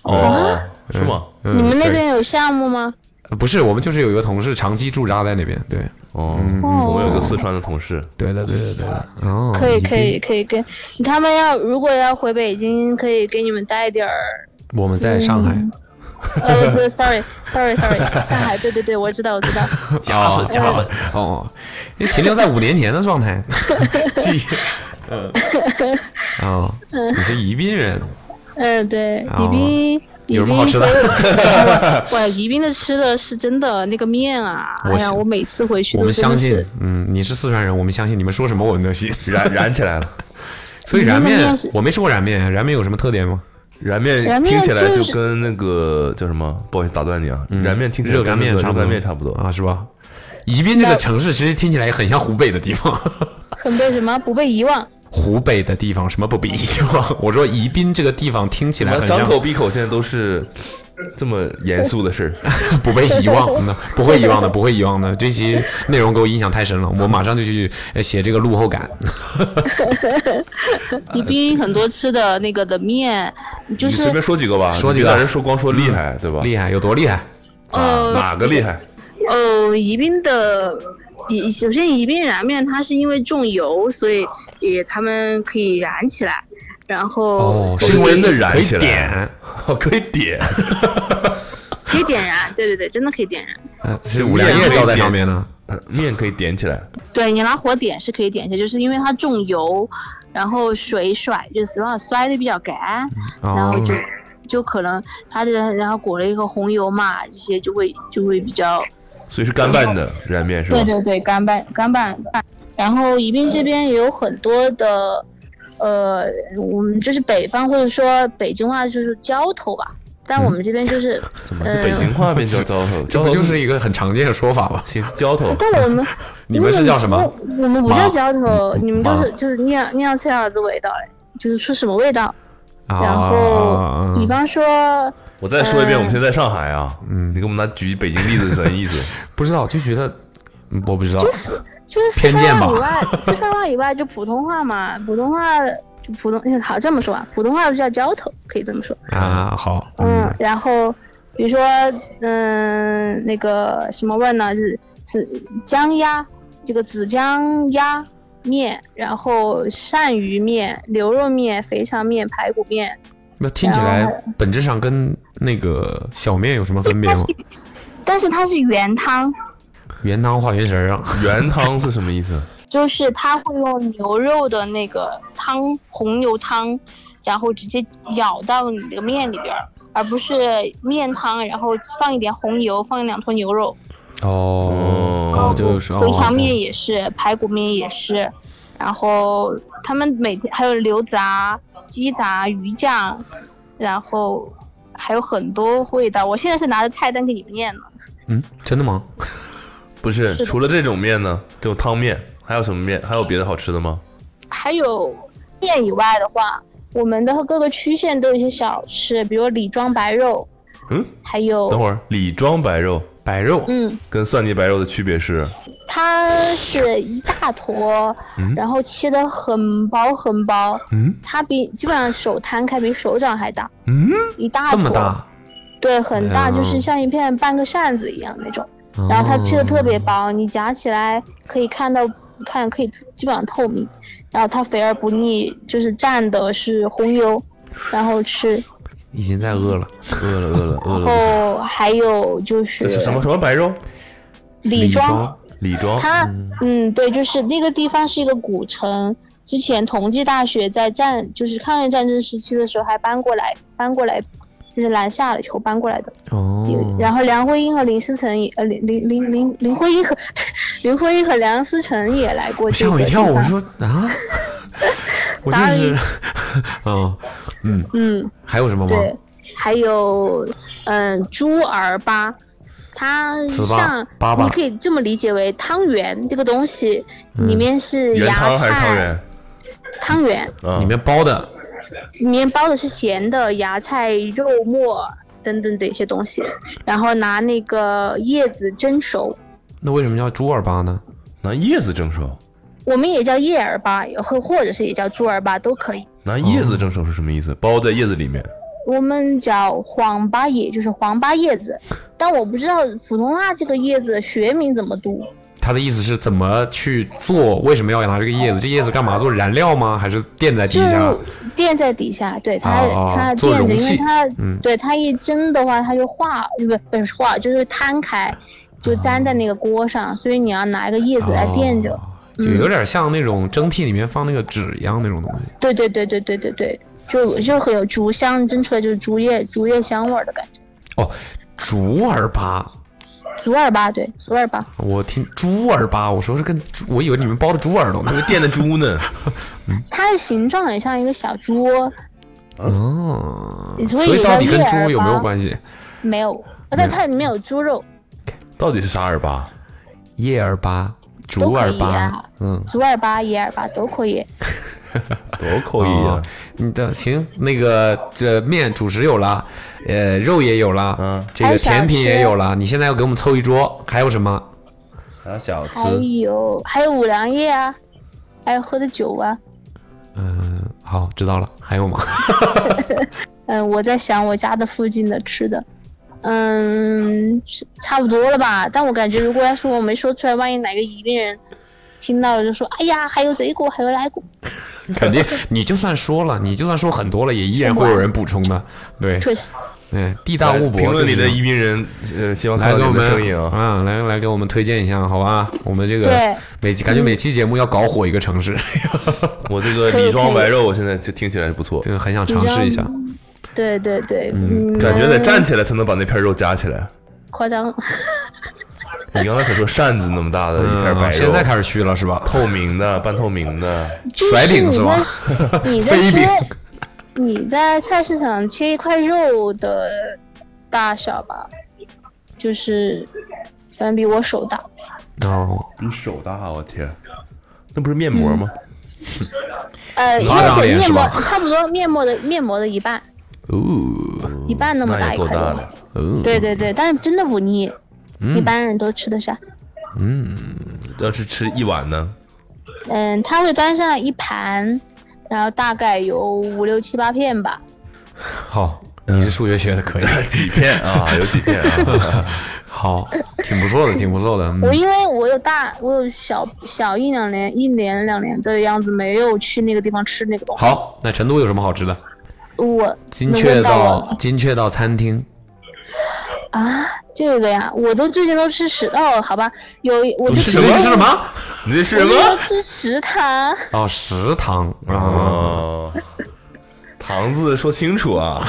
Speaker 4: 哦，
Speaker 5: 啊
Speaker 4: 是吗？
Speaker 3: 嗯
Speaker 5: 你们那
Speaker 3: 对
Speaker 5: 边有项目吗？
Speaker 3: 呃不是我们就是有一个同事长期驻扎在那边，对
Speaker 4: 哦，
Speaker 3: 嗯
Speaker 5: 哦
Speaker 4: 我有个四川的同事，
Speaker 3: 对的对的对的。哦，
Speaker 5: 可以
Speaker 3: 宜宾
Speaker 5: 可以，可以跟他们要如果要回北京，可以给你们带 点儿。
Speaker 3: 我们在上海，
Speaker 5: 嗯呃，不是，sorry sorry sorry，上 海，对对对，我知道我 知道。
Speaker 3: 加分加分哦，因为停留在五年前的状 态，记忆，嗯，哦，你是宜宾人，
Speaker 5: 嗯，对，
Speaker 3: 哦
Speaker 5: 宜宾。宜
Speaker 3: 有什么
Speaker 5: 宾
Speaker 3: 好吃的
Speaker 5: 所有哎 我哇，宜宾的吃的是真的那个面啊！
Speaker 3: 我
Speaker 5: 哎呀，
Speaker 3: 信
Speaker 5: 我每次回去
Speaker 3: 我
Speaker 5: 都
Speaker 3: 们
Speaker 5: 真
Speaker 3: 相
Speaker 5: 的
Speaker 3: 信
Speaker 5: 是，
Speaker 3: 嗯，你是四川人，我们相信你们说什么我们都信。
Speaker 4: 燃燃起来了。
Speaker 3: 所以
Speaker 5: 宜宾
Speaker 3: 燃
Speaker 5: 的
Speaker 3: 面
Speaker 5: 面是
Speaker 3: 我没吃过燃面，燃面有什么特点吗？
Speaker 4: 燃面
Speaker 5: 燃面
Speaker 4: 听起来
Speaker 5: 就
Speaker 4: 就是跟那个叫什么？不好意思打断你啊，
Speaker 3: 嗯
Speaker 4: 燃面听起来
Speaker 3: 热干
Speaker 4: 跟那
Speaker 3: 面
Speaker 4: 个
Speaker 3: 差
Speaker 4: 热
Speaker 3: 不多，
Speaker 4: 干面差不多。
Speaker 3: 啊，是吧？宜宾这个城市其实听起来也很像湖北的地方，
Speaker 5: 很被什么不被遗忘。
Speaker 3: 湖北的地方什么不比遗忘？ 我说宜宾这个地方听起来
Speaker 4: 我
Speaker 3: 很
Speaker 4: 张
Speaker 3: 像
Speaker 4: 口闭口现在都是这么严肃的事儿。
Speaker 3: 不被遗忘 的，不会遗忘的，不会遗忘的。这期内容给我印象太深了，我马上就去呃写这个录后感。呃
Speaker 5: 宜宾很多吃的那个的面，就
Speaker 4: 你
Speaker 5: 是
Speaker 4: 随便说几个吧，
Speaker 3: 说几个嗯
Speaker 4: 你别让人说光说厉害，对吧？
Speaker 3: 厉害有多厉害？
Speaker 4: 啊，哪个厉害？
Speaker 5: 呃，宜宾的宜首先宜宾燃面它是因为重油，所以也他们可以燃起来，然后、
Speaker 3: 哦
Speaker 4: 是因为真的燃起来
Speaker 3: 可以点，
Speaker 4: 哦可以点，
Speaker 5: 可以点燃，对对对，真的可以点燃。
Speaker 3: 呃是五粮液罩在上面呢。
Speaker 4: 面可以点起来。
Speaker 5: 对你拿火点是可以点一下，就是因为它重油，然后水甩就是让摔的比较干，然
Speaker 3: 哦
Speaker 5: 后，就。就可能它这然后裹了一个红油嘛，这些就会就会比较
Speaker 4: 所以是干拌的燃面是吧
Speaker 5: 对？对对，干拌干拌拌。然后宜宾这边也有很多的，呃，我们就是北方或者说北京话就是浇头吧，但
Speaker 3: 嗯
Speaker 5: 我们这边就是，
Speaker 4: 怎么是北京话变叫浇头？
Speaker 3: 这
Speaker 4: 浇
Speaker 3: 不
Speaker 4: 头
Speaker 3: 就是一个很常见的说法吗？
Speaker 5: 嗯
Speaker 4: 行浇头？
Speaker 5: 但我们
Speaker 3: 你们是叫什么？
Speaker 5: 我我们不
Speaker 3: 麻
Speaker 5: 叫浇头，你们就是
Speaker 3: 麻
Speaker 5: 就是酿酿菜儿子味道嘞，就是出什么味道。然
Speaker 3: 啊
Speaker 5: 后，比方说，
Speaker 4: 我再说一遍，
Speaker 5: 呃
Speaker 4: 我们现在在上海啊，嗯，你给我们拿举北京例子是什么意思？
Speaker 3: 不知道就觉得，嗯我不知道。
Speaker 5: 就是四
Speaker 3: 偏见
Speaker 5: 川
Speaker 3: 吧
Speaker 5: 话以外，四川话以外就普通话嘛，普通话就普通，好这么说吧，普通话就叫浇头，可以这么说。
Speaker 3: 啊，好，
Speaker 5: 嗯，然后比如说，嗯，那个什么味儿呢？是紫姜鸭，这个紫姜鸭面，然后鳝鱼面、牛肉面、肥肠面、排骨面，
Speaker 3: 那听起来本质上跟那个小面有什么分别 吗？
Speaker 5: 但是它是原汤，
Speaker 3: 原汤化原食儿啊，
Speaker 4: 原汤是什么意思？
Speaker 5: 就是它会用牛肉的那个汤，红牛汤，然后直接舀到你的面里边儿，而不是面汤，然后放一点红油，放两坨牛肉。
Speaker 3: 哦，就是哦
Speaker 5: 肥肠面也是，排骨面也是，然后他们每天还有牛杂、鸡杂、鱼酱，然后还有很多味道。我现在是拿着菜单给你们念呢。
Speaker 3: 嗯，真的吗？
Speaker 4: 不是，
Speaker 5: 是的
Speaker 4: 除了这种面呢，就汤面，还有什么面？还有别的好吃的吗？
Speaker 5: 还有面以外的话，我们的各个区县都有一些小吃，比如李庄白肉，
Speaker 4: 嗯，
Speaker 5: 还有
Speaker 4: 等会儿李庄白肉
Speaker 3: 白肉，
Speaker 5: 哦嗯，
Speaker 4: 跟蒜泥白肉的区别是，
Speaker 5: 它是一大坨，
Speaker 3: 嗯
Speaker 5: 然后切的很薄很薄，
Speaker 4: 嗯
Speaker 5: 它比基本上手摊开比手掌还大，
Speaker 4: 嗯，
Speaker 5: 一大坨，
Speaker 3: 这么大，
Speaker 5: 对，很
Speaker 3: 哎
Speaker 5: 大，
Speaker 3: 呀
Speaker 5: 就是像一片半个扇子一样那种。然后
Speaker 3: 哦
Speaker 5: 它切的特别薄，你夹起来可以看到，看可以基本上透明。然后它肥而不腻，就是蘸的是红油，然后吃。
Speaker 3: 已经在饿了。
Speaker 4: 饿了饿了饿
Speaker 5: 然
Speaker 4: 了。
Speaker 5: 后还有呃就是
Speaker 4: 这是什么什么白肉？
Speaker 5: 李庄，
Speaker 4: 李庄，
Speaker 5: 它嗯对，就是那个地方是一个古城。之前同济大学在战，就是抗日战争时期的时候还搬过来，搬过来，就是南下了以后搬过来的。有，
Speaker 3: 哦，
Speaker 5: 然后梁慧英和林思成也，呃，林林林林林徽因和 林徽因和梁思成也来过
Speaker 3: 吓
Speaker 5: 这个
Speaker 3: 我一
Speaker 5: 地
Speaker 3: 跳，我
Speaker 5: 方
Speaker 3: 说 啊，我就
Speaker 5: 当然
Speaker 3: 是， 嗯嗯，
Speaker 5: 嗯，
Speaker 3: 还有什么吗？
Speaker 5: 对，还有嗯猪儿粑，它
Speaker 3: 糍粑
Speaker 5: 像
Speaker 3: 粑粑
Speaker 5: 你可以这么理解为汤圆这个东西，
Speaker 3: 嗯
Speaker 5: 里面是
Speaker 4: 原
Speaker 5: 芽
Speaker 4: 汤还是汤圆
Speaker 5: 菜，？汤圆
Speaker 4: 啊，
Speaker 3: 里面包的
Speaker 5: 里面包的是咸的芽菜、肉末等等的一些东西，然后拿那个叶子蒸熟，
Speaker 3: 那为什么叫猪耳巴呢？
Speaker 4: 拿叶子蒸熟，
Speaker 5: 我们也叫叶儿粑，也或或者是也叫猪儿粑都可以。
Speaker 4: 拿叶子蒸熟是什么意思？包在叶子里面。
Speaker 3: 哦
Speaker 5: 我们叫黄巴叶，就是黄巴叶子，但我不知道普通话这个叶子的学名怎么读。
Speaker 3: 他的意思是怎么去做？为什么要拿这个叶子？这叶子干嘛做燃料吗？还是垫在地
Speaker 5: 就
Speaker 3: 下？
Speaker 5: 是垫在底下，对它、
Speaker 3: 哦哦
Speaker 5: 它
Speaker 3: 做
Speaker 5: 垫着，
Speaker 3: 容
Speaker 5: 因
Speaker 3: 器
Speaker 5: 为它、
Speaker 3: 嗯
Speaker 5: 对它一蒸的话，它就化，不不是化，就是摊开，就粘在那个锅上，所以你要拿一个叶子来垫着。
Speaker 3: 哦就有点像那种蒸屉里面放那个纸一样那种东西。
Speaker 5: 对对对对对对对，就就很有竹香，蒸出来就是竹叶竹叶香味儿的感觉。
Speaker 3: 哦，竹耳巴，
Speaker 5: 竹耳粑，对，竹耳粑。
Speaker 3: 我听猪耳巴，我说是跟猪，我以为你们包的猪耳朵呢
Speaker 4: 那。个垫的猪呢？
Speaker 5: 它的形状很像一个小猪窝，
Speaker 3: 哦，
Speaker 5: 所以
Speaker 3: 所以到底
Speaker 5: 叫
Speaker 3: 跟
Speaker 5: 叶
Speaker 3: 猪
Speaker 5: 耳
Speaker 3: 有没有
Speaker 5: 巴
Speaker 3: 关系？
Speaker 5: 没有，呃但它里面有猪肉，
Speaker 4: 到底是啥耳巴？
Speaker 3: 叶耳巴、
Speaker 5: 都
Speaker 3: 竹
Speaker 5: 可
Speaker 3: 耳
Speaker 5: 以
Speaker 3: 巴，
Speaker 5: 啊
Speaker 3: 嗯，
Speaker 5: 竹耳粑、野耳粑都可以。
Speaker 4: 多口音
Speaker 3: 哦
Speaker 4: 啊！
Speaker 3: 你的行，那个这面主食有了，呃，肉也有了，
Speaker 4: 嗯
Speaker 3: 这个
Speaker 5: 还想
Speaker 3: 甜品也
Speaker 5: 吃
Speaker 3: 有了，你现在要给我们凑一桌，还有什么？
Speaker 4: 还有小吃
Speaker 5: 还有还有五粮液啊，还有喝的酒啊。
Speaker 3: 嗯，好，知道了，还有吗？
Speaker 5: 嗯，我在想我家的附近的吃的，嗯，是差不多了吧。但我感觉如果要是我没说出来，万一哪个宜宾人听到了就说：“哎呀，还有贼骨，还有奶骨。
Speaker 3: 肯定，你就算说了，你就算说很多了，也依然
Speaker 5: 是吗
Speaker 3: 会有人补充的，对”，
Speaker 5: 确实，
Speaker 3: 嗯，地大物博，
Speaker 4: 评论
Speaker 3: 这
Speaker 4: 里
Speaker 3: 是
Speaker 4: 的宜宾人，呃，希望看
Speaker 3: 来
Speaker 4: 到
Speaker 3: 给
Speaker 4: 你
Speaker 3: 我
Speaker 4: 们
Speaker 3: 们
Speaker 4: 的声 音啊！
Speaker 3: 啊，来来给我们推荐一下，好吧？我们这个
Speaker 5: 对
Speaker 3: 每期感觉每期节目要搞火一个 城市，
Speaker 4: 我这个李庄白肉，我现在就听起来不错，
Speaker 3: 这个很想尝试一下。
Speaker 5: 对对对，嗯，
Speaker 4: 感觉得站
Speaker 5: 嗯
Speaker 4: 起来才能把那片肉夹起来。
Speaker 5: 夸张，
Speaker 4: 你刚才可说扇子那么大的一片白
Speaker 3: 嗯
Speaker 4: 肉，啊
Speaker 3: 现在开始虚了是吧？
Speaker 4: 透明的、半透明的，
Speaker 5: 就是
Speaker 3: 甩饼是吧？
Speaker 5: 你在
Speaker 3: 飞饼
Speaker 5: 你在切你在菜市场切一块肉的大小吧，就是反正比我手大。
Speaker 4: 嗯
Speaker 3: 哦，
Speaker 4: 比手大，我天！那不是面膜吗？
Speaker 5: 呃，因
Speaker 3: 巴掌
Speaker 5: 为对
Speaker 3: 脸
Speaker 5: 面
Speaker 3: 是
Speaker 5: 膜
Speaker 3: 吧嗯
Speaker 5: 差不多面膜的面膜的一半，
Speaker 3: 哦，
Speaker 5: 一半那么
Speaker 4: 那
Speaker 5: 大
Speaker 4: 也
Speaker 5: 一
Speaker 4: 够
Speaker 5: 块
Speaker 4: 大
Speaker 5: 肉。
Speaker 4: 的。
Speaker 3: 哦，
Speaker 5: 对对对，但是真的不腻，
Speaker 3: 嗯
Speaker 5: 一般人都吃得下。
Speaker 4: 要是吃一碗呢？
Speaker 5: 嗯，他会端上一盘，然后大概有五六七八片吧。
Speaker 3: 好，你是数学学的可以，
Speaker 4: 几片 啊，有几 片啊，
Speaker 3: 好，挺不错的，挺不错的。嗯
Speaker 6: 我因为我有大，我有小小一两年，一年两年的样子，没有去那个地方吃那个东西。
Speaker 3: 好，那成都有什么好吃的？
Speaker 6: 我
Speaker 3: 金雀
Speaker 6: 能闻到
Speaker 3: 道
Speaker 6: 了
Speaker 3: 金雀道餐厅，
Speaker 6: 啊，这个呀，我都最近都吃食道，好吧？有我就
Speaker 3: 你是
Speaker 6: 只
Speaker 3: 最
Speaker 6: 能
Speaker 3: 近吃什么？
Speaker 4: 你这是
Speaker 6: 我
Speaker 4: 什
Speaker 6: 没有
Speaker 4: 么？
Speaker 6: 吃食堂，
Speaker 3: 哦，食堂啊，
Speaker 4: 哦，糖字说清楚啊，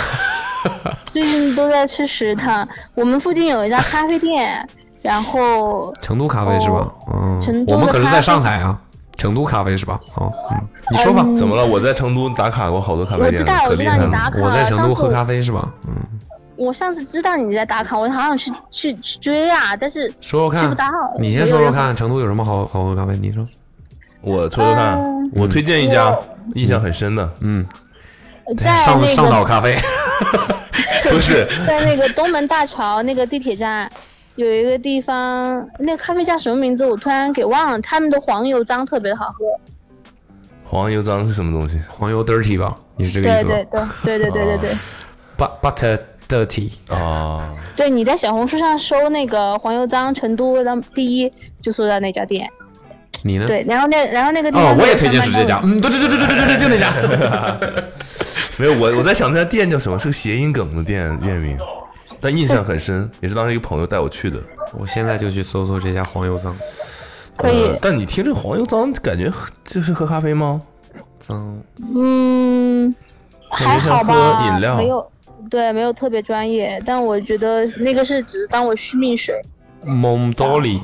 Speaker 6: 最近都在吃食堂。我们附近有一家咖啡店，然后
Speaker 3: 成都咖啡是吧？嗯
Speaker 6: 哦成，都
Speaker 3: 我
Speaker 6: 的
Speaker 3: 们可是
Speaker 6: 咖
Speaker 3: 在
Speaker 6: 啡
Speaker 3: 上海啊，成都咖啡是吧？好，嗯，你说吧，
Speaker 4: 怎么了？我在成都打卡过好多咖啡
Speaker 6: 我
Speaker 4: 店
Speaker 6: 知道，
Speaker 4: 可
Speaker 6: 我
Speaker 4: 厉
Speaker 6: 知道
Speaker 4: 害
Speaker 6: 你
Speaker 4: 了。
Speaker 6: 打卡
Speaker 3: 我在
Speaker 6: 了
Speaker 3: 成
Speaker 6: 上
Speaker 3: 都
Speaker 6: 次
Speaker 3: 喝
Speaker 6: 我
Speaker 3: 咖啡是吧？嗯，
Speaker 6: 我上次知道你在打卡，我好想去去去追啊，但是
Speaker 3: 说说
Speaker 6: 追不到
Speaker 3: 看，你先说说看，成都有什么好好喝咖啡？你说，
Speaker 4: 我说说看，我推荐一家印象很深的，
Speaker 3: 嗯，
Speaker 6: 在
Speaker 3: 上
Speaker 6: 那
Speaker 3: 上岛
Speaker 6: 个
Speaker 3: 咖啡，
Speaker 4: 不是
Speaker 6: 在那个东门大桥那个地铁站。有一个地方，那个咖啡叫什么名字？我突然给忘了。他们的黄油脏特别好喝，
Speaker 4: 黄油脏是什么东西？
Speaker 3: 黄油 dirty 吧？你是这个
Speaker 6: 对
Speaker 3: 意思吧
Speaker 6: 对对对对对对对。
Speaker 3: ？But butter dirty，
Speaker 4: 啊，
Speaker 6: 对，你在小红书上搜那个黄油脏成都当第一，就搜到那家店。
Speaker 3: 你
Speaker 4: 嗯
Speaker 3: 呢？
Speaker 6: 对，然后那然后那个地
Speaker 3: 哦
Speaker 6: 方，
Speaker 3: 我也
Speaker 6: 就是
Speaker 3: 推荐
Speaker 6: 慢
Speaker 3: 是
Speaker 6: 慢
Speaker 3: 这家，
Speaker 6: 地。
Speaker 3: 嗯，对对对对对对对，就那家。
Speaker 4: 没有，我我在想那家店叫什么，是个谐音梗的店店名，但印象 很深，也是当时一个朋友带我去的。
Speaker 3: 我现在就去搜搜这家黄油脏
Speaker 6: 可以
Speaker 4: 呃但你听这黄油脏，感觉喝这是喝咖啡吗？
Speaker 3: 脏，
Speaker 6: 嗯，还好
Speaker 4: 感觉像喝
Speaker 6: 吧，
Speaker 4: 饮料
Speaker 6: 没有，对，没有特别专业，但我觉得那个是只是当我续命水。
Speaker 3: 蒙多里，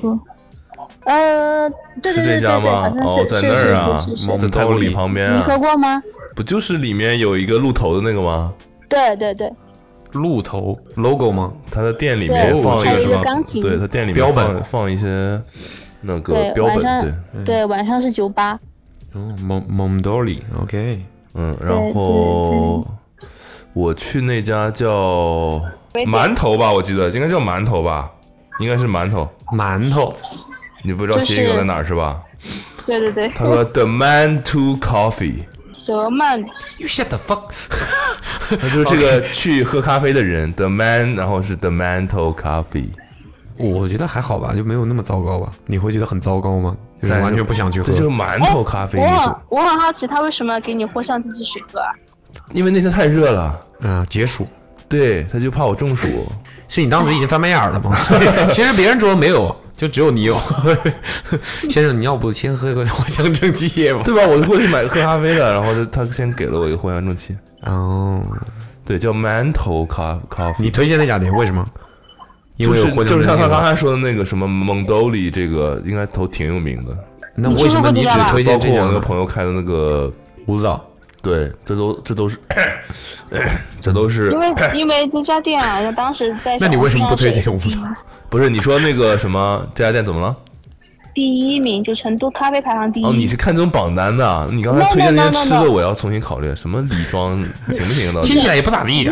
Speaker 6: 呃，对
Speaker 4: 是
Speaker 6: 对
Speaker 4: 这
Speaker 6: 对对
Speaker 4: 家
Speaker 6: 对，
Speaker 4: 吗
Speaker 6: 好？像
Speaker 4: 哦，
Speaker 6: 是
Speaker 4: 在
Speaker 6: 是
Speaker 4: 那
Speaker 6: 是
Speaker 4: 儿啊
Speaker 6: 是是，
Speaker 3: 蒙
Speaker 6: 是，
Speaker 4: 在太古里旁边
Speaker 6: 你喝
Speaker 4: 啊，
Speaker 6: 过吗？
Speaker 4: 不就是里面有一个鹿头的那个吗？
Speaker 6: 对对对，
Speaker 3: 鹿头 logo 吗？
Speaker 4: 他的店里
Speaker 6: 对
Speaker 4: 面放
Speaker 3: 还有
Speaker 4: 什
Speaker 3: 一个
Speaker 4: 么？
Speaker 6: 钢琴
Speaker 4: 对他店里面
Speaker 3: 标
Speaker 4: 放
Speaker 3: 本
Speaker 4: 放一些那个
Speaker 6: 对
Speaker 4: 标本，
Speaker 6: 晚上
Speaker 4: 对，
Speaker 6: 对，晚上是酒吧。
Speaker 3: 哦，蒙蒙多里，OK，
Speaker 4: 嗯，然后我去那家叫馒头吧，我记得应该叫馒头吧，应该是馒头。
Speaker 3: 馒头，
Speaker 4: 你不知道谐音梗在哪儿是吧？
Speaker 5: 对对对，
Speaker 4: 他说 The man to coffee，
Speaker 5: 德曼
Speaker 3: You shut the fuck！
Speaker 4: 他就是这个去喝咖啡的人，The man，然后是 The man to coffee。
Speaker 3: 我觉得还好吧，就没有那么糟糕吧？你会觉得很糟糕吗？就是完全不想去喝
Speaker 4: 哎这。就是馒头咖啡，
Speaker 5: 我
Speaker 4: 你
Speaker 5: 很我很好奇，他为什么给你喝上这支水喝啊？
Speaker 4: 因为那天太热了，
Speaker 3: 嗯，解暑，
Speaker 4: 对，他就怕我中暑。
Speaker 3: 是你当时已经翻白眼儿了 吗？其实别人桌没有，就只有你有。 先生，你要不先喝个藿香正气液吧？
Speaker 4: 对吧？我就过去买喝咖啡了，然后他他先给了我一个藿香正气，
Speaker 3: 哦，
Speaker 4: 对，叫馒头咖咖啡。
Speaker 3: 你推荐那家店为什么？因为有
Speaker 4: 就
Speaker 3: 藿
Speaker 4: 是就
Speaker 3: 香
Speaker 4: 是
Speaker 3: 正
Speaker 4: 像
Speaker 3: 气
Speaker 4: 他刚
Speaker 3: 吗。
Speaker 4: 才说的那个什么蒙兜里，这个应该都挺有名的，
Speaker 3: 那为什么你只推
Speaker 4: 啊
Speaker 3: 荐
Speaker 4: 包括
Speaker 3: 这
Speaker 4: 我
Speaker 3: 家
Speaker 4: 那个啊
Speaker 3: 呢？
Speaker 4: 朋友开的那个，
Speaker 3: 不知道，
Speaker 4: 对，这都这 都是，这都是
Speaker 5: 因为 因为这家店啊，当时在
Speaker 3: 那你为什么不推荐
Speaker 5: 小
Speaker 3: 我不
Speaker 5: 红书
Speaker 3: 知
Speaker 5: 上
Speaker 3: 道？
Speaker 4: 不是你说那个什么这家店怎么了？
Speaker 5: 第一名，就成都咖啡排行第一。
Speaker 4: 哦，你是看中榜单的啊，你刚才
Speaker 5: No,
Speaker 4: 推荐那
Speaker 5: no, no,
Speaker 4: 些
Speaker 5: no,
Speaker 4: 吃的，
Speaker 5: no.
Speaker 4: 我要重新考虑，什么李 庄行不行啊？到底
Speaker 3: 听起来也不咋 地。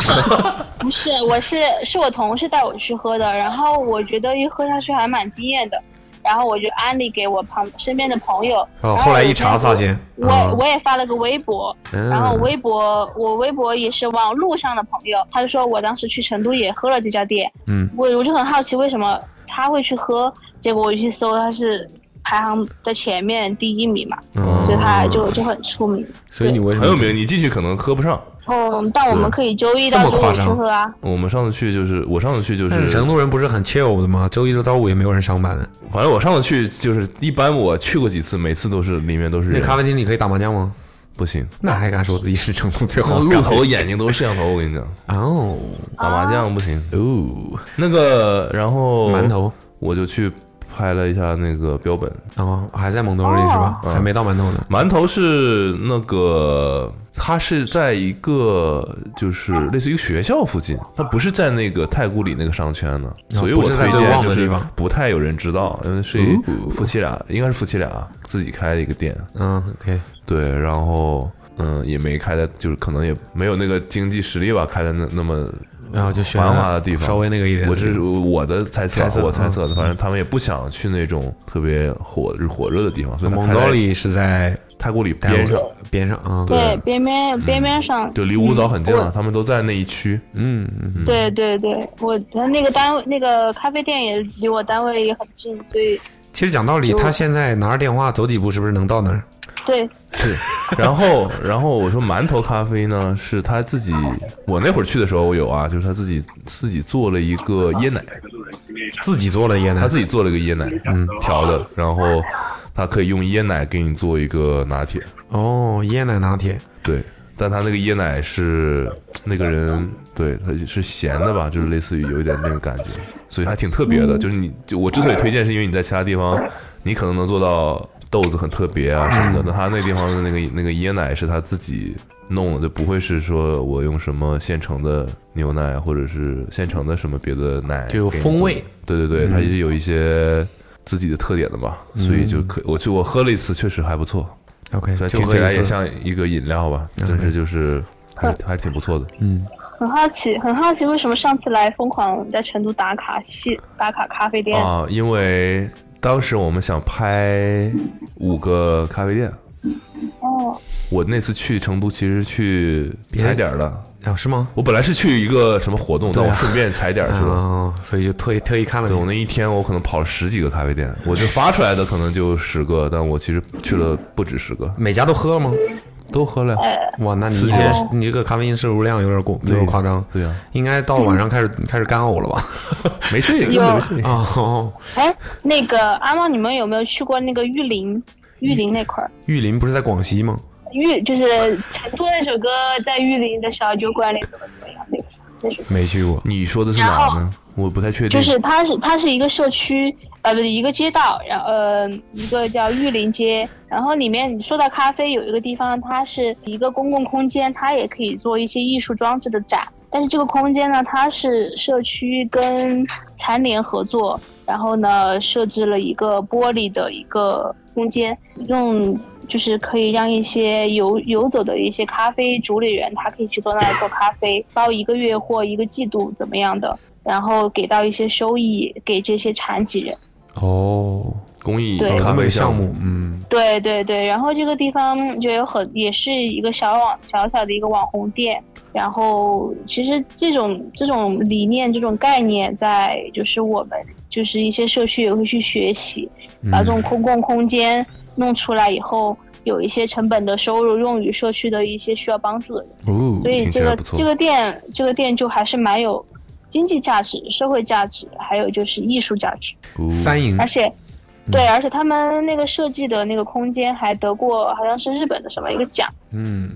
Speaker 5: 不是，我是是我同事带我去喝的，然后我觉得一喝下去还蛮惊艳的，然后我就安利给我旁身边的朋友。
Speaker 3: 哦
Speaker 5: 然
Speaker 3: 后来一
Speaker 5: 我
Speaker 3: 查发现
Speaker 5: 我、
Speaker 3: 啊
Speaker 5: 我也发了个微博，
Speaker 3: 嗯
Speaker 5: 然后微博我微博也是网路上的朋友，他就说我当时去成都也喝了这家店，
Speaker 3: 嗯，
Speaker 5: 我我就很好奇为什么他会去喝，结果我去搜他是排行在前面第一名嘛，
Speaker 3: 哦
Speaker 4: 嗯
Speaker 5: 所以他就就很出名。
Speaker 3: 所以你为什
Speaker 4: 很
Speaker 3: 么
Speaker 4: 有名，你进去可能喝不上。
Speaker 5: 嗯，但我们可以周一
Speaker 3: 这
Speaker 5: 到
Speaker 3: 么
Speaker 5: 周
Speaker 3: 夸
Speaker 5: 五去
Speaker 3: 张
Speaker 5: 喝啊。
Speaker 4: 我们上次去就是我上次去就
Speaker 3: 但
Speaker 4: 是
Speaker 3: 是成都人不是很 chill 的吗？周一到周五也没有人上班的。
Speaker 4: 反正我上次去就是一般我去过几次，每次都是里面都是
Speaker 3: 那
Speaker 4: 人，
Speaker 3: 咖啡厅里可以打麻将吗？
Speaker 4: 不行，
Speaker 3: 那还敢说自己是成都最好的
Speaker 4: 鹿
Speaker 3: 咖啡
Speaker 4: 头眼睛都是摄像头，我跟你讲，
Speaker 3: 哦
Speaker 4: 打麻将不行。
Speaker 3: 哦，
Speaker 4: 那个，然后
Speaker 3: 馒，头
Speaker 4: 我就去拍了一下那个标本。
Speaker 3: 哦，还在蒙多利是吧？
Speaker 4: 嗯
Speaker 3: 还没到馒头呢。
Speaker 4: 馒头是那个，它是在一个就是类似于学校附近，它不是在那个太古里那个商圈呢，所以我
Speaker 3: 哦不是在
Speaker 4: 推
Speaker 3: 最
Speaker 4: 荐
Speaker 3: 旺
Speaker 4: 就
Speaker 3: 的地
Speaker 4: 是
Speaker 3: 方哦
Speaker 4: 不太有人知道，因为是一夫妻俩，应该是夫妻俩自己开的一个店，
Speaker 3: 嗯，OK，
Speaker 4: 对，然后嗯也没开在，就是可能也没有那个经济实力吧，开在那那么
Speaker 3: 然后就选
Speaker 4: 繁华的地方，
Speaker 3: 稍微那个一点。
Speaker 4: 我这是我的猜测啊，
Speaker 3: 猜测
Speaker 4: 我猜
Speaker 3: 嗯
Speaker 4: 测的，反正他们也不想去那种特别火火热的地方，所以他
Speaker 3: 蒙
Speaker 4: 开在
Speaker 3: 多利是在
Speaker 4: 太古里
Speaker 3: 边
Speaker 4: 边上
Speaker 3: 上，边上啊，
Speaker 4: 对
Speaker 5: 对，边边边边上，
Speaker 4: 就离五枣很近了，
Speaker 5: 嗯
Speaker 4: 他们都在那一区。
Speaker 3: 嗯嗯嗯，
Speaker 5: 对对对，我的那个单位那个咖啡店也离我单位也很近，所以
Speaker 3: 其实讲道理，他现在拿着电话走几步，是不是能到那儿？
Speaker 5: 对
Speaker 4: 然后，然后我说馒头咖啡呢，是他自己，我那会儿去的时候我有啊，就是他自己自己做了一个椰奶，
Speaker 3: 自己做了椰
Speaker 4: 他
Speaker 3: 奶
Speaker 4: 自，己做了一个椰奶，
Speaker 3: 嗯，
Speaker 4: 调的，然后他可以用椰奶给你做一个拿铁，
Speaker 3: 哦，椰奶拿铁，
Speaker 4: 对，但他那个椰奶是那个人，对，他是咸的吧，就是类似于有一点那个感觉，所以还挺特别
Speaker 3: 嗯
Speaker 4: 的。就是你，就我之所以推荐，是因为你在其他地方，你可能能做到豆子很特别啊什
Speaker 3: 嗯
Speaker 4: 么的，那他那地方的那个那个椰奶是他自己弄的，就不会是说我用什么现成的牛奶啊或者是现成的什么别的奶，
Speaker 3: 就有风味。嗯
Speaker 4: 对对对，它也是有一些自己的特点的吧，所以
Speaker 3: 嗯
Speaker 4: 就可我去我喝了一次，确实还不错。
Speaker 3: OK，
Speaker 4: 但
Speaker 3: 就
Speaker 4: 听
Speaker 3: 喝
Speaker 4: 起来
Speaker 3: 一
Speaker 4: 也
Speaker 3: 次。
Speaker 4: 像一个饮料吧，但是就是还还挺不错的。
Speaker 3: 嗯，
Speaker 5: 很好奇，很好奇为什么上次来疯狂在成都打卡西打卡咖啡店，
Speaker 3: 哦
Speaker 4: 啊，因为当时我们想拍五个咖啡店，
Speaker 5: 哦，
Speaker 4: 我那次去成都其实是去踩点儿的，
Speaker 3: 啊，是吗？
Speaker 4: 我本来是去一个什么活动，但
Speaker 3: 对啊
Speaker 4: 我顺便踩点儿去了。
Speaker 3: 啊，所以就特意特意看了
Speaker 4: 对我
Speaker 3: 你。
Speaker 4: 那一天，我可能跑了十几个咖啡店，我就发出来的可能就十个，但我其实去了不止十个，
Speaker 3: 每家都喝了吗？
Speaker 4: 都喝了呀。
Speaker 5: 呃
Speaker 3: 哇，那你
Speaker 4: 四
Speaker 3: 这
Speaker 4: 天
Speaker 3: 个你这个咖啡因摄入量有点过，有点夸张。
Speaker 4: 对呀，
Speaker 3: 应该到了晚上开始开始干呕了吧？
Speaker 4: 没睡，根
Speaker 5: 有
Speaker 4: 本没睡。
Speaker 3: 啊，
Speaker 4: 嗯
Speaker 3: 哦
Speaker 5: 哎，那个阿茂，你们有没有去过那个玉林？玉林那块儿，
Speaker 3: 玉林不是在广西吗？
Speaker 5: 玉就是成都那首歌，在玉林的小酒馆里怎么怎么样那个那首歌。
Speaker 3: 没去过。
Speaker 4: 你说的是哪儿呢？我不太确定。
Speaker 5: 就是它是它是一个社区，呃，不是一个街道，然后呃一个叫玉林街，然后里面你说到咖啡，有一个地方它是一个公共空间，它也可以做一些艺术装置的展，但是这个空间呢，它是社区跟残联合作，然后呢设置了一个玻璃的一个空间，用。就是可以让一些游游走的一些咖啡主理人，他可以去坐那里做咖啡，包一个月或一个季度怎么样的，然后给到一些收益给这些残疾人。
Speaker 3: 哦，
Speaker 4: 公益
Speaker 5: 对
Speaker 3: 有
Speaker 4: 咖
Speaker 3: 这么
Speaker 4: 啡
Speaker 3: 个项
Speaker 4: 目
Speaker 3: 目，，嗯，
Speaker 5: 对对对，然后这个地方就有很也是一个小网小小的一个网红店，然后其实这种这种理念这种概念在就是我们就是一些社区也会去学习，
Speaker 4: 嗯
Speaker 5: 把这种公共空间弄出来以后，有一些成本的收入用于社区的一些需要帮助的人。
Speaker 3: 哦
Speaker 5: 所以
Speaker 4: 听起
Speaker 5: 这
Speaker 4: 来
Speaker 5: 个
Speaker 4: 不错
Speaker 5: 这个店这个店就还是蛮有经济价值、社会价值，还有就是艺术价值。
Speaker 4: 哦
Speaker 3: 三营
Speaker 5: 而且，
Speaker 3: 嗯
Speaker 5: 对，而且他们那个设计的那个空间还得过好像是日本的什么一个奖。
Speaker 3: 嗯，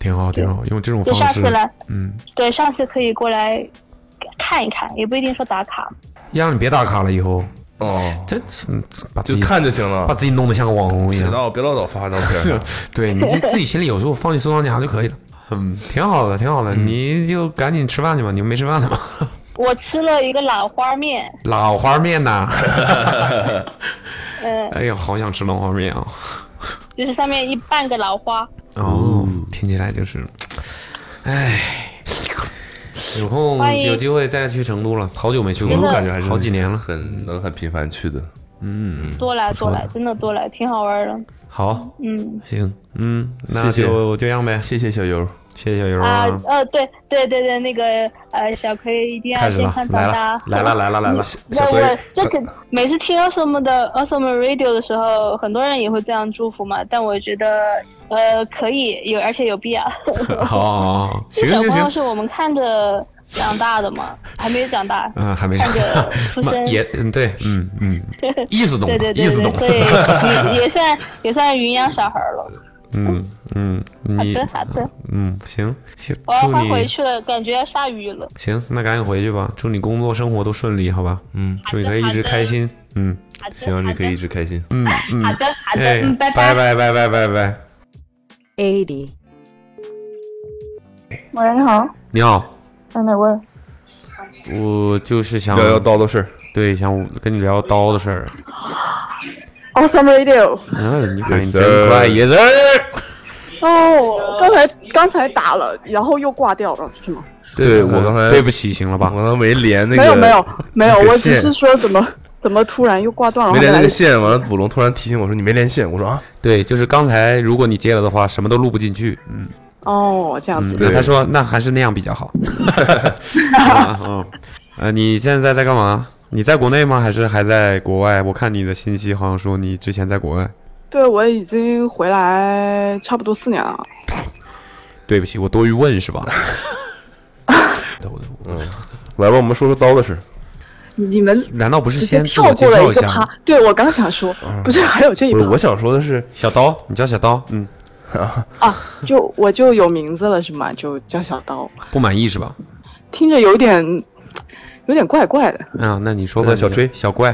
Speaker 3: 挺好，挺好，用这种
Speaker 5: 就
Speaker 3: 方
Speaker 5: 下
Speaker 3: 式
Speaker 5: 次，来，
Speaker 3: 嗯，
Speaker 5: 对，上次可以过来看一看，也不一定说打卡。
Speaker 3: 让你别打卡了，以后
Speaker 4: 哦，
Speaker 3: 真是嗯把自
Speaker 4: 就
Speaker 3: 己
Speaker 4: 看就行了
Speaker 3: 把。自己弄得像个网红一
Speaker 4: 别
Speaker 3: 样。
Speaker 4: 老别老老发照 片，
Speaker 3: 对你 这自己心里有时候放进收藏夹就可以了。嗯，挺好的，挺好的，
Speaker 4: 嗯
Speaker 3: 你就赶紧吃饭去吧。你们没吃饭呢吗？
Speaker 5: 我吃了一个老花面，
Speaker 3: 老花面 呐，
Speaker 5: 嗯，
Speaker 3: 哎呀，好想吃老花面啊！
Speaker 5: 就是上面一半个老花，
Speaker 3: 哦，听起来就是，哎，有空
Speaker 5: 欢迎
Speaker 3: 有机会再去成都了，好久没去过
Speaker 5: 真
Speaker 3: 了，
Speaker 5: 的
Speaker 4: 感觉还是
Speaker 3: 好几年了。
Speaker 4: 很能很频繁去的。
Speaker 3: 嗯，
Speaker 5: 多来
Speaker 3: 不错
Speaker 5: 多
Speaker 3: 的
Speaker 5: 来，真的多来，挺好玩的。
Speaker 3: 好，
Speaker 5: 嗯
Speaker 3: 行，嗯，那
Speaker 4: 谢谢
Speaker 3: 就这样呗。
Speaker 4: 谢谢小优，
Speaker 3: 谢谢小游
Speaker 5: 啊
Speaker 3: 啊，，
Speaker 5: 呃，对对对对，那个呃，小葵一定
Speaker 3: 开
Speaker 5: 要
Speaker 3: 始
Speaker 5: 先
Speaker 3: 了
Speaker 5: 看，到
Speaker 3: 来
Speaker 5: 他
Speaker 3: 了，，来了，来了，来了。
Speaker 5: 那我这个每次听 awesome 的 awesome radio 的时候，很多人也会这样祝福嘛，但我觉得呃可以有，而且有必要。
Speaker 3: 好好， 好
Speaker 5: 这
Speaker 3: 行
Speaker 5: 小
Speaker 3: 行
Speaker 5: 朋友
Speaker 3: 行，
Speaker 5: 是我们看着长大的嘛，还没有长大，
Speaker 3: 嗯，还没啥
Speaker 5: 看，着出生。
Speaker 3: 也嗯对，嗯 嗯，意思懂
Speaker 5: 对对
Speaker 3: 了，
Speaker 5: 对
Speaker 3: 意思懂
Speaker 5: 对，
Speaker 3: 了。
Speaker 5: 所以也也算也算云养小孩了。
Speaker 3: 嗯嗯，你
Speaker 5: 好的好的
Speaker 3: 嗯行行，
Speaker 5: 我要
Speaker 3: 祝
Speaker 5: 快回
Speaker 3: 你
Speaker 5: 去了，感觉要下雨了。
Speaker 3: 行，那赶紧回去吧，祝你工作生活都顺利，好吧？
Speaker 4: 嗯，
Speaker 3: 祝你可以一直开心，嗯
Speaker 5: 好的
Speaker 4: 行，你可以一直开心。
Speaker 3: 嗯嗯
Speaker 5: 好，的好的，
Speaker 3: 哎
Speaker 5: 嗯，，拜
Speaker 3: 拜。拜拜拜拜拜，
Speaker 7: eighty,
Speaker 8: 喂，你好，
Speaker 3: 你好，
Speaker 8: 哎，哪位？
Speaker 3: 我就是想
Speaker 4: 聊聊叨叨事儿，
Speaker 3: 对想跟你聊刀的事儿，
Speaker 8: Awesome Radio。
Speaker 3: 嗯，你反应
Speaker 4: Yes,
Speaker 3: 真
Speaker 4: sir
Speaker 3: 快，也是。
Speaker 8: 哦，刚才刚才打了，然后又挂掉了，是吗？
Speaker 4: 对我刚才
Speaker 3: 对不起，行了
Speaker 4: 我
Speaker 3: 吧？
Speaker 4: 刚才没连那个，
Speaker 8: 没有没有没有，
Speaker 4: 那个
Speaker 8: 我只
Speaker 4: 线
Speaker 8: 是说怎么怎么突然又挂断了？
Speaker 4: 没连那
Speaker 8: 后来
Speaker 4: 个线，完了捕龙突然提醒我说你没连线，我说啊，
Speaker 3: 对，就是刚才如果你接了的话，什么都录不进去。嗯
Speaker 8: 哦，这样
Speaker 3: 嗯
Speaker 8: 子，
Speaker 3: 那
Speaker 4: 对
Speaker 3: 他说那还是那样比较 好。啊嗯，呃，你现在在干嘛？你在国内吗？还是还在国外？我看你的信息好像说你之前在国外。
Speaker 8: 对我已经回来差不多四年了。
Speaker 3: 对不起，我多余问是吧？
Speaker 4: 来吧，我们说说刀的事。
Speaker 8: 你们
Speaker 3: 难道不是
Speaker 8: 直接
Speaker 3: 先自
Speaker 8: 跳
Speaker 3: 我介
Speaker 8: 过了
Speaker 3: 绍
Speaker 8: 一个
Speaker 3: 下吗嗯
Speaker 8: 趴？，对我刚想说，不是还有这一
Speaker 4: 不是，我
Speaker 8: 趴
Speaker 4: 想说的是，
Speaker 3: 小刀，你叫小刀，嗯，
Speaker 8: 啊？就我就有名字了是吗？就叫小刀，
Speaker 3: 不满意是吧？
Speaker 8: 听着有点有点怪怪的，
Speaker 3: 啊，那你说吧，
Speaker 4: 嗯小
Speaker 3: 追
Speaker 4: 追
Speaker 3: 小怪，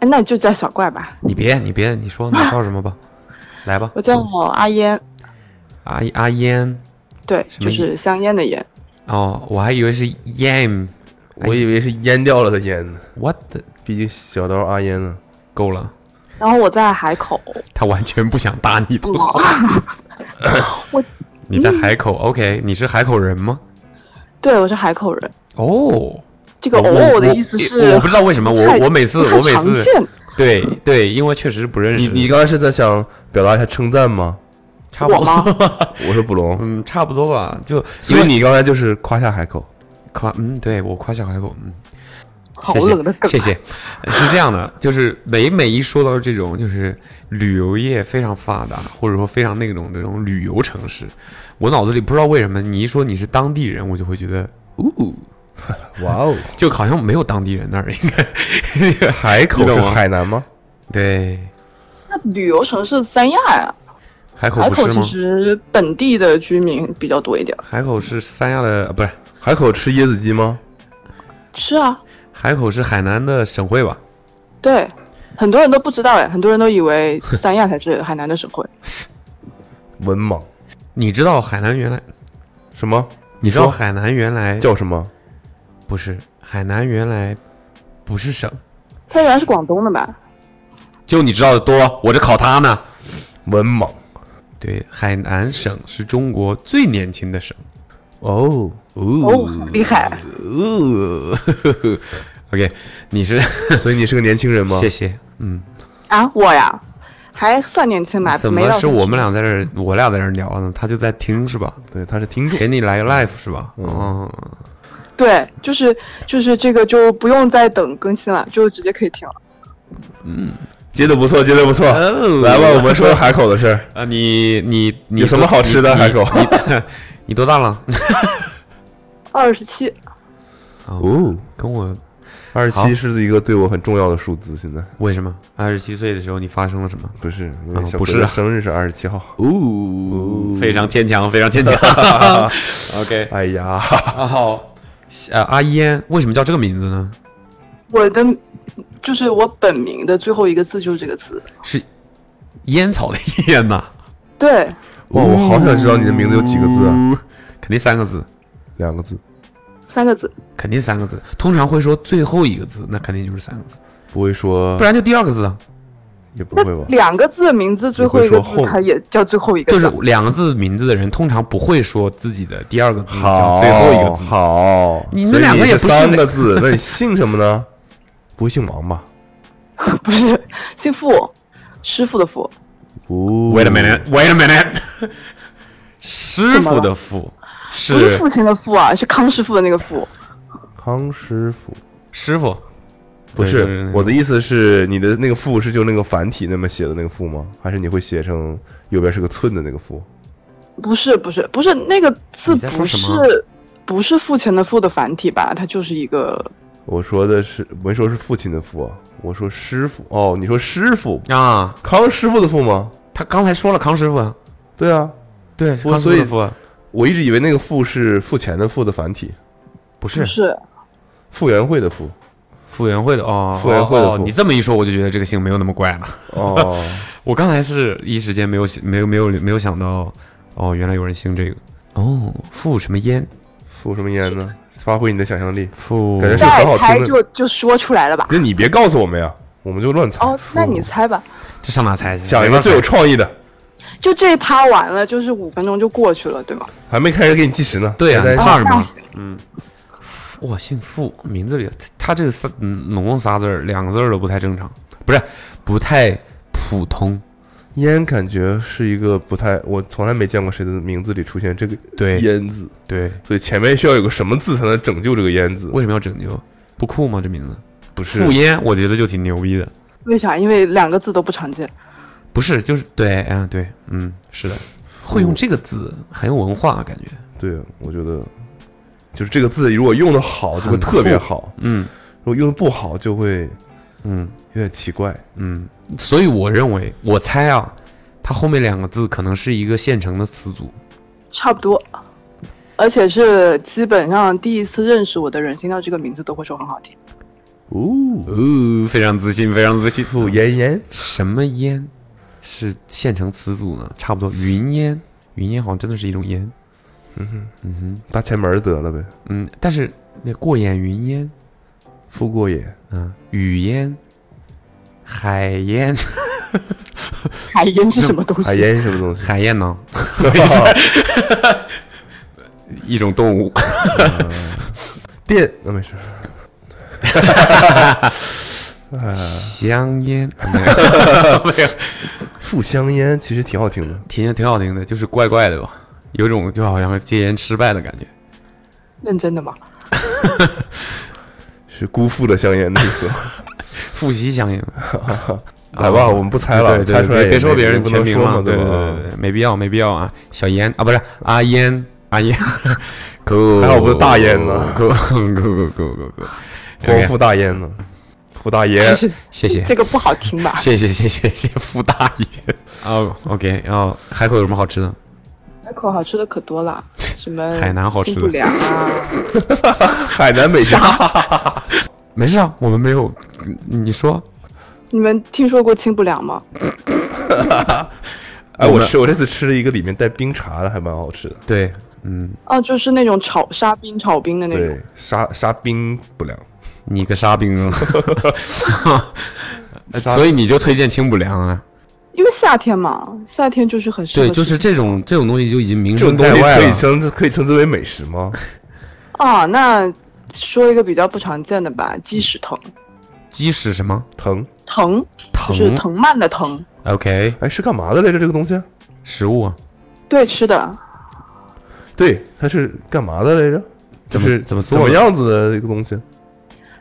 Speaker 8: 哎，那就叫小怪吧，
Speaker 3: 你别你别，你 说你叫什么吧？来吧，
Speaker 8: 我叫我阿烟，
Speaker 3: 阿阿烟，
Speaker 8: 对，
Speaker 3: 什么
Speaker 8: 就
Speaker 3: 意
Speaker 8: 是香烟的烟，
Speaker 3: 哦，我还以为是烟
Speaker 4: 我以为是淹掉了的淹呢，
Speaker 3: ，what？the-
Speaker 4: 毕竟小刀阿淹呢。
Speaker 3: 够了，
Speaker 8: 然后我在海口，
Speaker 3: 他完全不想搭你的话。你在海口，OK？你是海口人吗？
Speaker 8: 对我是海口人，
Speaker 3: 哦，
Speaker 8: 这个
Speaker 3: 我
Speaker 8: 偶尔
Speaker 3: 我
Speaker 8: 的意思是
Speaker 3: 我不知道为什么，
Speaker 8: 太
Speaker 3: 我我每次
Speaker 8: 不太
Speaker 3: 我每
Speaker 8: 常
Speaker 3: 次
Speaker 8: 见
Speaker 3: 对对，因为确实不认
Speaker 4: 你
Speaker 3: 识
Speaker 4: 你刚才是在想表达一下称赞吗？
Speaker 3: 差不
Speaker 8: 我吗
Speaker 3: 多，
Speaker 4: 我说捕龙，
Speaker 3: 嗯，差不多吧，就
Speaker 4: 所以你刚才就是夸下海口。
Speaker 3: 夸，嗯，对我夸小海口，嗯，
Speaker 8: 好冷的梗啊
Speaker 3: 谢谢，谢谢。是这样的，就是每每一说到这种就是旅游业非常发达，或者说非常那种这种旅游城市，我脑子里不知道为什么你一说你是当地人，我就会觉得，哦，
Speaker 4: 哇哦，
Speaker 3: 就好像没有当地人那儿应该
Speaker 4: 海哎口
Speaker 3: 你懂
Speaker 4: 是
Speaker 3: 吗
Speaker 4: 海南吗？
Speaker 3: 对。
Speaker 8: 那旅游城市三亚呀、
Speaker 3: 海口
Speaker 8: 海
Speaker 3: 不
Speaker 8: 口
Speaker 3: 是
Speaker 8: 其
Speaker 3: 吗？
Speaker 8: 实本地的居民比较多一点，
Speaker 3: 海口是三亚的，呃不是
Speaker 4: 海口吃椰子鸡吗？
Speaker 8: 是啊，
Speaker 3: 海口是海南的省会吧？
Speaker 8: 对，很多人都不知道哎，很多人都 以为三亚才是海南的省会。
Speaker 4: 文盲
Speaker 3: 你知道海南原来，
Speaker 4: 什么？
Speaker 3: 你知道
Speaker 4: 说
Speaker 3: 海南原来
Speaker 4: 叫什么？
Speaker 3: 不是海南原来不是省，
Speaker 8: 它原来是广东的吧？
Speaker 3: 就你知道的多，我这考他呢。
Speaker 4: 文盲
Speaker 3: 对，海南省是中国最年轻的省。
Speaker 4: 哦
Speaker 8: 哦
Speaker 3: 嗯
Speaker 4: 哦，
Speaker 8: 厉害！
Speaker 3: 哦 ，OK，你是
Speaker 4: 所以你是个年轻人吗？
Speaker 3: 谢谢，嗯，
Speaker 8: 啊，我呀，还算年轻吧，
Speaker 3: 怎
Speaker 8: 没
Speaker 3: 么
Speaker 8: 到
Speaker 3: 是我们
Speaker 8: 30
Speaker 3: 俩在这儿，我俩在这儿聊呢？他就在听是吧？
Speaker 4: 对，他是听众
Speaker 3: 给。你来个 life 是吧？
Speaker 4: 嗯
Speaker 3: 哦，
Speaker 8: 对，就是就是这个就不用再等更新了，就直接可以听了。
Speaker 4: 接的不错，接的不错。
Speaker 3: 哦
Speaker 4: 来吧，我们说说海口的事儿。
Speaker 3: 啊，你你你
Speaker 4: 有什么好吃的
Speaker 3: 你
Speaker 4: 海口
Speaker 3: 你你多大 了？
Speaker 8: 二十七，
Speaker 3: 哦，
Speaker 4: 哦，
Speaker 3: 跟我
Speaker 4: 二十
Speaker 3: 好
Speaker 4: 七是一个对我很重要的数字。现在
Speaker 3: 为什么？二十七岁的时候你发生了什么？
Speaker 4: 不是，因
Speaker 3: 啊
Speaker 4: 为小
Speaker 3: 不
Speaker 4: 哥
Speaker 3: 是啊
Speaker 4: 的生日是二十七号。嗯
Speaker 3: 哦，非常牵强，非常 牵强。OK，
Speaker 4: 哎呀，
Speaker 3: 然后呃，阿烟为什么叫这个名字呢？
Speaker 8: 我的就是我本名的最后一个字就是这个字。
Speaker 3: 是烟草的烟呐、
Speaker 8: 对，
Speaker 3: 哦
Speaker 4: 哇，我好想知道你的名字有几个字啊？
Speaker 3: 肯定三个字，
Speaker 4: 两个字。
Speaker 8: 三个字。
Speaker 3: 肯定三个字。通常会说最后一个字，那肯定就是三个字，
Speaker 4: 不会说
Speaker 3: 不，然就第二个字啊，
Speaker 4: 也不
Speaker 8: 那
Speaker 4: 会吧？
Speaker 8: 两个字的名字最后一个
Speaker 4: 你会
Speaker 8: 字，
Speaker 4: 说后
Speaker 8: 它也叫最后一个
Speaker 3: 就
Speaker 8: 字。
Speaker 3: 是两个字名字的人，通常不会说自己的第二个字叫
Speaker 4: 好，
Speaker 3: 最后一个字。
Speaker 4: 好，
Speaker 3: 你们
Speaker 4: 所以
Speaker 3: 两个也不
Speaker 4: 是
Speaker 3: 信
Speaker 4: 三
Speaker 3: 嘞
Speaker 4: 个字，那你姓什 么呢？不会姓王吧？
Speaker 8: 不是姓傅，师傅的傅。
Speaker 4: 不
Speaker 3: Wait a minute, wait a minute，师傅的傅
Speaker 8: 不是
Speaker 3: 是
Speaker 8: 父亲的父啊，是康师傅的那个傅。
Speaker 4: 康师傅
Speaker 3: 师傅，
Speaker 4: 不
Speaker 3: 对就是那
Speaker 4: 是
Speaker 3: 个
Speaker 4: 我的意思是，你的那个“傅”是就那个繁体那么写的那个“傅”吗？还是你会写成右边是个寸的那个“傅
Speaker 8: 不是不是不是那个字
Speaker 3: 你在说
Speaker 8: 不
Speaker 3: 什
Speaker 8: 是
Speaker 3: 么
Speaker 8: 不是父亲的父的繁体吧？它就是一个”？
Speaker 4: 我说的是没说是父亲的“父”，啊，我说师傅。哦，你说师傅，
Speaker 3: 啊，
Speaker 4: 康师傅的“傅”吗？
Speaker 3: 他刚才说了康师傅啊，
Speaker 4: 对啊，
Speaker 3: 对，
Speaker 4: 我
Speaker 3: 康师傅
Speaker 4: 所以
Speaker 3: 的傅啊
Speaker 4: 我一直以为那个“傅”是付钱的“付”的繁体，
Speaker 3: 不
Speaker 8: 不
Speaker 3: 是
Speaker 8: 是
Speaker 4: 傅园慧的“傅
Speaker 3: 傅园慧的哦，
Speaker 4: 傅园慧的
Speaker 3: 哦哦
Speaker 4: 傅
Speaker 3: 你这么一说，我就觉得这个姓没有那么怪了。”。
Speaker 4: 哦，
Speaker 3: 我刚才是一时间没有没有没有没有想到，哦，原来有人姓这个。哦，傅什么烟？
Speaker 4: 傅什么烟呢？发挥你的想象力。
Speaker 3: 傅
Speaker 4: 感觉是
Speaker 8: 再
Speaker 4: 很好
Speaker 8: 猜
Speaker 4: 听的
Speaker 8: 就就说出来了吧？
Speaker 4: 就你别告诉我们呀，我们就乱猜。
Speaker 8: 哦，那
Speaker 3: 嗯
Speaker 8: 你猜吧。
Speaker 3: 这上哪猜去？
Speaker 4: 想
Speaker 3: 没
Speaker 4: 一个
Speaker 3: 法
Speaker 4: 最有
Speaker 3: 猜
Speaker 4: 创意的，
Speaker 8: 就这一趴完了，就是五分钟就过去了，对吗？
Speaker 4: 还没开始给你计时呢。
Speaker 3: 对啊，
Speaker 4: 还在
Speaker 3: 你怕什么
Speaker 8: 哦？
Speaker 3: 嗯，哇，姓傅，名字里他这个三，嗯总共仨字儿，两个字儿都不太正常，不是不太普通。
Speaker 4: 烟感觉是一个不太，我从来没见过谁的名字里出现这个
Speaker 3: 对
Speaker 4: 烟字，
Speaker 3: 对，
Speaker 4: 所以前面需要有个什么字才能拯救这个烟字？
Speaker 3: 为什么要拯救？不酷吗？这名字
Speaker 4: 不是
Speaker 3: 傅烟，我觉得就挺牛逼的。
Speaker 8: 为啥？因为两个字都不常见。
Speaker 3: 不是，就是对，嗯，对，嗯，是的，会用这个字很有文化感觉。
Speaker 4: 对，我觉得就是这个字如果用的好就会
Speaker 3: 很
Speaker 4: 特别
Speaker 3: 酷
Speaker 4: 好，
Speaker 3: 嗯
Speaker 4: 如果用的不好就会
Speaker 3: 嗯
Speaker 4: 有点奇怪。
Speaker 3: 嗯，所以我认为，我猜啊，它后面两个字可能是一个现成的词组。
Speaker 8: 差不多，而且是基本上第一次认识我的人听到这个名字都会说很好听。
Speaker 4: 哦，
Speaker 3: 哦，非常自信，非常自信。
Speaker 4: 傅炎炎，
Speaker 3: 什么烟是现成词组呢？差不多，云烟，云烟好像真的是一种烟。
Speaker 4: 嗯哼，
Speaker 3: 嗯哼，
Speaker 4: 大前门得了呗，
Speaker 3: 嗯，但是那过眼云烟，
Speaker 4: 傅过眼，
Speaker 3: 嗯，雨烟，海烟，
Speaker 8: 海烟是什么东
Speaker 4: 海
Speaker 8: 西？
Speaker 4: 烟是什么东西？
Speaker 3: 海燕呢？ 一种动物。
Speaker 4: 电，那没事。
Speaker 3: 香烟，
Speaker 4: 傅香烟其实挺好听的，
Speaker 3: 挺挺好听的，就是怪怪的吧，有种就好像戒烟失败的感觉。
Speaker 8: 认真的吗？
Speaker 4: 是辜负了香烟的意 思。
Speaker 3: 复习香烟，
Speaker 4: 来吧，我们不猜
Speaker 3: 对
Speaker 4: 了，
Speaker 3: 哦对
Speaker 4: 猜出来
Speaker 3: 别别
Speaker 4: 也
Speaker 3: 说
Speaker 4: 没
Speaker 3: 别人
Speaker 4: 不
Speaker 3: 全
Speaker 4: 能
Speaker 3: 名
Speaker 4: 说嘛，
Speaker 3: 了，对
Speaker 4: 吧？
Speaker 3: 对对，没必要没必要啊。小烟啊，不是阿烟阿烟，可
Speaker 4: 还好不是大烟呢
Speaker 3: 可可可可可可，
Speaker 4: 光傅大烟呢？傅大爷，
Speaker 3: 谢谢
Speaker 8: 这个不好听吧？
Speaker 3: 谢谢谢谢谢傅大爷。哦，OK，哦，海口有什么好吃的？
Speaker 8: 海口好吃的可多了，什么
Speaker 3: 海南好吃的
Speaker 8: 新不良啊，
Speaker 4: 海南美食，
Speaker 3: 没事啊，我们没有，你说
Speaker 8: 你们听说过清不良吗？
Speaker 4: 哎，
Speaker 3: 我
Speaker 4: 我
Speaker 3: 们
Speaker 4: 吃，我这次吃了一个里面带冰茶的，还蛮好吃的。
Speaker 3: 对，嗯，
Speaker 8: 哦，就是那种炒沙冰、炒冰的那种
Speaker 4: 对。，沙沙冰不良，
Speaker 3: 你个沙冰啊！所以你就推荐清补凉啊？
Speaker 8: 因为夏天嘛，夏天就是很适合
Speaker 3: 对，
Speaker 8: 吃。
Speaker 3: 就是这种这种东西就已经名
Speaker 4: 这
Speaker 3: 声
Speaker 4: 种
Speaker 3: 在
Speaker 4: 东西
Speaker 3: 外
Speaker 4: 可以
Speaker 3: 了。
Speaker 4: 称可以称之为美食吗？
Speaker 8: 啊，那说一个比较不常见的吧，鸡屎藤，
Speaker 3: 鸡屎什么
Speaker 4: 疼，
Speaker 8: 藤就
Speaker 3: 藤
Speaker 8: 是藤蔓的藤，
Speaker 3: ？OK，
Speaker 4: 哎，是干嘛的来着？这个东西，
Speaker 3: 食物啊？
Speaker 8: 对，吃的。
Speaker 4: 对，它是干嘛的来着？
Speaker 3: 怎
Speaker 4: 就
Speaker 3: 么
Speaker 4: 是
Speaker 3: 怎么
Speaker 4: 怎
Speaker 3: 做
Speaker 4: 么
Speaker 3: 的
Speaker 4: 样子的一个东西？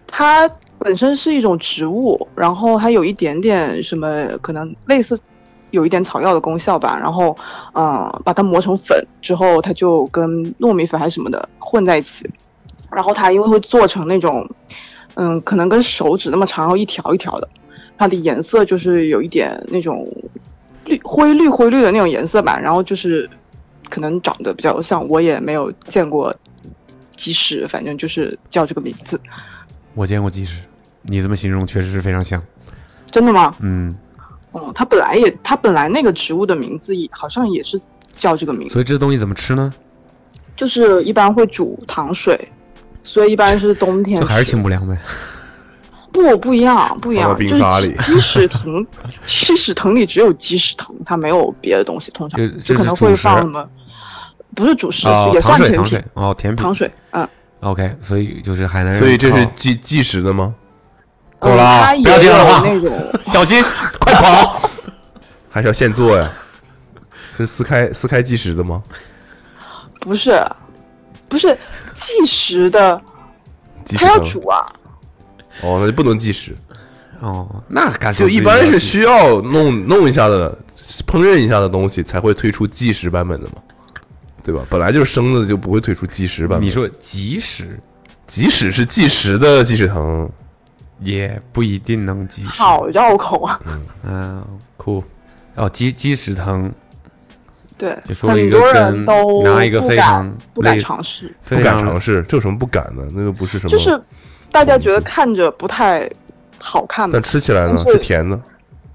Speaker 8: 它本身是一种植物，然后它有一点点什么，可能类似有一点草药的功效吧。然后，嗯、把它磨成粉之后，它就跟糯米粉还是什么的混在一起。然后它因为会做成那种，嗯，可能跟手指那么长，然后一条一条的，它的颜色就是有一点那种绿灰绿灰绿的那种颜色吧。然后就是可能长得比较像，我也没有见过鸡屎，反正就是叫这个名字。
Speaker 3: 我见过鸡屎，你这么形容确实是非常像。
Speaker 8: 真的吗？
Speaker 3: 嗯，
Speaker 8: 哦，它本来也，它本来那个植物的名字也好像也是叫这个名字，
Speaker 3: 所以这东西怎么吃呢？
Speaker 8: 就是一般会煮糖水，所以一般是冬天
Speaker 3: 就还是
Speaker 8: 吃
Speaker 3: 清补凉呗。
Speaker 8: 嗯不不一样，不一
Speaker 4: 放
Speaker 8: 样，
Speaker 4: 到冰沙里
Speaker 8: 就是鸡鸡屎藤，鸡屎藤里只有鸡屎藤，它没有别的东西，通常
Speaker 3: 就这
Speaker 8: 可
Speaker 3: 是
Speaker 8: 能
Speaker 3: 主
Speaker 8: 会
Speaker 3: 食啊
Speaker 8: 放什么，不是主食，
Speaker 3: 哦，
Speaker 8: 也
Speaker 3: 糖
Speaker 8: 算
Speaker 3: 水
Speaker 8: 甜
Speaker 3: 糖
Speaker 8: 品
Speaker 3: 水，哦，甜品
Speaker 8: 糖。水，嗯，
Speaker 3: OK，所以就是海南人靠，
Speaker 4: 所以这是计计时的吗？
Speaker 3: 够了啊
Speaker 8: 嗯它
Speaker 3: 不要
Speaker 8: 也
Speaker 3: 接
Speaker 8: 有
Speaker 3: 着了啊
Speaker 8: 那种，
Speaker 3: 小心，快跑！
Speaker 4: 还是要现做呀？是撕开撕开计时的吗？
Speaker 8: 不是，不是计时的，
Speaker 4: 计时
Speaker 8: 它要
Speaker 4: 的
Speaker 8: 煮啊，
Speaker 4: 哦，那就不能计时，
Speaker 3: 哦，那感受
Speaker 4: 就一
Speaker 3: 自己
Speaker 4: 般
Speaker 3: 了
Speaker 4: 是
Speaker 3: 解
Speaker 4: 需要弄弄一下的，烹饪一下的东西才会推出计时版本的嘛，对吧？本来就是生的就不会推出计时版本。
Speaker 3: 你说即食
Speaker 4: 即使是计时的鸡屎藤，
Speaker 3: 也不一定能即食。
Speaker 8: 好绕口啊。
Speaker 3: 嗯，酷。哦，鸡鸡屎藤
Speaker 8: 对，
Speaker 3: 就说了一
Speaker 8: 很
Speaker 3: 个
Speaker 8: 多
Speaker 3: 跟
Speaker 8: 人都
Speaker 3: 拿一个
Speaker 8: 不
Speaker 3: 非
Speaker 8: 敢
Speaker 3: 常
Speaker 8: 不敢
Speaker 3: 类
Speaker 8: 尝试，
Speaker 4: 不
Speaker 3: 非
Speaker 4: 敢
Speaker 3: 常
Speaker 4: 尝试，这有什么不敢的？那又不是什么，
Speaker 8: 就是大家觉得看着不太好看吧
Speaker 4: 但，吃起来呢
Speaker 8: 但是
Speaker 4: 是甜的，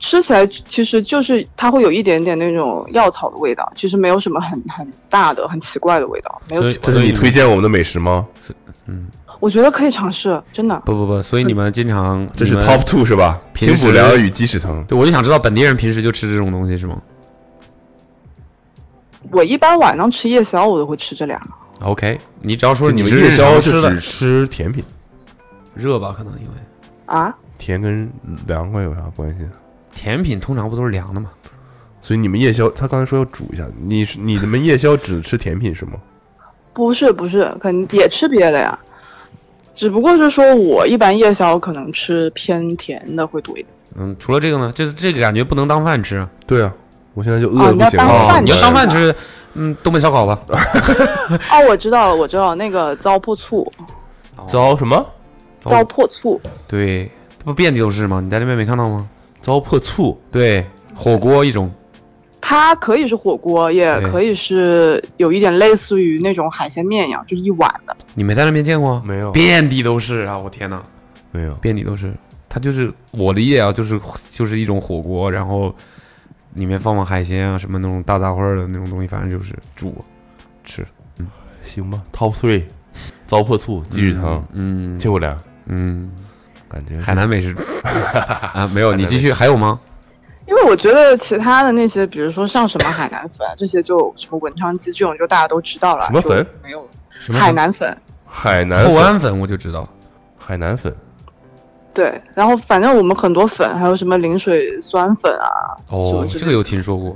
Speaker 8: 吃起来其实就是它会有一点点那种药草的味道，其实没有什么很很大的、很奇怪的味道，没有
Speaker 3: 所以
Speaker 8: 奇怪
Speaker 4: 这
Speaker 8: 的。
Speaker 4: 是你推荐我们的美食吗？
Speaker 8: 我觉得可以尝试，真的。
Speaker 3: 不不不，所以你们经常
Speaker 4: 这是
Speaker 3: 你们
Speaker 4: Top Two 是吧？
Speaker 3: 平
Speaker 4: 平
Speaker 3: 时
Speaker 4: 补凉与鸡屎藤，
Speaker 3: 对，我就想知道本地人平时就吃这种东西是吗？
Speaker 8: 我一般晚上吃夜宵，我都会吃这俩。
Speaker 3: OK，你只要说
Speaker 9: 就你们
Speaker 3: 是
Speaker 9: 夜
Speaker 3: 日
Speaker 9: 宵
Speaker 3: 常
Speaker 9: 是
Speaker 3: 吃
Speaker 9: 只
Speaker 3: 的
Speaker 9: 吃甜品，
Speaker 3: 热吧，可能因为
Speaker 8: 啊，
Speaker 9: 甜跟凉快有啥关系？
Speaker 3: 甜品通常不都是凉的吗？
Speaker 9: 所以你们夜宵，他刚才说要煮一下，你是你们夜宵只吃甜品是吗？
Speaker 8: 不是不是，肯也吃别的呀，只不过是说我一般夜宵可能吃偏甜的会多一点。
Speaker 3: 嗯，除了这个呢，这这个感觉不能当饭吃。
Speaker 9: 对啊，我现在就饿的
Speaker 8: 哦
Speaker 9: 不行了。
Speaker 8: 当
Speaker 3: 哦
Speaker 8: 饭，
Speaker 3: 你要
Speaker 8: 吃
Speaker 3: 当饭吃，嗯，东北烧烤吧。
Speaker 8: 哦，我知道了，我知道了那个糟粕醋，
Speaker 9: 糟什么？
Speaker 3: 糟
Speaker 8: 糟粕醋，
Speaker 3: 哦对，这不遍地都是吗？你在那边没看到吗？
Speaker 9: 糟粕醋，
Speaker 3: 对，火锅一种，
Speaker 8: 它可以是火锅，也
Speaker 3: 对
Speaker 8: 可以是有一点类似于那种海鲜面一样，就是一碗的。
Speaker 3: 你没在那边见过？
Speaker 9: 没有
Speaker 3: 遍地都是啊！我天哪，
Speaker 9: 没有，
Speaker 3: 遍地都是。它就是我理解啊，就是就是一种火锅，然后里面放放海鲜啊，什么那种大杂烩儿的那种东西，反正就是煮吃。
Speaker 9: 行吧。Top three，糟粕醋、鸡
Speaker 3: 鱼
Speaker 9: 血汤、
Speaker 3: 嗯
Speaker 9: 秋凉，
Speaker 3: 嗯，
Speaker 9: 感觉
Speaker 3: 海南美食啊，没有，你继续，还有吗？
Speaker 8: 因为我觉得其他的那些，比如说像什么海南粉啊，这些就什么文昌鸡这种，就大家都知道了。
Speaker 9: 什么粉
Speaker 8: 就没有了？
Speaker 3: 什么
Speaker 8: 海南粉。
Speaker 9: 海南
Speaker 3: 厚
Speaker 9: 粉，
Speaker 3: 安粉我就知道，
Speaker 9: 海南粉，
Speaker 8: 对，然后反正我们很多粉，还有什么零水酸粉啊，什
Speaker 3: 哦
Speaker 8: 么，
Speaker 3: 这
Speaker 8: 之类
Speaker 3: 个
Speaker 8: 的
Speaker 3: 有听说过。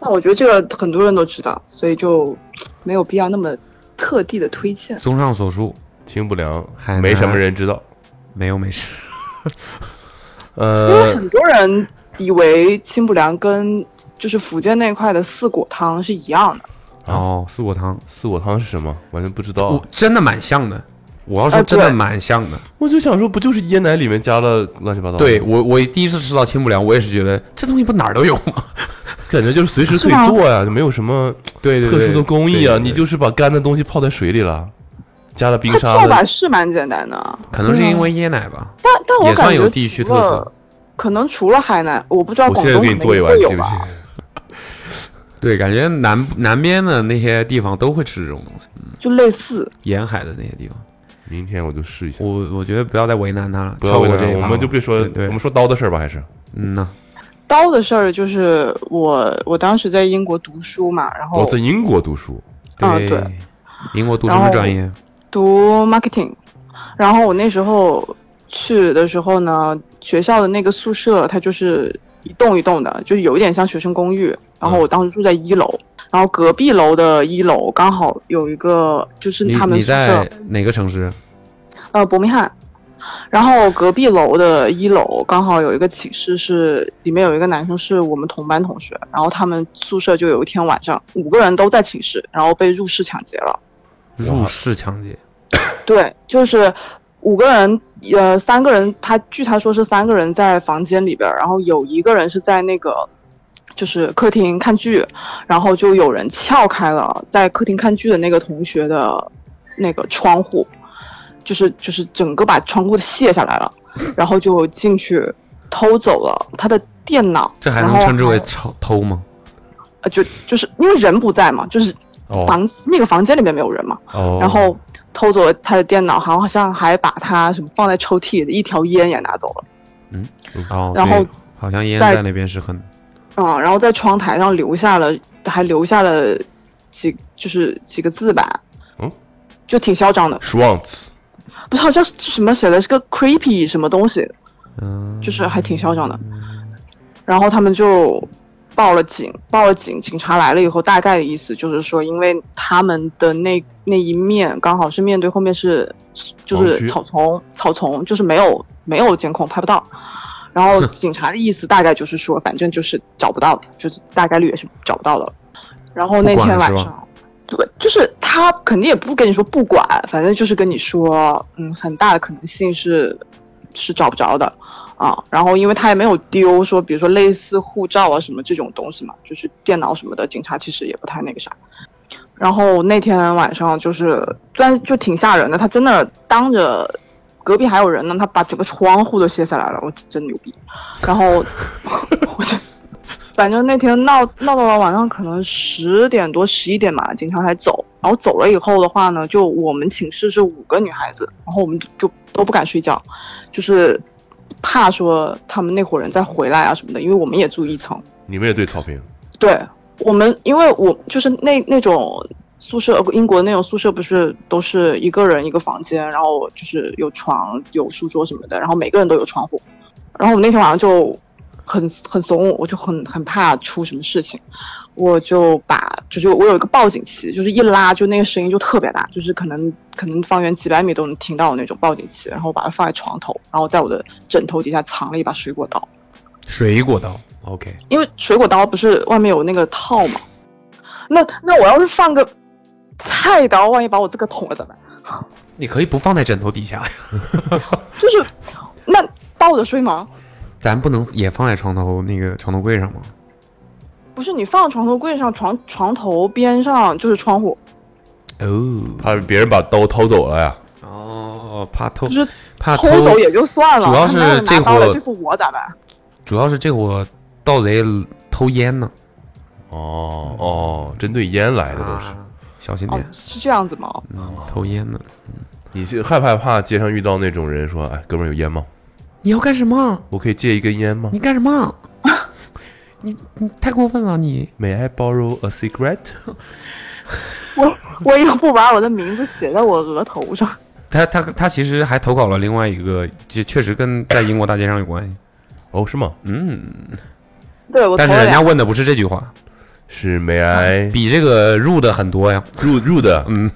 Speaker 8: 那我觉得这个很多人都知道，所以就没有必要那么特地的推荐。
Speaker 3: 综上所述，
Speaker 9: 清不凉
Speaker 3: 海，南
Speaker 9: 没什么人知道。
Speaker 3: 没有美食。
Speaker 8: 因为
Speaker 9: 呃，
Speaker 8: 很多人以为清补凉跟就是福建那块的四果汤是一样的，
Speaker 9: 啊哦
Speaker 3: 哦，四果汤，
Speaker 9: 四果汤是什么？完全不知道。
Speaker 3: 我真的蛮像的。我要说
Speaker 8: 哎
Speaker 3: 真的
Speaker 8: 对
Speaker 3: 蛮像的，
Speaker 9: 我就想说，不就是椰奶里面加了乱七八糟的？
Speaker 3: 对我我第一次吃到清补凉，我也是觉得这东西不哪儿都有吗？
Speaker 9: 感觉就是随时可以做呀，就没有什么
Speaker 3: 对对
Speaker 9: 特
Speaker 3: 对，
Speaker 9: 殊的工艺啊，
Speaker 3: 对对对
Speaker 9: 你就是把干的东西泡在水里了，加了冰
Speaker 8: 它
Speaker 9: 沙
Speaker 8: 做法
Speaker 9: 的，
Speaker 8: 是蛮简单的啊，
Speaker 3: 可能是因为椰奶吧，
Speaker 8: 但但我
Speaker 3: 也
Speaker 8: 感觉
Speaker 3: 算有地区特
Speaker 8: 除
Speaker 3: 色
Speaker 8: 了。。可能除了海南，我不知道
Speaker 9: 我
Speaker 8: 广
Speaker 9: 现在
Speaker 8: 东
Speaker 9: 给
Speaker 8: 可
Speaker 9: 你
Speaker 8: 能
Speaker 9: 做一
Speaker 8: 也
Speaker 9: 碗
Speaker 8: 会有啊
Speaker 9: 行不
Speaker 8: 吧
Speaker 9: 行？？
Speaker 3: 对，感觉南南边的那些地方都会吃这种东西，
Speaker 8: 就类似。
Speaker 3: 沿海的那些地方。
Speaker 9: 明天我就试一下。
Speaker 3: 我我觉得不要再为难他了，
Speaker 9: 不要为
Speaker 3: 跳过
Speaker 9: 难
Speaker 3: 这一
Speaker 9: 我
Speaker 3: 趴
Speaker 9: 们
Speaker 3: 吧
Speaker 9: 就别说，
Speaker 3: 对，
Speaker 9: 我们说刀的事儿吧，还是
Speaker 3: 嗯呐，
Speaker 8: 刀的事儿就是我我当时在英国读书嘛，然
Speaker 9: 我
Speaker 8: 后
Speaker 9: 在英国读书，
Speaker 8: 啊
Speaker 3: 对
Speaker 8: 对，
Speaker 3: 英国读什么专业？
Speaker 8: 读 marketing，然后我那时候去的时候呢，学校的那个宿舍它就是一栋一栋的，就是有一点像学生公寓。
Speaker 9: 嗯
Speaker 8: 然后我当时住在一楼，然后隔壁楼的一楼刚好有一个就是
Speaker 3: 你
Speaker 8: 他们
Speaker 3: 你
Speaker 8: 宿舍
Speaker 3: 在哪个城市？
Speaker 8: 呃伯明翰，然后隔壁楼的一楼刚好有一个寝室是里面有一个男生是我们同班同学，然后他们宿舍就有一天晚上五个人都在寝室，然后被入室抢劫了。
Speaker 3: 入室抢劫，
Speaker 8: 对，就是五个人，呃，三个人，他据他说是三个人在房间里边儿，然后有一个人是在那个就是客厅看剧，然后就有人撬开了在客厅看剧的那个同学的那个窗户，就是就是整个把窗户卸下来了，然后就进去偷走了他的电脑，
Speaker 3: 这还
Speaker 8: 然
Speaker 3: 能
Speaker 8: 后
Speaker 3: 称之为
Speaker 8: 还
Speaker 3: 偷偷吗？
Speaker 8: 呃就就是因为人不在嘛，就是
Speaker 3: 哦
Speaker 8: 房、那个房间里面没有人嘛，
Speaker 3: 哦，
Speaker 8: 然后偷走了他的电脑，好像还把他什么放在抽屉里的一条烟也拿走了，
Speaker 3: 哦，
Speaker 8: 然
Speaker 3: 对
Speaker 8: 后
Speaker 3: 好像烟
Speaker 8: 在
Speaker 3: 在那边是很
Speaker 8: 嗯，然后在窗台上留下了，还留下了几就是几个字吧，
Speaker 9: 嗯，
Speaker 8: 就挺嚣张的，
Speaker 9: Schwantz，
Speaker 8: 不是好像是什么写的是个 creepy 什么东西，
Speaker 3: 嗯，
Speaker 8: 就是还挺嚣张的，然后他们就报了警，报了警，警察来了以后，大概的意思就是说，因为他们的那那一面刚好是面对后面是就
Speaker 9: 盲区
Speaker 8: 是草丛，草丛就是没有没有监控拍不到，然后警察的意思大概就是说，反正就是找不到的，就是大概率也是找不到的了。然后那
Speaker 3: 不管
Speaker 8: 天
Speaker 3: 了是
Speaker 8: 晚
Speaker 3: 吧
Speaker 8: 上。对，就是他肯定也不跟你说不管，反正就是跟你说，嗯，很大的可能性是是找不着的啊。然后因为他也没有丢说，比如说类似护照啊什么这种东西嘛，就是电脑什么的，警察其实也不太那个啥。然后那天晚上就是，虽然就挺吓人的，他真的当着隔壁还有人呢，他把整个窗户都卸下来了，我真牛逼。然后我就。反正那天闹闹到了晚上，可能十点多、十一点吧，警察才走。然后走了以后的话呢，就我们寝室是五个女孩子，然后我们就就都不敢睡觉，就是怕说他们那伙人再回来啊什么的，因为我们也住一层。
Speaker 9: 你们也对草坪，
Speaker 8: 对我们，因为我就是那那种宿舍，呃英国那种宿舍不是都是一个人一个房间，然后就是有床、有书桌什么的，然后每个人都有窗户。然后我那天晚上就很很怂，我就很很怕出什么事情，我就把就是我有一个报警器，就是一拉就那个声音就特别大，就是可能可能方圆几百米都能听到的那种报警器，然后我把它放在床头，然后在我的枕头底下藏了一把水果刀。
Speaker 3: 水果刀，OK，
Speaker 8: 因为水果刀不是外面有那个套嘛，那那我要是放个菜刀，万一把我这个捅了怎么办？
Speaker 3: 你可以不放在枕头底下呀，
Speaker 8: 就是那倒着睡吗？
Speaker 3: 咱不能也放在床头那个床头柜上吗？
Speaker 8: 不是，你放床头柜上，床床头边上就是窗户，
Speaker 3: 哦
Speaker 9: 怕别人把刀偷走了呀。
Speaker 3: 哦，怕偷
Speaker 8: 就是
Speaker 3: 怕
Speaker 8: 偷走也就算了，
Speaker 3: 啊主要
Speaker 8: 他
Speaker 3: 是
Speaker 8: 妈的
Speaker 3: 这
Speaker 8: 拿刀来
Speaker 3: 货
Speaker 8: 对付我咋办？
Speaker 3: 主要是这伙盗贼偷烟呢，
Speaker 9: 哦哦，针对烟来的都是。
Speaker 3: 啊小心
Speaker 8: 哦
Speaker 3: 点，，
Speaker 8: 是这样子吗？
Speaker 3: 嗯，偷烟呢。
Speaker 9: 你是害不害怕街上遇到那种人说：“哎，哥们儿有烟吗？
Speaker 3: 你要干什么？
Speaker 9: 我可以借一根烟吗
Speaker 3: 你干什 么？你你太过分了！你
Speaker 9: ？”May I borrow a cigarette？
Speaker 8: 我我又不把我的名字写在我额头上，
Speaker 3: 他他他其实还投稿了另外一个，这确实跟在英国大街上有关系。
Speaker 9: 哦，是吗？
Speaker 3: 嗯，
Speaker 8: 对我投
Speaker 3: 但是
Speaker 8: 了
Speaker 3: 人家
Speaker 8: 俩
Speaker 3: 问的不是这句话，
Speaker 9: 是 May I
Speaker 3: 比这个入的很多呀。
Speaker 9: 入入的？
Speaker 3: 嗯，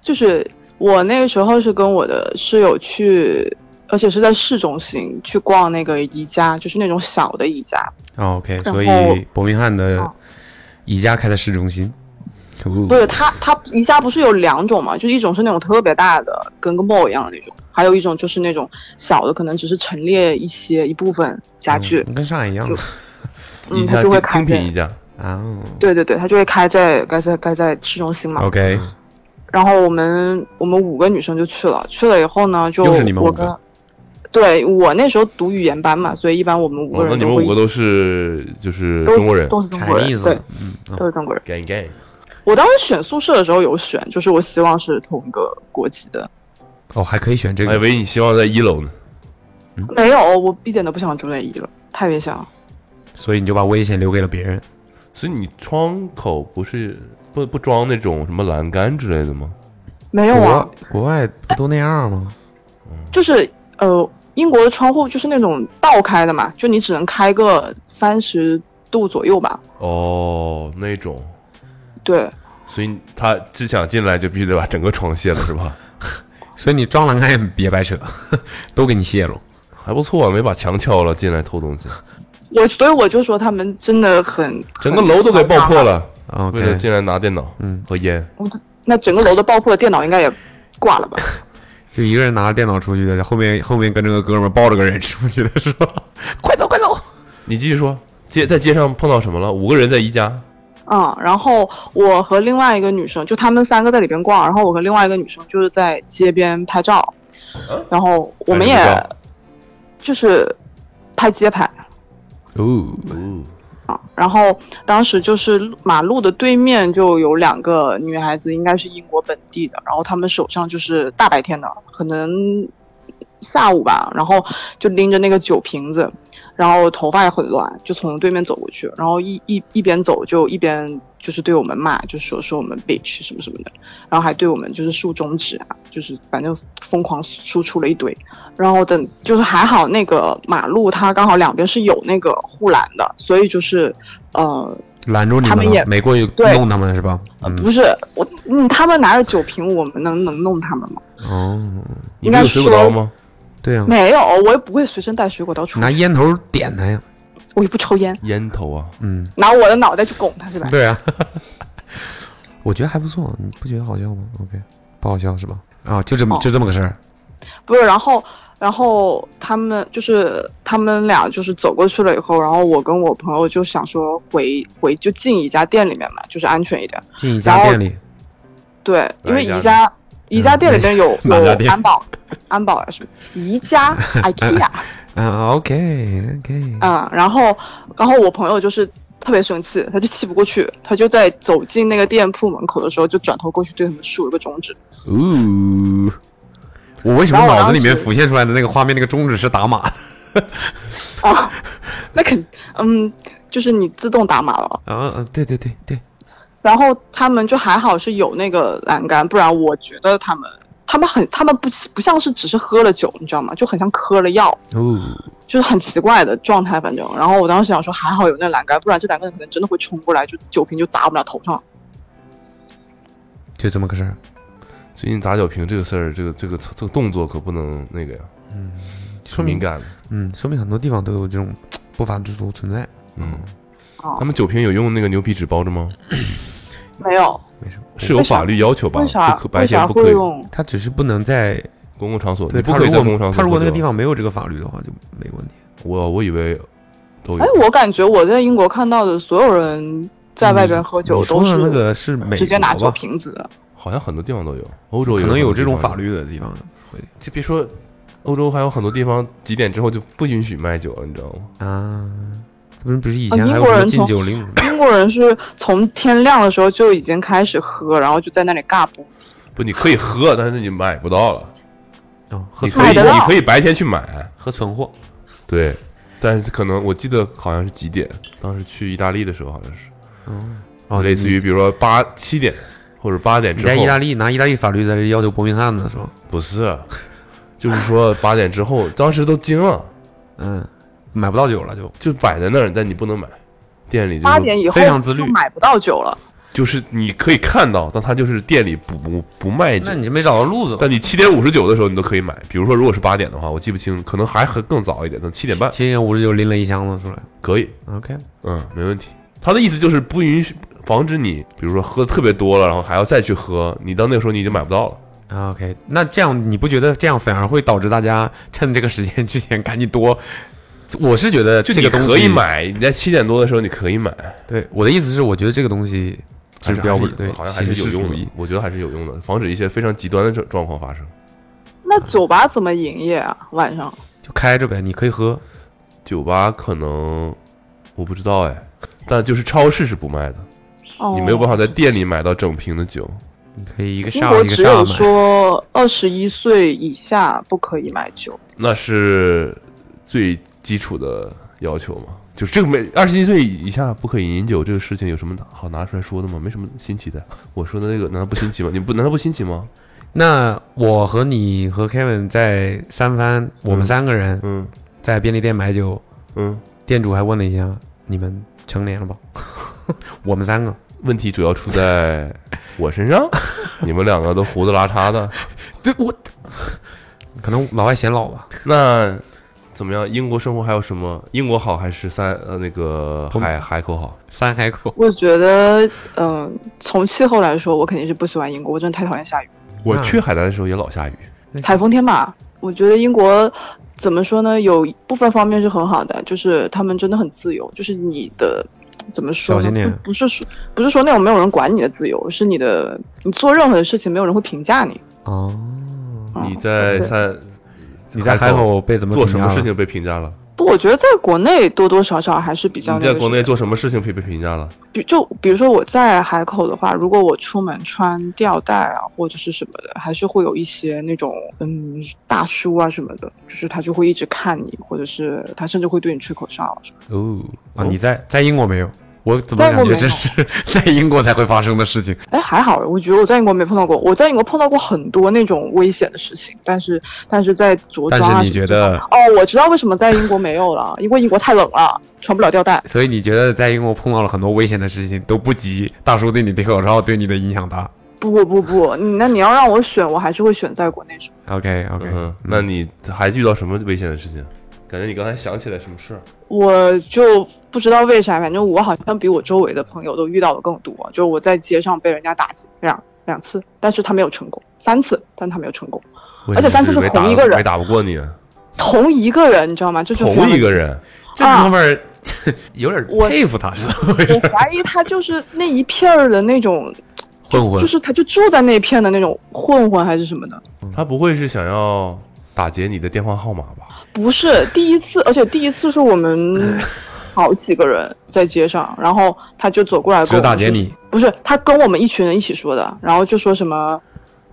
Speaker 8: 就是我那个时候是跟我的室友去，而且是在市中心去逛那个宜家，就是那种小的宜家。
Speaker 3: 哦 OK，
Speaker 8: 然
Speaker 3: 所
Speaker 8: 后
Speaker 3: 以伯明翰的
Speaker 8: 哦
Speaker 3: 宜家开在市中心。哦
Speaker 8: 不是它，它宜家不是有两种嘛？就是一种是那种特别大的，跟个 mall 一样的那种，还有一种就是那种小的，可能只是陈列一些一部分家具。
Speaker 3: 嗯跟上海一样的
Speaker 8: 嗯
Speaker 9: 一
Speaker 8: 它
Speaker 9: 家
Speaker 8: 就会
Speaker 9: 精
Speaker 8: 开
Speaker 9: 精
Speaker 8: 在
Speaker 9: 品一家，
Speaker 3: 啊。
Speaker 8: 对对对，它就会开在该在该在市中心嘛。
Speaker 9: 哦
Speaker 3: OK，
Speaker 8: 然后我们我们五个女生就去了，去了以后呢，就
Speaker 3: 又是你们
Speaker 8: 我
Speaker 3: 五个
Speaker 8: 跟，对我那时候读语言班嘛，所以一般我们五个
Speaker 9: 哦，那
Speaker 8: 人
Speaker 9: 你
Speaker 8: 都
Speaker 9: 们
Speaker 8: 会一
Speaker 9: 五
Speaker 8: 起、
Speaker 9: 个都是就是
Speaker 8: 都
Speaker 9: 中国人
Speaker 8: 都是中国人，
Speaker 3: Chinese，
Speaker 8: 对，
Speaker 3: 嗯，
Speaker 8: 都
Speaker 3: 哦
Speaker 8: 是中国人。
Speaker 9: ，gang gang。
Speaker 8: 我当时选宿舍的时候有选，就是我希望是同一个国籍的，
Speaker 3: 哦，还可以选这
Speaker 9: 哎，
Speaker 3: 个。
Speaker 9: 喂，你希望在一楼呢？嗯
Speaker 8: 没有，我一点都不想住内衣了，太危险了。
Speaker 3: 所以你就把危险留给了别人。
Speaker 9: 所以你窗口不是不不装那种什么栏杆之类的吗？
Speaker 8: 没有
Speaker 3: 国
Speaker 8: 啊
Speaker 3: 外，国外不都那样吗？
Speaker 8: 就是呃，英国的窗户就是那种倒开的嘛，就你只能开个三十度左右吧。
Speaker 9: 哦，那种，
Speaker 8: 对，
Speaker 9: 所以他只想进来就必须得把整个窗卸了，是吧？
Speaker 3: 所以你装栏杆也别白扯， 都给你泄露。
Speaker 9: 还不错啊，没把墙敲了进来偷东西，
Speaker 8: 我所以我就说他们真的很
Speaker 9: 整个楼都给爆破。 了。为了
Speaker 3: 哦 OK，
Speaker 9: 进来拿电脑
Speaker 3: 嗯
Speaker 9: 和烟，
Speaker 8: 那整个楼都爆破，电脑应该也挂了吧？
Speaker 3: 就一个人拿着电脑出去的，后面后面跟着个哥们儿抱着个人出去的是吧？ 快走快走！
Speaker 9: 你继续说。街在街上碰到什么了？五个人在宜家，
Speaker 8: 嗯，然后我和另外一个女生，就她们三个在里边逛，然后我和另外一个女生就是在街边拍照，然后我们也
Speaker 9: 啊拍什么照
Speaker 8: 就是拍街拍。
Speaker 3: 哦，
Speaker 8: 啊，然后当时就是路马路的对面就有两个女孩子，应该是英国本地的，然后她们手上就是大白天的，可能下午吧，然后就拎着那个酒瓶子，然后头发也很乱，就从对面走过去，然后一一一边走就一边就是对我们骂，就说说我们 bitch 什么什么的，然后还对我们就是竖中指啊，就是反正疯狂输出了一堆。然后等就是还好那个马路它刚好两边是有那个护栏的，所以就是呃
Speaker 3: 拦住你
Speaker 8: 他
Speaker 3: 们
Speaker 8: 们也
Speaker 3: 了，没过去
Speaker 8: 对
Speaker 3: 弄他们是吧？
Speaker 8: 呃
Speaker 3: 嗯，
Speaker 8: 不是我嗯他们拿着酒瓶，我们能能弄他们吗？
Speaker 3: 哦，
Speaker 9: 你没有水果刀吗？
Speaker 3: 对啊，
Speaker 8: 没有，我也不会随身带水果刀出
Speaker 3: 拿
Speaker 8: 去，
Speaker 3: 烟头点他呀。
Speaker 8: 我也不抽烟，
Speaker 9: 烟头啊，
Speaker 3: 嗯，
Speaker 8: 拿我的脑袋去拱他是吧？
Speaker 3: 对啊， 我觉得还不错，你不觉得好笑吗？OK，不好笑是吧？啊，就这么
Speaker 8: 哦
Speaker 3: 就这么个事儿。
Speaker 8: 不是，然后然后他们就是他们俩就是走过去了以后，然后我跟我朋友就想说回回就进一家店里面嘛，就是安全一点。
Speaker 3: 进一家
Speaker 8: 然后
Speaker 3: 店里，
Speaker 8: 对，因为
Speaker 9: 哪一
Speaker 8: 宜
Speaker 9: 家
Speaker 8: 家宜家店里面有、
Speaker 3: 哪家店
Speaker 8: 有安保，安保啊什么宜家 IKEA
Speaker 3: 啊，OK OK，
Speaker 8: 啊、然后然后我朋友就是。特别生气，他就气不过去，他就在走进那个店铺门口的时候，就转头过去对他们竖了个中指。
Speaker 3: 哦，我为什么
Speaker 8: 然后我
Speaker 3: 脑子里面
Speaker 8: 当时
Speaker 3: 浮现出来的那个画面，那个中指是打码的？
Speaker 8: 啊，那肯，嗯，就是你自动打码了。
Speaker 3: 啊，对对对对，
Speaker 8: 然后他们就还好是有那个栏杆，不然我觉得他们他们很他们不不像是只是喝了酒，你知道吗？就很像嗑了药，
Speaker 3: 哦，
Speaker 8: 就是很奇怪的状态，反正。然后我当时想说，还好有那栏杆，不然这两个人可能真的会冲过来，就酒瓶就砸我们俩头上了。
Speaker 3: 就这么个事儿。
Speaker 4: 最近砸酒瓶这个事儿，这个这个这个动作可不能那个呀，
Speaker 3: 说
Speaker 4: 敏
Speaker 3: 明，
Speaker 4: 感了。
Speaker 3: 嗯，说明很多地方都有这种不法之徒存在。
Speaker 4: 嗯，
Speaker 8: 哦
Speaker 4: 他们酒瓶有用那个牛皮纸包着吗？
Speaker 8: 没有，
Speaker 3: 没什么，
Speaker 4: 是有
Speaker 8: 为啥
Speaker 4: 法律要求吧？
Speaker 8: 为啥
Speaker 4: 不可白
Speaker 8: 为
Speaker 4: 天
Speaker 8: 啥
Speaker 4: 不可
Speaker 8: 会
Speaker 4: 以，
Speaker 8: 用？
Speaker 3: 他只是不能在
Speaker 4: 公共场所
Speaker 3: 对
Speaker 4: 你不
Speaker 3: 他
Speaker 4: 可以
Speaker 3: 如
Speaker 4: 在公共场
Speaker 3: 果
Speaker 4: 所。
Speaker 3: 他如果那个地
Speaker 4: 方，
Speaker 3: 方没有这个法律的话，就没问题。
Speaker 4: 我我以为都有
Speaker 8: 哎，，我感觉我在英国看到的所有人在外边喝
Speaker 3: 嗯
Speaker 8: 酒
Speaker 3: 你说
Speaker 8: 都
Speaker 3: 的
Speaker 8: 是
Speaker 3: 那个是美
Speaker 8: 直接
Speaker 3: 国
Speaker 8: 拿酒
Speaker 3: 吧？
Speaker 8: 瓶子的。
Speaker 4: 好像很多地方都有，欧洲
Speaker 3: 可能有
Speaker 4: 有
Speaker 3: 这种法
Speaker 4: 律。
Speaker 3: 律的地方会
Speaker 4: 就别说欧洲，还有很多地方几点之后就不允许卖酒了，你知道吗？
Speaker 3: 啊，他们不是以
Speaker 8: 啊
Speaker 3: 前
Speaker 8: 英
Speaker 3: 还有
Speaker 8: 国
Speaker 3: 什么
Speaker 8: 人
Speaker 3: 禁
Speaker 8: 从
Speaker 3: 酒令什么的？
Speaker 8: 英国人是从天亮的时候就已经开始喝，然后就在那里尬不。
Speaker 4: 不，你可以喝，但是你买不到了。
Speaker 3: 哦，喝
Speaker 4: 你
Speaker 3: 存
Speaker 4: 可以，
Speaker 8: 买得到
Speaker 4: 你可以白天去买，
Speaker 3: 喝存货，
Speaker 4: 对。但是可能我记得好像是几点，当时去意大利的时候好像是，
Speaker 3: 哦，
Speaker 4: 类似
Speaker 3: 你
Speaker 4: 于比如说八七点或者八点
Speaker 3: 你
Speaker 4: 之
Speaker 3: 在意大
Speaker 4: 后，
Speaker 3: 利拿意大利法律在这要求伯明翰呢，是吧？
Speaker 4: 不是，就是说八点之后，当时都惊了，
Speaker 3: 嗯，买不到酒了就
Speaker 4: 就摆在那儿，但你不能买，店里就
Speaker 8: 八
Speaker 4: 是
Speaker 8: 点以后
Speaker 3: 非常自律
Speaker 8: 就买不到酒了。
Speaker 4: 就是你可以看到，但他就是店里不不不卖酒
Speaker 3: 那，你就没找到路子吧？
Speaker 4: 但你七点五十九的时候你都可以买，比如说如果是八点的话，我记不清，可能还很更早一点，可能七点半
Speaker 3: 七点五十九拎了一箱子出来
Speaker 4: 可以，
Speaker 3: ，OK，
Speaker 4: 嗯，没问题。他的意思就是不允许防止你，比如说喝特别多了，然后还要再去喝，你到那个时候你已经买不到了。
Speaker 3: 啊 OK，那这样你不觉得这样反而会导致大家趁这个时间 之前赶紧多？我是觉得
Speaker 4: 就
Speaker 3: 这
Speaker 4: 你
Speaker 3: 个东西
Speaker 4: 可以，买，你在七点多的时候你可以买，
Speaker 3: 对我的意思是，我觉得这个东西
Speaker 4: 还
Speaker 3: 治
Speaker 4: 是
Speaker 3: 标
Speaker 4: 还
Speaker 3: 不
Speaker 4: 是
Speaker 3: 对，
Speaker 4: 好像还是
Speaker 3: 形
Speaker 4: 有
Speaker 3: 式
Speaker 4: 用
Speaker 3: 主
Speaker 4: 的
Speaker 3: 义。。
Speaker 4: 我觉得还是有用的，防止一些非常极端的状状况发生。
Speaker 8: 那酒吧怎么营业啊？晚上
Speaker 3: 就开着呗，你可以喝，
Speaker 4: 酒吧可能我不知道哎，但就是超市是不卖的，
Speaker 8: 哦，
Speaker 4: 你没有办法在店里买到整瓶的酒。
Speaker 3: 你可以一个
Speaker 8: 英
Speaker 3: 下
Speaker 8: 国
Speaker 3: 午一个
Speaker 8: 只
Speaker 3: 下
Speaker 8: 有
Speaker 3: 午买。
Speaker 8: 说二十一岁以下不可以买酒，
Speaker 4: 那是最基础的要求嘛。就是这个没二十一岁以下不可以饮酒这个事情有什么好拿出来说的吗？没什么新奇的。我说的那个难道不新奇吗？你不难道不新奇吗？
Speaker 3: 那我和你和 Kevin 在三番，我们三个人
Speaker 4: 嗯
Speaker 3: 在便利店买酒，
Speaker 4: 嗯。
Speaker 3: 店主还问了一下：“你们成年了吧？” 我们三个
Speaker 4: 问题主要出在我身上，你们两个都胡子拉碴的。
Speaker 3: 对我，可能老外显老吧。
Speaker 4: 那怎么样？英国生活还有什么？英国好还是三呃那个
Speaker 3: 我
Speaker 4: 海海口好？
Speaker 3: 三海口，
Speaker 8: 我觉得，嗯、从气候来说，我肯定是不喜欢英国，我真的太讨厌下雨，
Speaker 4: 我
Speaker 3: 嗯
Speaker 4: 去海南的时候也老下雨。
Speaker 8: 台风天嘛。我觉得英国怎么说呢？有部分方面是很好的，就是他们真的很自由，就是你的怎么说呢？
Speaker 3: 小心点
Speaker 8: 不不是说不是说那种没有人管你的自由，是你的你做任何事情没有人会评价你。
Speaker 3: 哦，
Speaker 8: 嗯
Speaker 4: 你在
Speaker 8: 是
Speaker 4: 三
Speaker 3: 你在海口被怎么
Speaker 4: 做
Speaker 3: 评
Speaker 4: 什
Speaker 3: 价
Speaker 4: 么事
Speaker 3: 了？
Speaker 4: 情被评价了？
Speaker 8: 不，我觉得在国内多多少少还是比较
Speaker 4: 你
Speaker 8: 那
Speaker 4: 在
Speaker 8: 个
Speaker 4: 国
Speaker 8: 什么
Speaker 4: 内做什么事情被被评价了？
Speaker 8: 比就比如说我在海口的话，如果我出门穿吊带啊或者是什么的，还是会有一些那种嗯大叔啊什么的，就是他就会一直看你，或者是他甚至会对你吹口哨啊什么的。
Speaker 3: 哦啊，你在在英国没有？我怎么
Speaker 8: 在
Speaker 3: 感
Speaker 8: 英国
Speaker 3: 觉这是在英国才会发生的事情？
Speaker 8: 哎，还好，我觉得我在英国没碰到过，我在英国碰到过很多那种危险的事情，但是但是在着
Speaker 3: 但
Speaker 8: 装
Speaker 3: 是
Speaker 8: 啊
Speaker 3: 你
Speaker 8: 什么
Speaker 3: 觉
Speaker 8: 的
Speaker 3: 得，
Speaker 8: 哦，我知道为什么在英国没有了，因为英国太冷了，穿不了吊带。
Speaker 3: 所以你觉得在英国碰到了很多危险的事情都不及大叔对你的口罩对你的影响大
Speaker 8: 不不不不，你那你要让我选，我还是会选在国内生活。
Speaker 3: ？OK OK，、
Speaker 4: 嗯，那你还遇到什么危险的事情？感觉你刚才想起来什么事儿？
Speaker 8: 我就不知道为啥，反正我好像比我周围的朋友都遇到的更多。就是我在街上被人家打击两两次，但是他没有成功，三次，但他没有成功，而且三次是
Speaker 4: 没打
Speaker 8: 同一个人
Speaker 4: 没打不过你，
Speaker 8: 同一个人，你知道吗？这就
Speaker 4: 同一个人，
Speaker 3: 这
Speaker 8: 啊
Speaker 3: 哥们儿 有点
Speaker 8: 我
Speaker 3: 佩服他，是怎么回
Speaker 8: 非常
Speaker 3: 事
Speaker 8: 的。？我怀疑他就是那一片儿的那种，
Speaker 3: 混混
Speaker 8: 就是他就住在那片的那种混混还是什么的。
Speaker 3: 嗯
Speaker 4: 他不会是想要打劫你的电话号码吧？
Speaker 8: 不是第一次，而且第一次是我们好几个人在街上，然后他就走过来跟
Speaker 3: 只
Speaker 8: 我们
Speaker 3: 打劫
Speaker 8: 说
Speaker 3: 你，
Speaker 8: 不是他跟我们一群人一起说的，然后就说什么。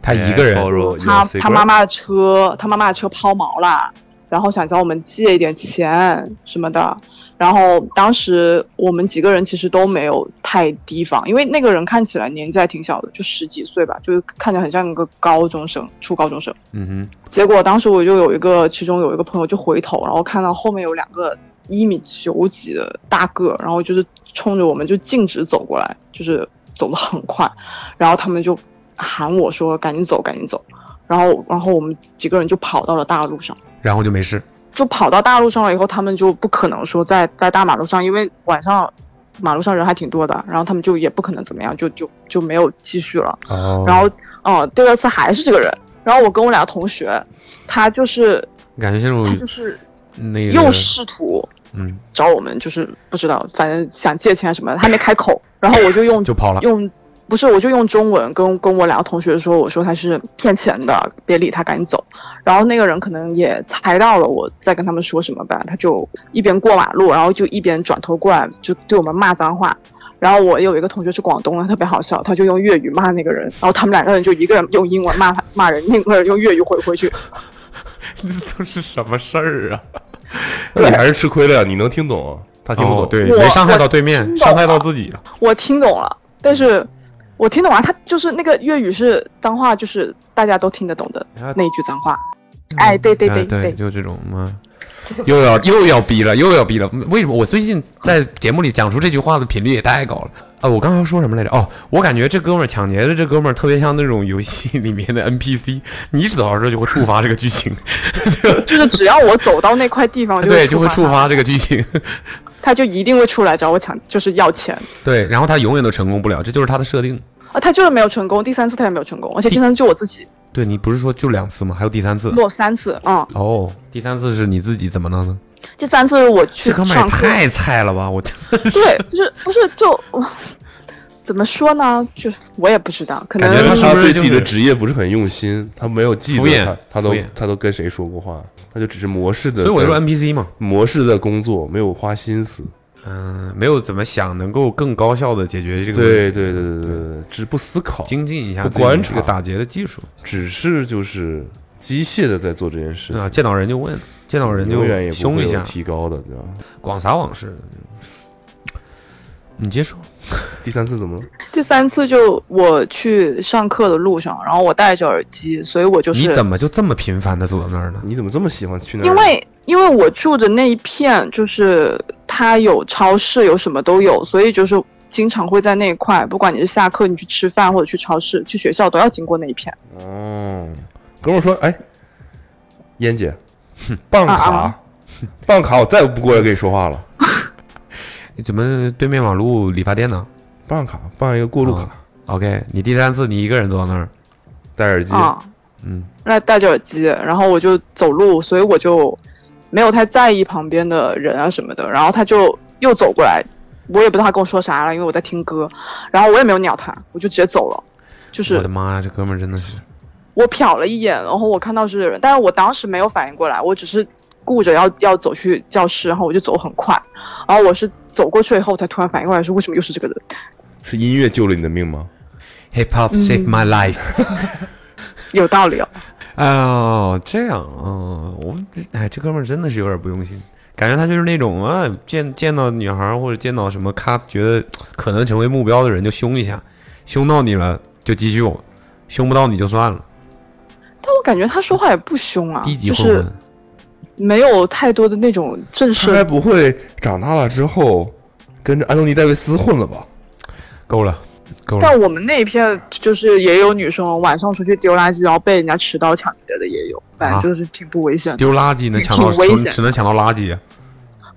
Speaker 3: 他一个人
Speaker 4: 哎，borrow your
Speaker 8: 他
Speaker 4: cigarette
Speaker 8: 他妈妈的车，他妈妈的车抛锚了，然后想找我们借一点钱什么的。然后当时我们几个人其实都没有太提防，因为那个人看起来年纪还挺小的，就十几岁吧，就是看着很像一个高中生，初高中生。
Speaker 3: 嗯
Speaker 8: 结果当时我就有一个，其中有一个朋友就回头，然后看到后面有两个一米九几的大个，然后就是冲着我们就径直走过来，就是走得很快，然后他们就喊我说赶紧走，赶紧走，然后然后我们几个人就跑到了大路上。
Speaker 3: 哼，然后就没事。
Speaker 8: 就跑到大路上了以后，他们就不可能说在在大马路上，因为晚上马路上人还挺多的，然后他们就也不可能怎么样，就就就没有继续了。
Speaker 3: 哦
Speaker 8: 然后，嗯、第二次还是这个人，然后我跟我俩同学，他就是
Speaker 3: 感觉这
Speaker 8: 他
Speaker 3: 种
Speaker 8: 就是
Speaker 3: 那个
Speaker 8: 又试图
Speaker 3: 嗯
Speaker 8: 找我们，就是不知道，反正想借钱什么的，还没开口，然后我就用
Speaker 3: 就跑了。
Speaker 8: 用不是，我就用中文跟跟我两个同学说，我说他是骗钱的，别理他，赶紧走。然后那个人可能也猜到了我在跟他们说什么吧，他就一边过马路，然后就一边转头过来，就对我们骂脏话。然后我有一个同学是广东的，特别好笑，他就用粤语骂那个人，然后他们两个人就一个人用英文骂他骂人，另一个人用粤语回回去。
Speaker 9: 这都是什么事儿啊？
Speaker 4: 那你还是吃亏了呀，你能听懂，啊他听不
Speaker 3: 哦
Speaker 4: 懂，，
Speaker 3: 对，
Speaker 8: 我
Speaker 3: 没伤害到对面，
Speaker 8: 真的
Speaker 3: 伤害到自己了。
Speaker 8: 我听懂了，但是我听懂了，他就是那个粤语是脏话，就是大家都听得懂的那一句脏话。哎，对对
Speaker 3: 哎
Speaker 8: 对
Speaker 3: 对，就这种嘛， 又要又要逼了，又要逼了。嗯为什么我最近在节目里讲出这句话的频率也太高了？啊，我刚刚说什么来着？哦，我感觉这哥们儿抢劫的这哥们儿特别像那种游戏里面的 NPC，你一指头这就会触发这个剧情，
Speaker 8: 就是只要我走到那块地 方，
Speaker 3: 对，就会触
Speaker 8: 发
Speaker 3: 发这个剧情。
Speaker 8: 他，他就一定会出来找我抢，就是要钱。
Speaker 3: 对，然后他永远都成功不了，这就是他的设定。
Speaker 8: 啊，他就是没有成功，第三次他也没有成功，而且第三次就我自己
Speaker 3: 对你不是说就两次吗？还有第三次。
Speaker 8: 落三次，嗯，
Speaker 3: 哦，第三次是你自己怎么弄呢？
Speaker 8: 第三次我去
Speaker 3: 这哥们儿
Speaker 8: 上
Speaker 3: 也
Speaker 8: 课，
Speaker 3: 太菜了吧！我 真的是
Speaker 8: 对，就是不是就。 怎么说呢？就我也不知道，可能
Speaker 3: 感觉
Speaker 4: 因为
Speaker 3: 他是不是
Speaker 4: 嗯啊对
Speaker 3: 就
Speaker 4: 自己的
Speaker 3: 是
Speaker 4: 职业不是很用心，他没有记
Speaker 3: 敷
Speaker 4: 得
Speaker 3: 衍
Speaker 4: 他，他
Speaker 3: 敷
Speaker 4: 都
Speaker 3: 衍
Speaker 4: 他都跟谁说过话，他就只是模式的，
Speaker 3: 所以我就说 NPC 嘛。
Speaker 4: 模式的工作，没有花心思。
Speaker 3: 嗯，没有怎么想能够更高效的解决这个问
Speaker 4: 对
Speaker 3: 题
Speaker 4: 对对对对对，只是不思考，
Speaker 3: 精进一下
Speaker 4: 不
Speaker 3: 自己
Speaker 4: 观
Speaker 3: 这个
Speaker 4: 察
Speaker 3: 打劫的技术
Speaker 4: 只是就是机械的在做这件事
Speaker 3: 啊，
Speaker 4: 情，
Speaker 3: 见到人就问，见到人
Speaker 4: 嗯永远也
Speaker 3: 就
Speaker 4: 不
Speaker 3: 凶
Speaker 4: 会
Speaker 3: 一
Speaker 4: 有
Speaker 3: 下，
Speaker 4: 提高的，对吧？
Speaker 3: 广撒网似的。你接说，
Speaker 4: 第三次怎么了？
Speaker 8: 第三次就我去上课的路上，然后我戴着耳机，所以我就是
Speaker 3: 你怎么就这么频繁的走到那儿呢？
Speaker 4: 你怎么这么喜欢去那儿？
Speaker 8: 因
Speaker 3: 哎
Speaker 8: 为因为我住的那一片就是它有超市，有什么都有，所以就是经常会在那一块，不管你是下课你去吃饭或者去超市、去学校，都要经过那一片。
Speaker 4: 哦，哥们儿说，哎，燕姐，办卡，办卡，我再也不过来跟你说话了。
Speaker 3: 你怎么对面马路理发店呢？
Speaker 4: 办卡，办一个过路
Speaker 3: 哦
Speaker 4: 卡，
Speaker 3: OK，你第三次你一个人走到那儿，
Speaker 4: 戴耳机，
Speaker 8: 啊，
Speaker 3: 嗯，
Speaker 8: 那戴着耳机，然后我就走路，所以我就没有太在意旁边的人啊什么的。然后他就又走过来，我也不知道他跟我说啥了，因为我在听歌，然后我也没有鸟他，我就直接走了。就
Speaker 3: 我
Speaker 8: 是嗯
Speaker 3: 的妈呀，这哥们儿真的是，
Speaker 8: 我瞟了一眼，然后我看到是人，但是我当时没有反应过来，我只是顾着要要走去教室，然后我就走很快，然后我是走过去以后才突然反应过来，说为什么又是这个人？
Speaker 4: 是音乐救了你的命吗？
Speaker 3: Hip Hop Save My Life。
Speaker 8: 有道理哦，
Speaker 3: 哦，这样哦，我哎，这哥们儿真的是有点不用心，感觉他就是那种啊，见见到女孩儿或者见到什么他觉得可能成为目标的人就凶一下，凶到你了就继续往，凶不到你就算了，
Speaker 8: 但我感觉他说话也不凶啊，
Speaker 3: 低级
Speaker 8: 就
Speaker 3: 混
Speaker 8: 是
Speaker 3: 混。
Speaker 8: 没有太多的那种正
Speaker 4: 他该
Speaker 8: 式。
Speaker 4: 不会长大了之后跟着安东尼戴维斯混了吧？
Speaker 3: 够了，够了。
Speaker 8: 但我们那一片就是也有女生晚上出去丢垃圾，然后被人家持刀抢劫的也有，反
Speaker 3: 啊
Speaker 8: 正就是挺不危险的。
Speaker 3: 丢垃圾能抢到，
Speaker 8: 挺危险
Speaker 3: 只
Speaker 8: 的
Speaker 3: 只能抢到垃圾啊。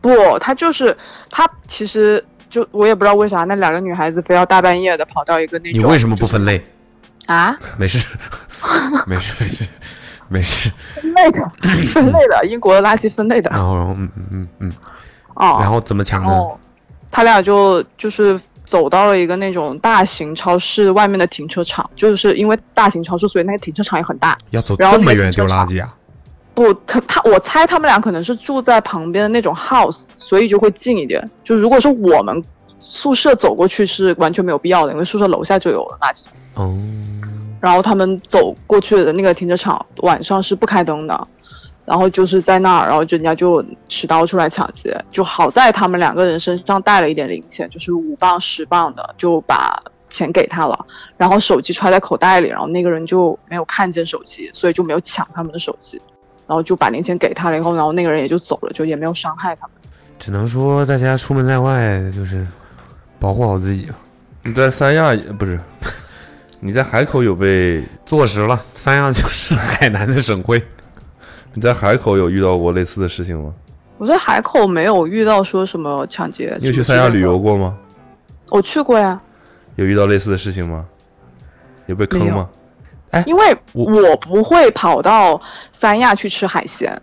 Speaker 8: 不，他就是他，其实就我也不知道为啥那两个女孩子非要大半夜的跑到一个那
Speaker 3: 你
Speaker 8: 种
Speaker 3: 为什么不分 类？
Speaker 8: 啊？
Speaker 3: 没事，没事，没事，没事。
Speaker 8: 分类 的，分类的，英国的垃圾分类的
Speaker 3: 然后，嗯嗯嗯嗯，
Speaker 8: 哦。
Speaker 3: 然后怎么抢
Speaker 8: 然
Speaker 3: 呢？
Speaker 8: 后他俩就就是走到了一个那种大型超市外面的停车场，就是因为大型超市，所以那个停车场也很大。
Speaker 3: 要走
Speaker 8: 然后
Speaker 3: 这么
Speaker 8: 那个
Speaker 3: 远
Speaker 8: 停
Speaker 3: 丢
Speaker 8: 车
Speaker 3: 垃圾啊？
Speaker 8: 不，他他，我猜他们俩可能是住在旁边的那种 house，所以就会近一点。就如果是我们宿舍走过去是完全没有必要的，因为宿舍楼下就有垃圾桶。
Speaker 3: 哦，
Speaker 8: 然后他们走过去的那个停车场晚上是不开灯的，然后就是在那儿，然后人家就持刀出来抢劫，就好在他们两个人身上带了一点零钱，就是五磅十磅的，就把钱给他了，然后手机揣在口袋里，然后那个人就没有看见手机，所以就没有抢他们的手机，然后就把零钱给他了以后，然后那个人也就走了，就也没有伤害他们。
Speaker 3: 只能说大家出门在外就是 保护好自己。
Speaker 4: 你在三亚也不是？你在海口有被？
Speaker 3: 坐实了，三亚就是海南的省 会。
Speaker 4: 你在海口有遇到过类似的事情吗？
Speaker 8: 我在海口没有遇到说什么抢劫，
Speaker 4: 你有去三亚旅游？过吗？
Speaker 8: 我去过呀，
Speaker 4: 有遇到类似的事情吗？有被坑吗？
Speaker 8: 因为
Speaker 3: 我
Speaker 8: 我不会跑到三亚去吃海鲜，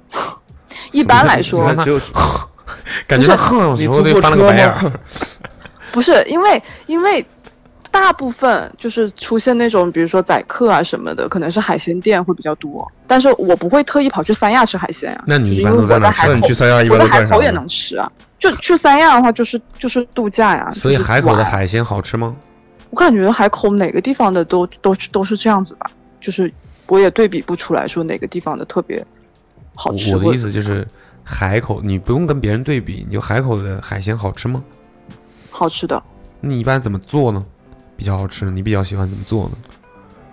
Speaker 8: 一般来说，
Speaker 4: 只有
Speaker 3: 感觉到横的
Speaker 4: 你
Speaker 3: 时
Speaker 4: 坐
Speaker 3: 候
Speaker 4: 过
Speaker 3: 得翻了个
Speaker 4: 车
Speaker 3: 白眼儿。
Speaker 4: 吗？
Speaker 8: 不是因为因为大部分就是出现那种比如说宰客啊什么的，可能是海鲜店会比较多，但是我不会特意跑去三亚吃海鲜呀、
Speaker 3: 那你
Speaker 8: 就是
Speaker 3: 一
Speaker 8: 因
Speaker 3: 般
Speaker 8: 为
Speaker 3: 都
Speaker 8: 我
Speaker 3: 在哪儿
Speaker 8: 在海
Speaker 3: 吃
Speaker 4: 那
Speaker 8: 口
Speaker 4: 你，去三亚一
Speaker 8: 我
Speaker 4: 般
Speaker 8: 在
Speaker 4: 都
Speaker 8: 海
Speaker 4: 干啥
Speaker 8: 口也
Speaker 4: 呢？
Speaker 8: 能吃啊。就去三亚的话，就是就是度假呀、
Speaker 3: 所以
Speaker 8: 就是
Speaker 3: 海口的
Speaker 8: 玩
Speaker 3: 海鲜好吃吗？
Speaker 8: 我感觉海口哪个地方的都都都是这样子吧，就是我也对比不出来说哪个地方的特别好吃。
Speaker 3: 我我的意思就是，海口你不用跟别人对比，你就海口的海鲜好吃吗？
Speaker 8: 好吃的，
Speaker 3: 那你一般怎么做呢？比较好吃，你比较喜欢怎么做呢？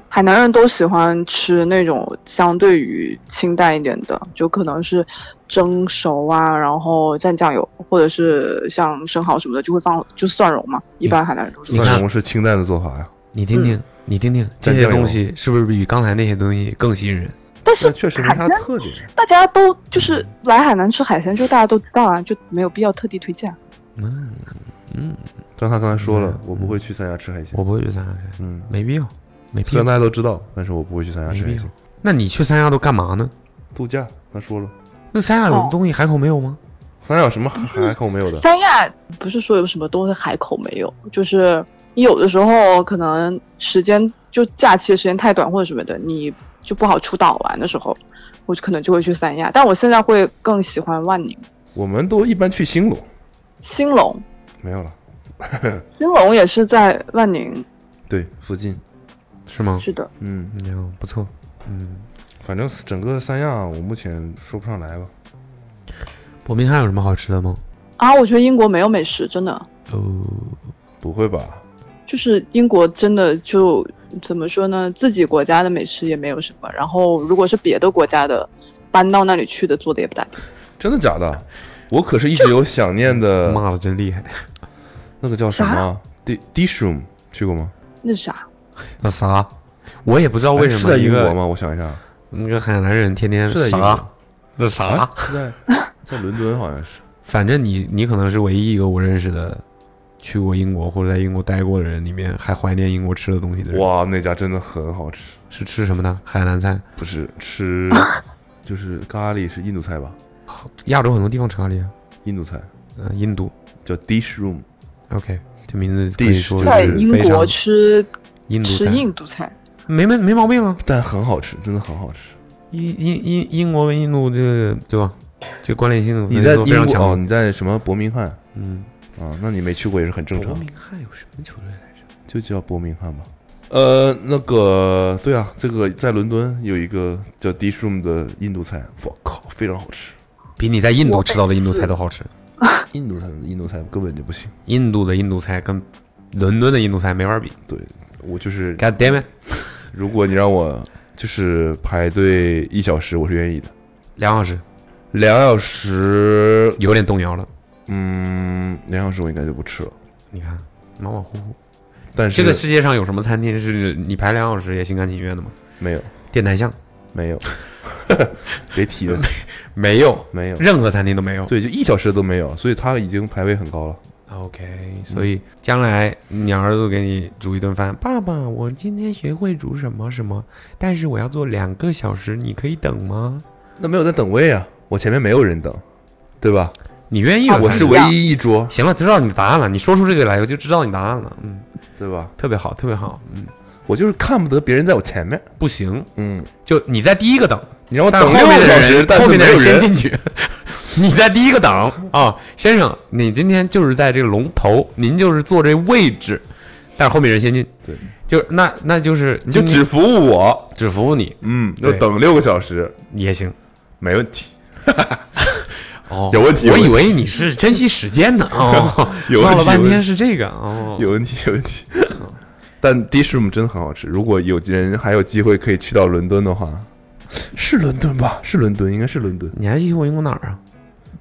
Speaker 8: 海南人都喜欢吃那种相对于清淡一点的，就可能是蒸熟啊，然后蘸酱油，或者是像生蚝什么的，就会放就蒜蓉嘛。一般海南人都是
Speaker 3: 你
Speaker 4: 蒜
Speaker 3: 看
Speaker 4: 蓉是清淡的做法呀，
Speaker 3: 你听听，你听听这
Speaker 4: 蘸
Speaker 3: 些
Speaker 4: 酱油
Speaker 3: 东西是不是比刚才那些东西更吸引人？
Speaker 8: 但是
Speaker 4: 但确实没啥特点。
Speaker 8: 大家都就是来海南吃海鲜，就大家都知道啊，就没有必要特地推荐。
Speaker 3: 嗯嗯，
Speaker 4: 但他刚才说了
Speaker 3: 嗯，
Speaker 4: 我不会去三亚吃海鲜
Speaker 3: 我。不会去三亚吃，
Speaker 4: 嗯，
Speaker 3: 没必要，没必
Speaker 4: 虽
Speaker 3: 要
Speaker 4: 然，大家都知道，但是我不会去三亚
Speaker 3: 没
Speaker 4: 吃海
Speaker 3: 必要
Speaker 4: 鲜。。
Speaker 3: 那你去三亚都干嘛呢？
Speaker 4: 度假，他说了，
Speaker 3: 那三亚有
Speaker 8: 哦
Speaker 3: 东西海口没有吗？
Speaker 4: 三亚有什么海海口没有的？
Speaker 8: 三亚不是说有什么东西海口没有，就是你有的时候可能时间就假期的时间太短或者什么的，你就不好出岛玩的时候，我就可能就会去三亚。但我现在会更喜欢万宁、
Speaker 4: 我们都一般去兴隆，
Speaker 8: 兴隆，
Speaker 4: 没有了。
Speaker 8: 兴隆也是在万宁，
Speaker 4: 对，附近。
Speaker 3: 是吗？
Speaker 8: 是的。
Speaker 4: 嗯，
Speaker 3: 嗯，不错，嗯，
Speaker 4: 反正整个三亚我目前说不上来吧。
Speaker 3: 伯明翰有什么好吃的吗？
Speaker 8: 啊，我觉得英国没有美食，真的，
Speaker 3: 哦，
Speaker 4: 不会吧？
Speaker 8: 就是英国真的就怎么说呢，自己国家的美食也没有什么，然后如果是别的国家的，搬到那里去的做的也不大。
Speaker 4: 真的假的？我可是一直有想念的，
Speaker 3: 骂的真厉 害。
Speaker 4: 那个叫什么？D Dish Room 去过吗？
Speaker 8: 那是啥？
Speaker 3: 那啥，我也不知道为
Speaker 4: 哎
Speaker 3: 什
Speaker 4: 是
Speaker 3: 么
Speaker 4: 在
Speaker 3: 一
Speaker 4: 英
Speaker 3: 个
Speaker 4: 国吗？我想一下，
Speaker 3: 那个海南人天天
Speaker 4: 是在英
Speaker 3: 啥
Speaker 4: 国，
Speaker 3: 那啥，
Speaker 4: 啊 是在在伦敦好像是。
Speaker 3: 反正你你可能是唯一一个我认识的去过英国或者在英国待过的人里面还怀念英国吃的东西的人。
Speaker 4: 哇，那家真的很好吃，
Speaker 3: 是吃什么呢？海南菜，
Speaker 4: 不是吃就是咖喱是印度菜吧？
Speaker 3: 亚洲很多地方吃咖喱啊，
Speaker 4: 印度菜
Speaker 3: 嗯、印度
Speaker 4: 叫 Dish Room，
Speaker 3: ，OK，这名字可
Speaker 4: 地
Speaker 3: 以
Speaker 4: 是
Speaker 3: 说
Speaker 4: 就是
Speaker 8: 在
Speaker 3: 是
Speaker 8: 英
Speaker 3: 非
Speaker 8: 国
Speaker 3: 常
Speaker 8: 吃
Speaker 3: 印度
Speaker 8: 吃
Speaker 3: 菜，
Speaker 8: 印度菜。
Speaker 3: 没没没毛病啊。
Speaker 4: 但很好吃，真的很好吃。
Speaker 3: 英英英英国跟印度这个对吧？这个关联性
Speaker 4: 你在
Speaker 3: 都非
Speaker 4: 英
Speaker 3: 常
Speaker 4: 国哦？
Speaker 3: 强。
Speaker 4: 你在什么伯明翰
Speaker 3: 嗯，
Speaker 4: 啊？那你没去过也是很正
Speaker 3: 伯
Speaker 4: 常，
Speaker 3: 明翰有什么球队来着？
Speaker 4: 就叫伯明翰吧。呃，那个对啊，这个在伦敦有一个叫 Dish Room 的印度菜，我靠，非常好吃。
Speaker 3: 比你在印度吃到
Speaker 4: 哎
Speaker 3: 的印度菜都好吃。
Speaker 4: 印度菜，印度菜根本就不行。
Speaker 3: 印度的印度菜跟伦敦的印度菜没法比。
Speaker 4: 对我就是，
Speaker 3: God damn it！
Speaker 4: 如果你让我就是排队一小时，我是愿意的。
Speaker 3: 两小时
Speaker 4: 两小时，
Speaker 3: 有点动摇了。
Speaker 4: 嗯，两小时我应该就不吃了。
Speaker 3: 你看，马马虎虎。
Speaker 4: 但是
Speaker 3: 这个世界上有什么餐厅是你排两小时也心甘情愿的吗？
Speaker 4: 没有
Speaker 3: 电台巷
Speaker 4: 没有， 别提 了，
Speaker 3: 没有，
Speaker 4: 没有。
Speaker 3: 任何餐厅都没有。
Speaker 4: 对，就一小时都没有，所以他已经排位很高了。嗯
Speaker 3: OK，所以将来你儿子给你煮一顿饭，爸爸，我今天学会煮什么什么，但是我要做两个小时，你可以等吗？
Speaker 4: 那没有在等位啊，我前面没有人等，对吧？
Speaker 3: 你愿意吗？
Speaker 4: 我是唯一一桌，
Speaker 3: 行了，知道你答案了。你说出这个来，我就知道你答案了。嗯，
Speaker 4: 对吧？
Speaker 3: 特别好，特别好。嗯，
Speaker 4: 我就是看不得别人在我前面。
Speaker 3: 不行，
Speaker 4: 嗯，
Speaker 3: 就你在第一个等，
Speaker 4: 你让我等
Speaker 3: 但后
Speaker 4: 六
Speaker 3: 面
Speaker 4: 个
Speaker 3: 的
Speaker 4: 小
Speaker 3: 人，
Speaker 4: 时，但
Speaker 3: 后
Speaker 4: 是
Speaker 3: 面的
Speaker 4: 没有
Speaker 3: 人先
Speaker 4: 人。
Speaker 3: 进去， 你在第一个档啊、先生，你今天就是在这个龙头，您就是坐这位置，但是后面人先进，
Speaker 4: 对，
Speaker 3: 就那那就是
Speaker 4: 你就只服务我，
Speaker 3: 只服务你
Speaker 4: 嗯，
Speaker 3: 对
Speaker 4: 要等六个小时，
Speaker 3: 也行，
Speaker 4: 没问题。
Speaker 3: 哦，
Speaker 4: 有问题
Speaker 3: 我
Speaker 4: 有问题，
Speaker 3: 以为你是珍惜时间 呢。哦
Speaker 4: 有问
Speaker 3: 闹了
Speaker 4: 题
Speaker 3: 半
Speaker 4: 有问
Speaker 3: 天
Speaker 4: 题
Speaker 3: 是这个哦。
Speaker 4: 有问题，有问题。 但 dish room 真的很好吃，如果有人还有机会可以去到伦敦的话，是伦敦吧？是伦敦，应该是伦敦。
Speaker 3: 你还去过英国哪儿啊？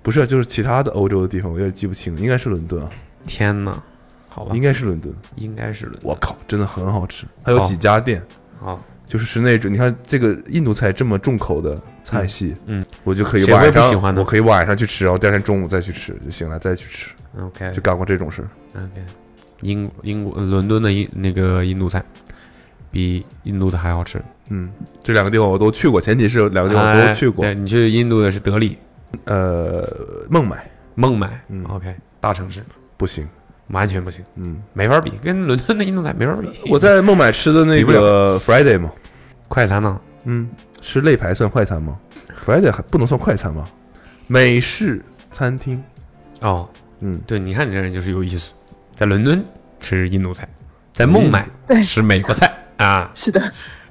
Speaker 4: 不是，就是其他的欧洲的地方，我有点记不清，应该是伦敦啊。
Speaker 3: 天哪，好吧，
Speaker 4: 应该是伦敦，
Speaker 3: 应该是伦敦。
Speaker 4: 我靠，真的很好吃，还有
Speaker 3: 好
Speaker 4: 几家店，
Speaker 3: 好，
Speaker 4: 就是室内你看这个印度菜这么重口的菜系，
Speaker 3: 嗯嗯
Speaker 4: 我就可以
Speaker 3: 谁会
Speaker 4: 晚
Speaker 3: 不
Speaker 4: 上
Speaker 3: 喜欢呢
Speaker 4: 我可以晚上去吃，然后第二天中午再去吃就行了，再去吃，
Speaker 3: 哦 OK
Speaker 4: 就干过这种事儿。
Speaker 3: OK，英英国伦敦的印那个印度菜比印度的还好吃。
Speaker 4: 嗯，这两个地方我都去过，前提是两个地方我
Speaker 3: 哎
Speaker 4: 都去过。
Speaker 3: 对你去印度的是德里、
Speaker 4: 呃，孟买
Speaker 3: 孟买、
Speaker 4: 嗯
Speaker 3: o k 大城市
Speaker 4: 不行，
Speaker 3: 完全不行，
Speaker 4: 嗯，
Speaker 3: 没法比，跟伦敦的印度菜没法比。
Speaker 4: 我在孟买吃的那
Speaker 3: 比不
Speaker 4: 个 Friday 嘛，
Speaker 3: 快餐呢？
Speaker 4: 嗯，是肋排算快餐吗？Friday 还不能算快餐吧？美式餐厅，
Speaker 3: 哦，
Speaker 4: 嗯，
Speaker 3: 对，你看你这人就是有意思，在伦敦吃印度菜，在孟买吃美国菜啊，
Speaker 8: 是的，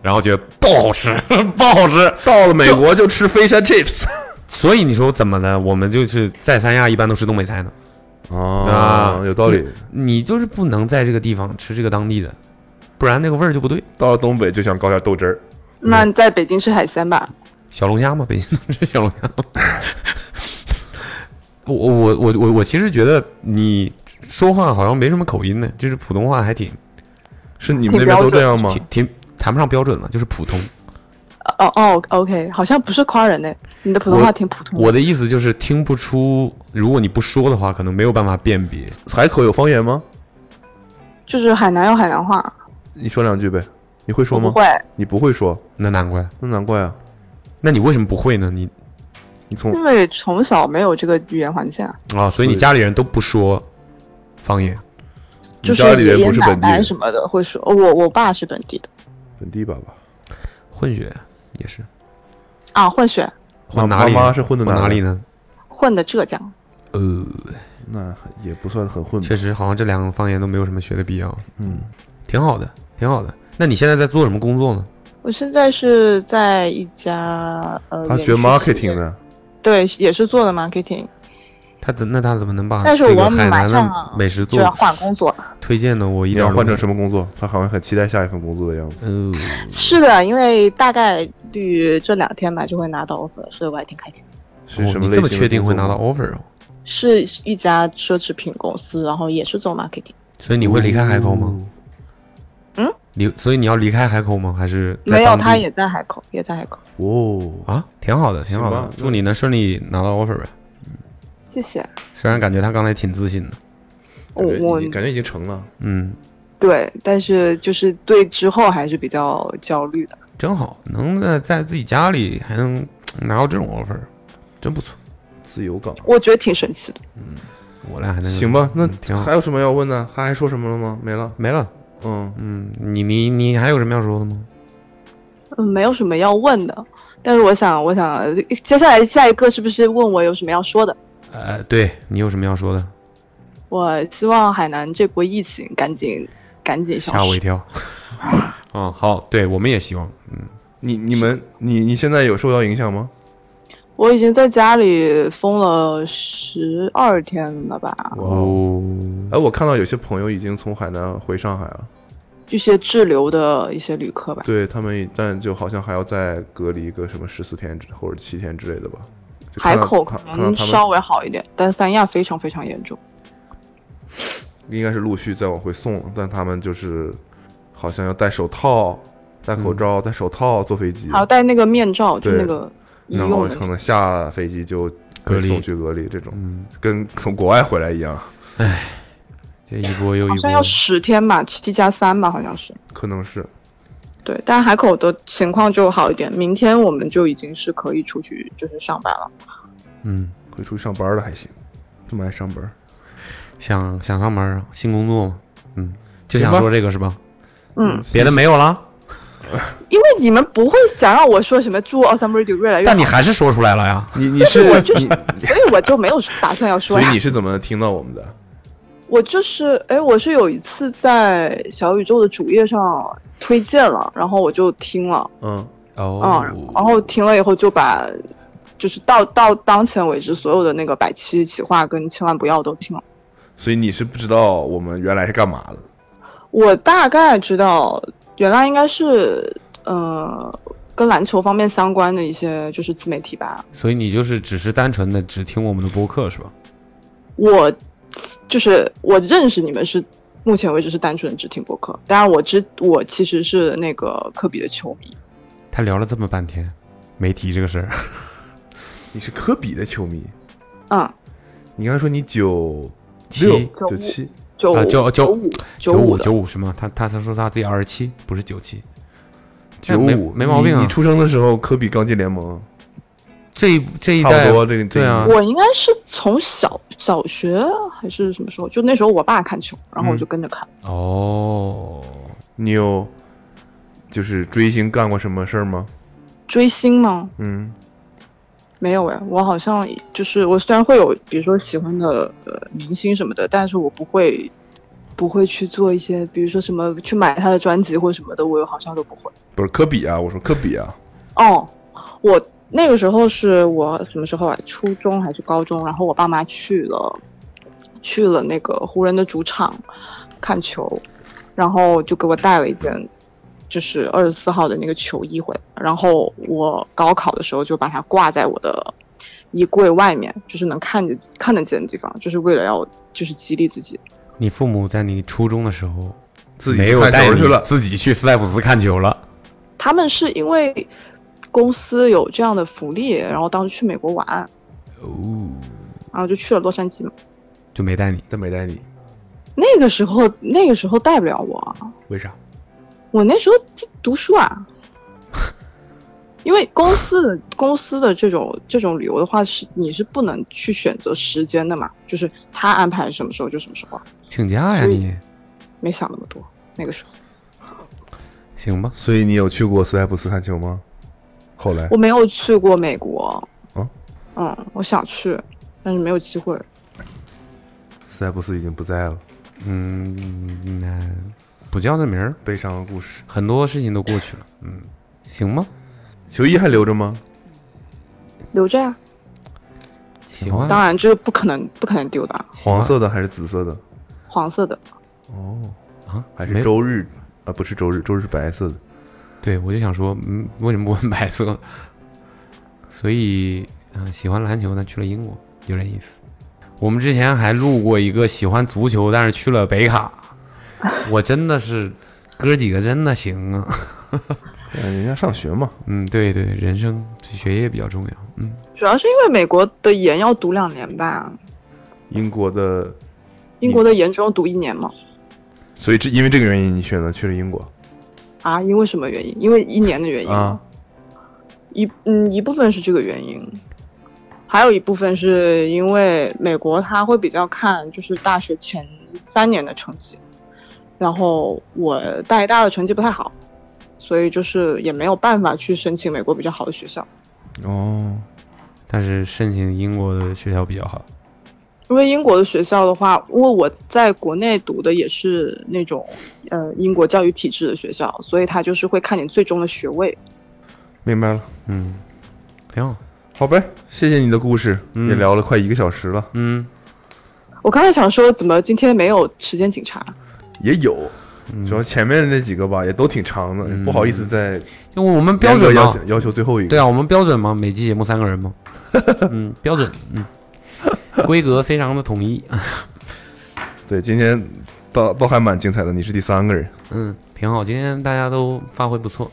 Speaker 3: 然后觉得不好吃， 不好吃。
Speaker 4: 到了美国就吃 fish and chips
Speaker 3: 所以你说怎么了？我们就是在三亚一般都吃东北菜呢，
Speaker 4: 啊，有道理。
Speaker 3: 你就是不能在这个地方吃这个当地的，不然那个味儿就不对。
Speaker 4: 到了东北就想搞点豆汁儿，
Speaker 3: 嗯
Speaker 8: 那你在北京吃海鲜吧，
Speaker 3: 小龙虾吗？北京都吃小龙虾吗？ 我我我我我其实觉得你说话好像没什么口音呢，就是普通话还挺
Speaker 4: 是你们那边都这样吗？
Speaker 3: 挺挺谈不上标准了，就是普通。
Speaker 8: 哦哦，OK，好像不是夸人呢，你的普通话挺普通的。
Speaker 3: 我的意思就是听不出，如果你不说的话，可能没有办法辨别。
Speaker 4: 海口有方言吗？
Speaker 8: 就是海南有海南话，
Speaker 4: 你说两句呗。你会说
Speaker 8: 我不
Speaker 4: 吗？
Speaker 8: 会，
Speaker 4: 你不会说，
Speaker 3: 那难怪，
Speaker 4: 那难怪啊。
Speaker 3: 那你为什么不会呢？你
Speaker 4: 你从
Speaker 8: 因为从小没有这个语言环境啊，
Speaker 3: 啊、所以你
Speaker 4: 对
Speaker 3: 家里人都不说方言。
Speaker 4: 你
Speaker 8: 就
Speaker 4: 家里
Speaker 8: 爷
Speaker 4: 人
Speaker 8: 爷
Speaker 4: 不是
Speaker 8: 奶
Speaker 4: 本地
Speaker 8: 奶
Speaker 4: 人，
Speaker 8: 什么的会说，我我爸是本地的
Speaker 4: 本地爸爸，
Speaker 3: 混血也是
Speaker 8: 啊，混血，
Speaker 3: 混
Speaker 4: 妈
Speaker 3: 哪里呢？
Speaker 4: 妈妈是混的
Speaker 3: 混
Speaker 4: 哪
Speaker 3: 哪
Speaker 4: 里
Speaker 3: 里呢？
Speaker 8: 混的浙江。
Speaker 3: 呃，
Speaker 4: 那也不算很混吧
Speaker 3: 确。实好像这两个方言都没有什么学的必要，
Speaker 4: 嗯，
Speaker 3: 挺好的，挺好的。那你现在在做什么工作呢？
Speaker 8: 我现在是在一家呃，
Speaker 4: 他
Speaker 8: 演
Speaker 4: 学
Speaker 8: 出
Speaker 4: marketing 的，
Speaker 8: 对，也是做的 marketing，
Speaker 3: 他怎那他怎么能
Speaker 4: 啊
Speaker 3: 把
Speaker 8: 但是
Speaker 3: 这个
Speaker 8: 我
Speaker 3: 海
Speaker 8: 马
Speaker 3: 南
Speaker 8: 上
Speaker 3: 的美食
Speaker 8: 就
Speaker 3: 做
Speaker 8: 要换工作了。
Speaker 3: 推荐呢？我一
Speaker 4: 你
Speaker 3: 点
Speaker 4: 要换成
Speaker 3: 么？
Speaker 4: 什么工作？他好像很期待下一份工作的样子。
Speaker 3: 呃，
Speaker 8: 是的，因为大概率这两天吧就会拿到 offer，所以我还挺开心。
Speaker 4: 是
Speaker 3: 哦
Speaker 4: 什么
Speaker 3: 你
Speaker 4: 类
Speaker 3: 这么
Speaker 4: 型的
Speaker 3: 确定会
Speaker 4: 工作
Speaker 3: 拿到
Speaker 4: 吗？
Speaker 3: offer 哦？
Speaker 8: 是一家奢侈品公司，然后也是做 marketing。
Speaker 3: 所以你会离开海口吗？
Speaker 8: 嗯，
Speaker 3: 你所以你要离开海口吗？还是在
Speaker 8: 没有，
Speaker 3: 当地
Speaker 8: 他也在海口，也在海口。
Speaker 4: 哦，
Speaker 3: 啊，挺好的，挺好
Speaker 4: 行
Speaker 3: 的
Speaker 4: 吧，
Speaker 3: 祝你能顺利拿到 offer 呗。
Speaker 8: 谢谢。
Speaker 3: 虽然感觉他刚才挺自信的，哦
Speaker 8: 我
Speaker 4: 感觉
Speaker 8: 我
Speaker 4: 已经感觉已经成了。
Speaker 3: 嗯，
Speaker 8: 对，但是就是对之后还是比较焦虑的。
Speaker 3: 真好，能在在自己家里还能拿到这种 offer，真不错。
Speaker 4: 自由港，
Speaker 8: 我觉得挺神奇的。
Speaker 3: 我俩还能
Speaker 4: 行吧？那
Speaker 3: 嗯挺好
Speaker 4: 还，有什么要问的？他还说什么了吗？没了。
Speaker 3: 没了。
Speaker 4: 嗯，
Speaker 3: 嗯，你你你还有什么要说的吗？
Speaker 8: 嗯，没有什么要问的。但是我想，我想呃接下来下一个是不是问我有什么要说的？
Speaker 3: 呃，对你有什么要说的？
Speaker 8: 我希望海南这波疫情赶紧赶紧消
Speaker 3: 吓我一
Speaker 8: 失。
Speaker 3: 跳。
Speaker 4: 哦
Speaker 3: 嗯，好，对我们也希望，嗯，
Speaker 4: 你你们你你现在有受到影响吗？
Speaker 8: 我已经在家里封了十二天了吧？
Speaker 3: 哦，
Speaker 4: 哎，我看到有些朋友已经从海南回上海了，
Speaker 8: 一些滞留的一些旅客吧。
Speaker 4: 对他们，但就好像还要再隔离个什么十四天之或者七天之类的吧。就
Speaker 8: 海
Speaker 4: 看到
Speaker 8: 口
Speaker 4: 看
Speaker 8: 可
Speaker 4: 看到
Speaker 8: 能
Speaker 4: 他
Speaker 8: 稍
Speaker 4: 们
Speaker 8: 微好一点，但三亚非常非常严重。
Speaker 4: 应该是陆续再往回送了，但他们就是好像要戴手套、戴口罩、戴手套坐飞机
Speaker 8: 还，要嗯戴那个面罩，就
Speaker 4: 嗯对
Speaker 8: 那个医
Speaker 4: 然后
Speaker 8: 用的
Speaker 4: 可能下飞机就
Speaker 3: 隔
Speaker 4: 被
Speaker 3: 离
Speaker 4: 送去隔离，这种
Speaker 3: 嗯，
Speaker 4: 跟从国外回来一样，
Speaker 3: 这一波又
Speaker 8: 好
Speaker 3: 一波，
Speaker 8: 像要十天吧，七加三吧，好像是。
Speaker 4: 可能是
Speaker 8: 对，但海口的情况就好一点，明天我们就已经是可以出去就是上班了。
Speaker 3: 嗯，
Speaker 4: 可以出去上班了还行，这么爱上班。
Speaker 3: 想想上班啊，新工作嘛，嗯，就想
Speaker 4: 行吧
Speaker 3: 说这个是吧？
Speaker 8: 嗯，
Speaker 3: 别的没有了，
Speaker 8: 因为你们不会想让我说什么祝 Awesome Radio 越来越
Speaker 3: 但你
Speaker 8: 好，
Speaker 3: 还是说出来了呀。
Speaker 4: 你你是你，
Speaker 8: 所以我就没有打算要说
Speaker 4: 所以
Speaker 8: 呀
Speaker 4: 你。是怎么听到我们的？
Speaker 8: 我就是，哎，我是有一次在小宇宙的主页上推荐了，然后我就听了，
Speaker 4: 嗯，
Speaker 3: 哦
Speaker 8: 嗯，然后听了以后就把就是到到当前为止，所有的那个百期企划跟千万不要都听了。
Speaker 4: 所以你是不知道我们原来是干嘛的。
Speaker 8: 我大概知道，原来应该是呃跟篮球方面相关的一些就是自媒体吧。
Speaker 3: 所以你就是只是单纯的只听我们的播客是吧？
Speaker 8: 我就是我认识你们是目前为止是单纯的只听播客，当然我知我其实是那个科比的球迷。
Speaker 3: 他聊了这么半天，没提这个事儿。
Speaker 4: 你是科比的球迷？
Speaker 8: 嗯，
Speaker 4: 你刚才说你九
Speaker 3: 七
Speaker 4: 六九七
Speaker 8: 九
Speaker 3: 啊，九九
Speaker 8: 五
Speaker 3: 九
Speaker 8: 五的
Speaker 3: 九五是吗？他他他说他自己二十七，不是九七，
Speaker 4: 九
Speaker 3: 没
Speaker 4: 五，
Speaker 3: 没毛病
Speaker 4: 你。
Speaker 3: 啊
Speaker 4: 你。出生的时候，科比刚进联盟，
Speaker 3: 这一这一
Speaker 4: 差不
Speaker 3: 代
Speaker 4: 多这个这
Speaker 3: 对啊
Speaker 4: 一
Speaker 8: 我应该是从小小学还是什么时候，就那时候我爸看球，然
Speaker 3: 嗯
Speaker 8: 后我就跟着看。
Speaker 3: 哦，
Speaker 4: 你有就是追星干过什么事儿吗？
Speaker 8: 追星吗？
Speaker 4: 嗯，
Speaker 8: 没有哎，我好像就是我虽然会有，比如说喜欢的呃明星什么的，但是我不会不会去做一些，比如说什么去买他的专辑或什么的，我好像都不会。
Speaker 4: 不是科比啊，我说科比啊，
Speaker 8: 哦，我那个时候是我什么时候啊？初中还是高中？然后我爸妈去了去了那个湖人的主场看球，然后就给我带了一件就是二十四号的那个球衣回来，然后我高考的时候就把它挂在我的衣柜外面，就是能看见看得见的地方，就是为了要就是激励自己。
Speaker 3: 你父母在你初中的时候
Speaker 4: 自己
Speaker 3: 没有
Speaker 4: 看球
Speaker 3: 带
Speaker 4: 去
Speaker 3: 你
Speaker 4: 了
Speaker 3: 自己去斯泰普斯看球了。
Speaker 8: 他们是因为公司有这样的福利，然后当时去美国玩，
Speaker 3: 哦，
Speaker 8: 然后就去了洛杉矶嘛。
Speaker 3: 就没带你。
Speaker 4: 但没带你，
Speaker 8: 那个时候，那个时候带不了我啊，
Speaker 4: 为啥？
Speaker 8: 我那时候就读书啊。因为公司的公司的这种这种旅游的话，是你是不能去选择时间的嘛，就是他安排什么时候就什么时候啊，
Speaker 3: 请假呀你，
Speaker 8: 没想那么多。那个时候
Speaker 3: 行吧？
Speaker 4: 所以你有去过斯台普斯看球吗？后来
Speaker 8: 我没有去过美国，
Speaker 4: 啊
Speaker 8: 嗯，我想去，但是没有机会。
Speaker 4: 斯台普斯已经不在了，
Speaker 3: 嗯，那不叫那名儿，
Speaker 4: 悲伤的故事。
Speaker 3: 很多事情都过去了。嗯，行吗？
Speaker 4: 球衣还留着吗？
Speaker 8: 留着呀，
Speaker 3: 喜欢
Speaker 8: 当然这个不可能不可能丢的啊，
Speaker 4: 黄色的还是紫色的？
Speaker 8: 黄色的。
Speaker 4: 哦，
Speaker 3: 啊，
Speaker 4: 还
Speaker 3: 没
Speaker 4: 是
Speaker 3: 有
Speaker 4: 周日啊？不是周日，周日是白色的。
Speaker 3: 对，我就想说，嗯，为什么不问白色？ 所以，嗯、喜欢篮球呢，去了英国，有点意思。我们之前还录过一个喜欢足球，但是去了北卡，我真的是哥几个真的行啊。
Speaker 4: 嗯，人家上学嘛，
Speaker 3: 嗯，对对，人生学业比较重要。嗯，
Speaker 8: 主要是因为美国的研要读两年吧，
Speaker 4: 英国的，
Speaker 8: 英国的研只有读一年嘛。
Speaker 4: 所以这因为这个原因，你选择去了英国
Speaker 8: 啊，因为什么原因？因为一年的原因，
Speaker 4: 啊？
Speaker 8: 一嗯一部分是这个原因，还有一部分是因为美国他会比较看就是大学前三年的成绩，然后我大一大二成绩不太好，所以就是也没有办法去申请美国比较好的学校，
Speaker 4: 哦，
Speaker 3: 但是申请英国的学校比较好。
Speaker 8: 因为英国的学校的话，因为我在国内读的也是那种呃英国教育体制的学校，所以他就是会看你最终的学位。
Speaker 4: 明白了，
Speaker 3: 嗯，挺好。
Speaker 4: 好呗，谢谢你的故事，
Speaker 3: 嗯
Speaker 4: 也聊了快一个小时了，
Speaker 3: 嗯，
Speaker 8: 我刚才想说，怎么今天没有时间警察？
Speaker 4: 也有，主要前面那几个吧，也都挺长的，不好意思再
Speaker 3: 因为我们标
Speaker 4: 严格
Speaker 3: 准
Speaker 4: 要
Speaker 3: 嘛
Speaker 4: 求，要求最后一个，
Speaker 3: 对啊，我们标准嘛，每期节目三个人 嘛。嗯，标准。嗯，规格非常的统一。啊
Speaker 4: 对，今天倒倒还蛮精彩的，你是第三个人，
Speaker 3: 嗯，挺好，今天大家都发挥不错，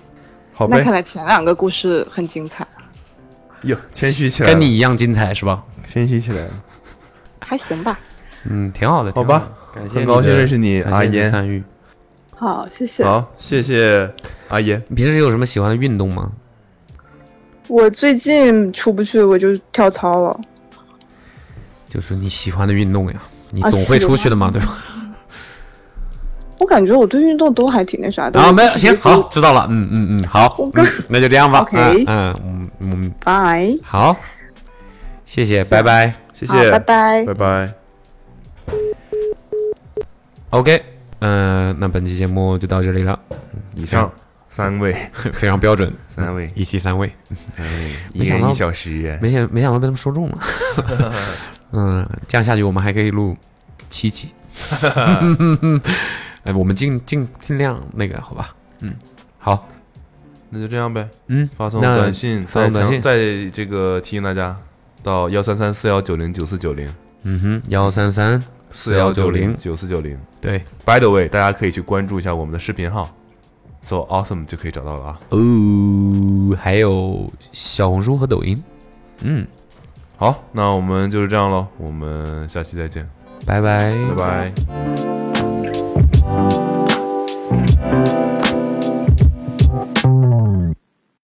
Speaker 4: 好
Speaker 8: 那
Speaker 4: 呗
Speaker 8: 看，来前两个故事很精彩，
Speaker 4: 哟，谦虚起来了，
Speaker 3: 跟你一样精彩是吧？
Speaker 4: 谦虚起来了，
Speaker 8: 还行吧。
Speaker 3: 嗯，挺好的，挺好
Speaker 4: 好吧
Speaker 3: 的，感谢
Speaker 4: 很
Speaker 3: 你
Speaker 4: 高兴
Speaker 3: 的
Speaker 4: 认识你，
Speaker 3: 感
Speaker 4: 阿
Speaker 3: 谢你的
Speaker 4: 烟，
Speaker 3: 参与。
Speaker 8: 好，谢谢。
Speaker 4: 好，谢谢阿烟，
Speaker 3: 你平时有什么喜欢的运动吗？
Speaker 8: 我最近出不去，我就跳操了。
Speaker 3: 就是你喜欢的运动呀，你
Speaker 8: 啊
Speaker 3: 总会
Speaker 8: 喜
Speaker 3: 出去
Speaker 8: 欢
Speaker 3: 的嘛，对吧？
Speaker 8: 我感觉我对运动都还挺那啥的。
Speaker 3: 啊，没有，行，好，知道了，嗯嗯嗯，好
Speaker 8: 我，刚
Speaker 3: 嗯那就这样吧，嗯
Speaker 8: OK
Speaker 3: 嗯嗯嗯，
Speaker 8: 拜，
Speaker 3: 好，谢谢，拜拜
Speaker 4: 谢
Speaker 8: 好，
Speaker 4: 谢，
Speaker 8: 拜拜
Speaker 4: 拜。拜。
Speaker 3: 呃，OK，嗯、那本期节目就到这里了，
Speaker 4: 以上三位
Speaker 3: 非常标准，
Speaker 4: 三位
Speaker 3: 一期三位，
Speaker 4: 三位
Speaker 3: 没
Speaker 4: 一
Speaker 3: 想
Speaker 4: 人
Speaker 3: 到
Speaker 4: 一小时
Speaker 3: 没想没想到被他们说 中了。嗯，这样下去我们还可以录七 集。哎，我们尽尽尽量那个好吧？嗯，好，
Speaker 4: 那就这样呗。
Speaker 3: 嗯
Speaker 4: 发送
Speaker 3: 那
Speaker 4: 短信，
Speaker 3: 发送
Speaker 4: 在
Speaker 3: 短
Speaker 4: 强
Speaker 3: 信
Speaker 4: 在这个提醒大家到幺三三四幺九零九四九零。
Speaker 3: 嗯哼，幺三三
Speaker 4: 四幺九
Speaker 3: 零
Speaker 4: 零，九四九零。
Speaker 3: 对
Speaker 4: ，By the way，大家可以去关注一下我们的视频号，So Awesome 就可以找到了啊。
Speaker 3: 哦，还有小红书和抖音，嗯，
Speaker 4: 好，那我们就是这样喽，我们下期再见，
Speaker 3: 拜拜，
Speaker 4: 拜拜。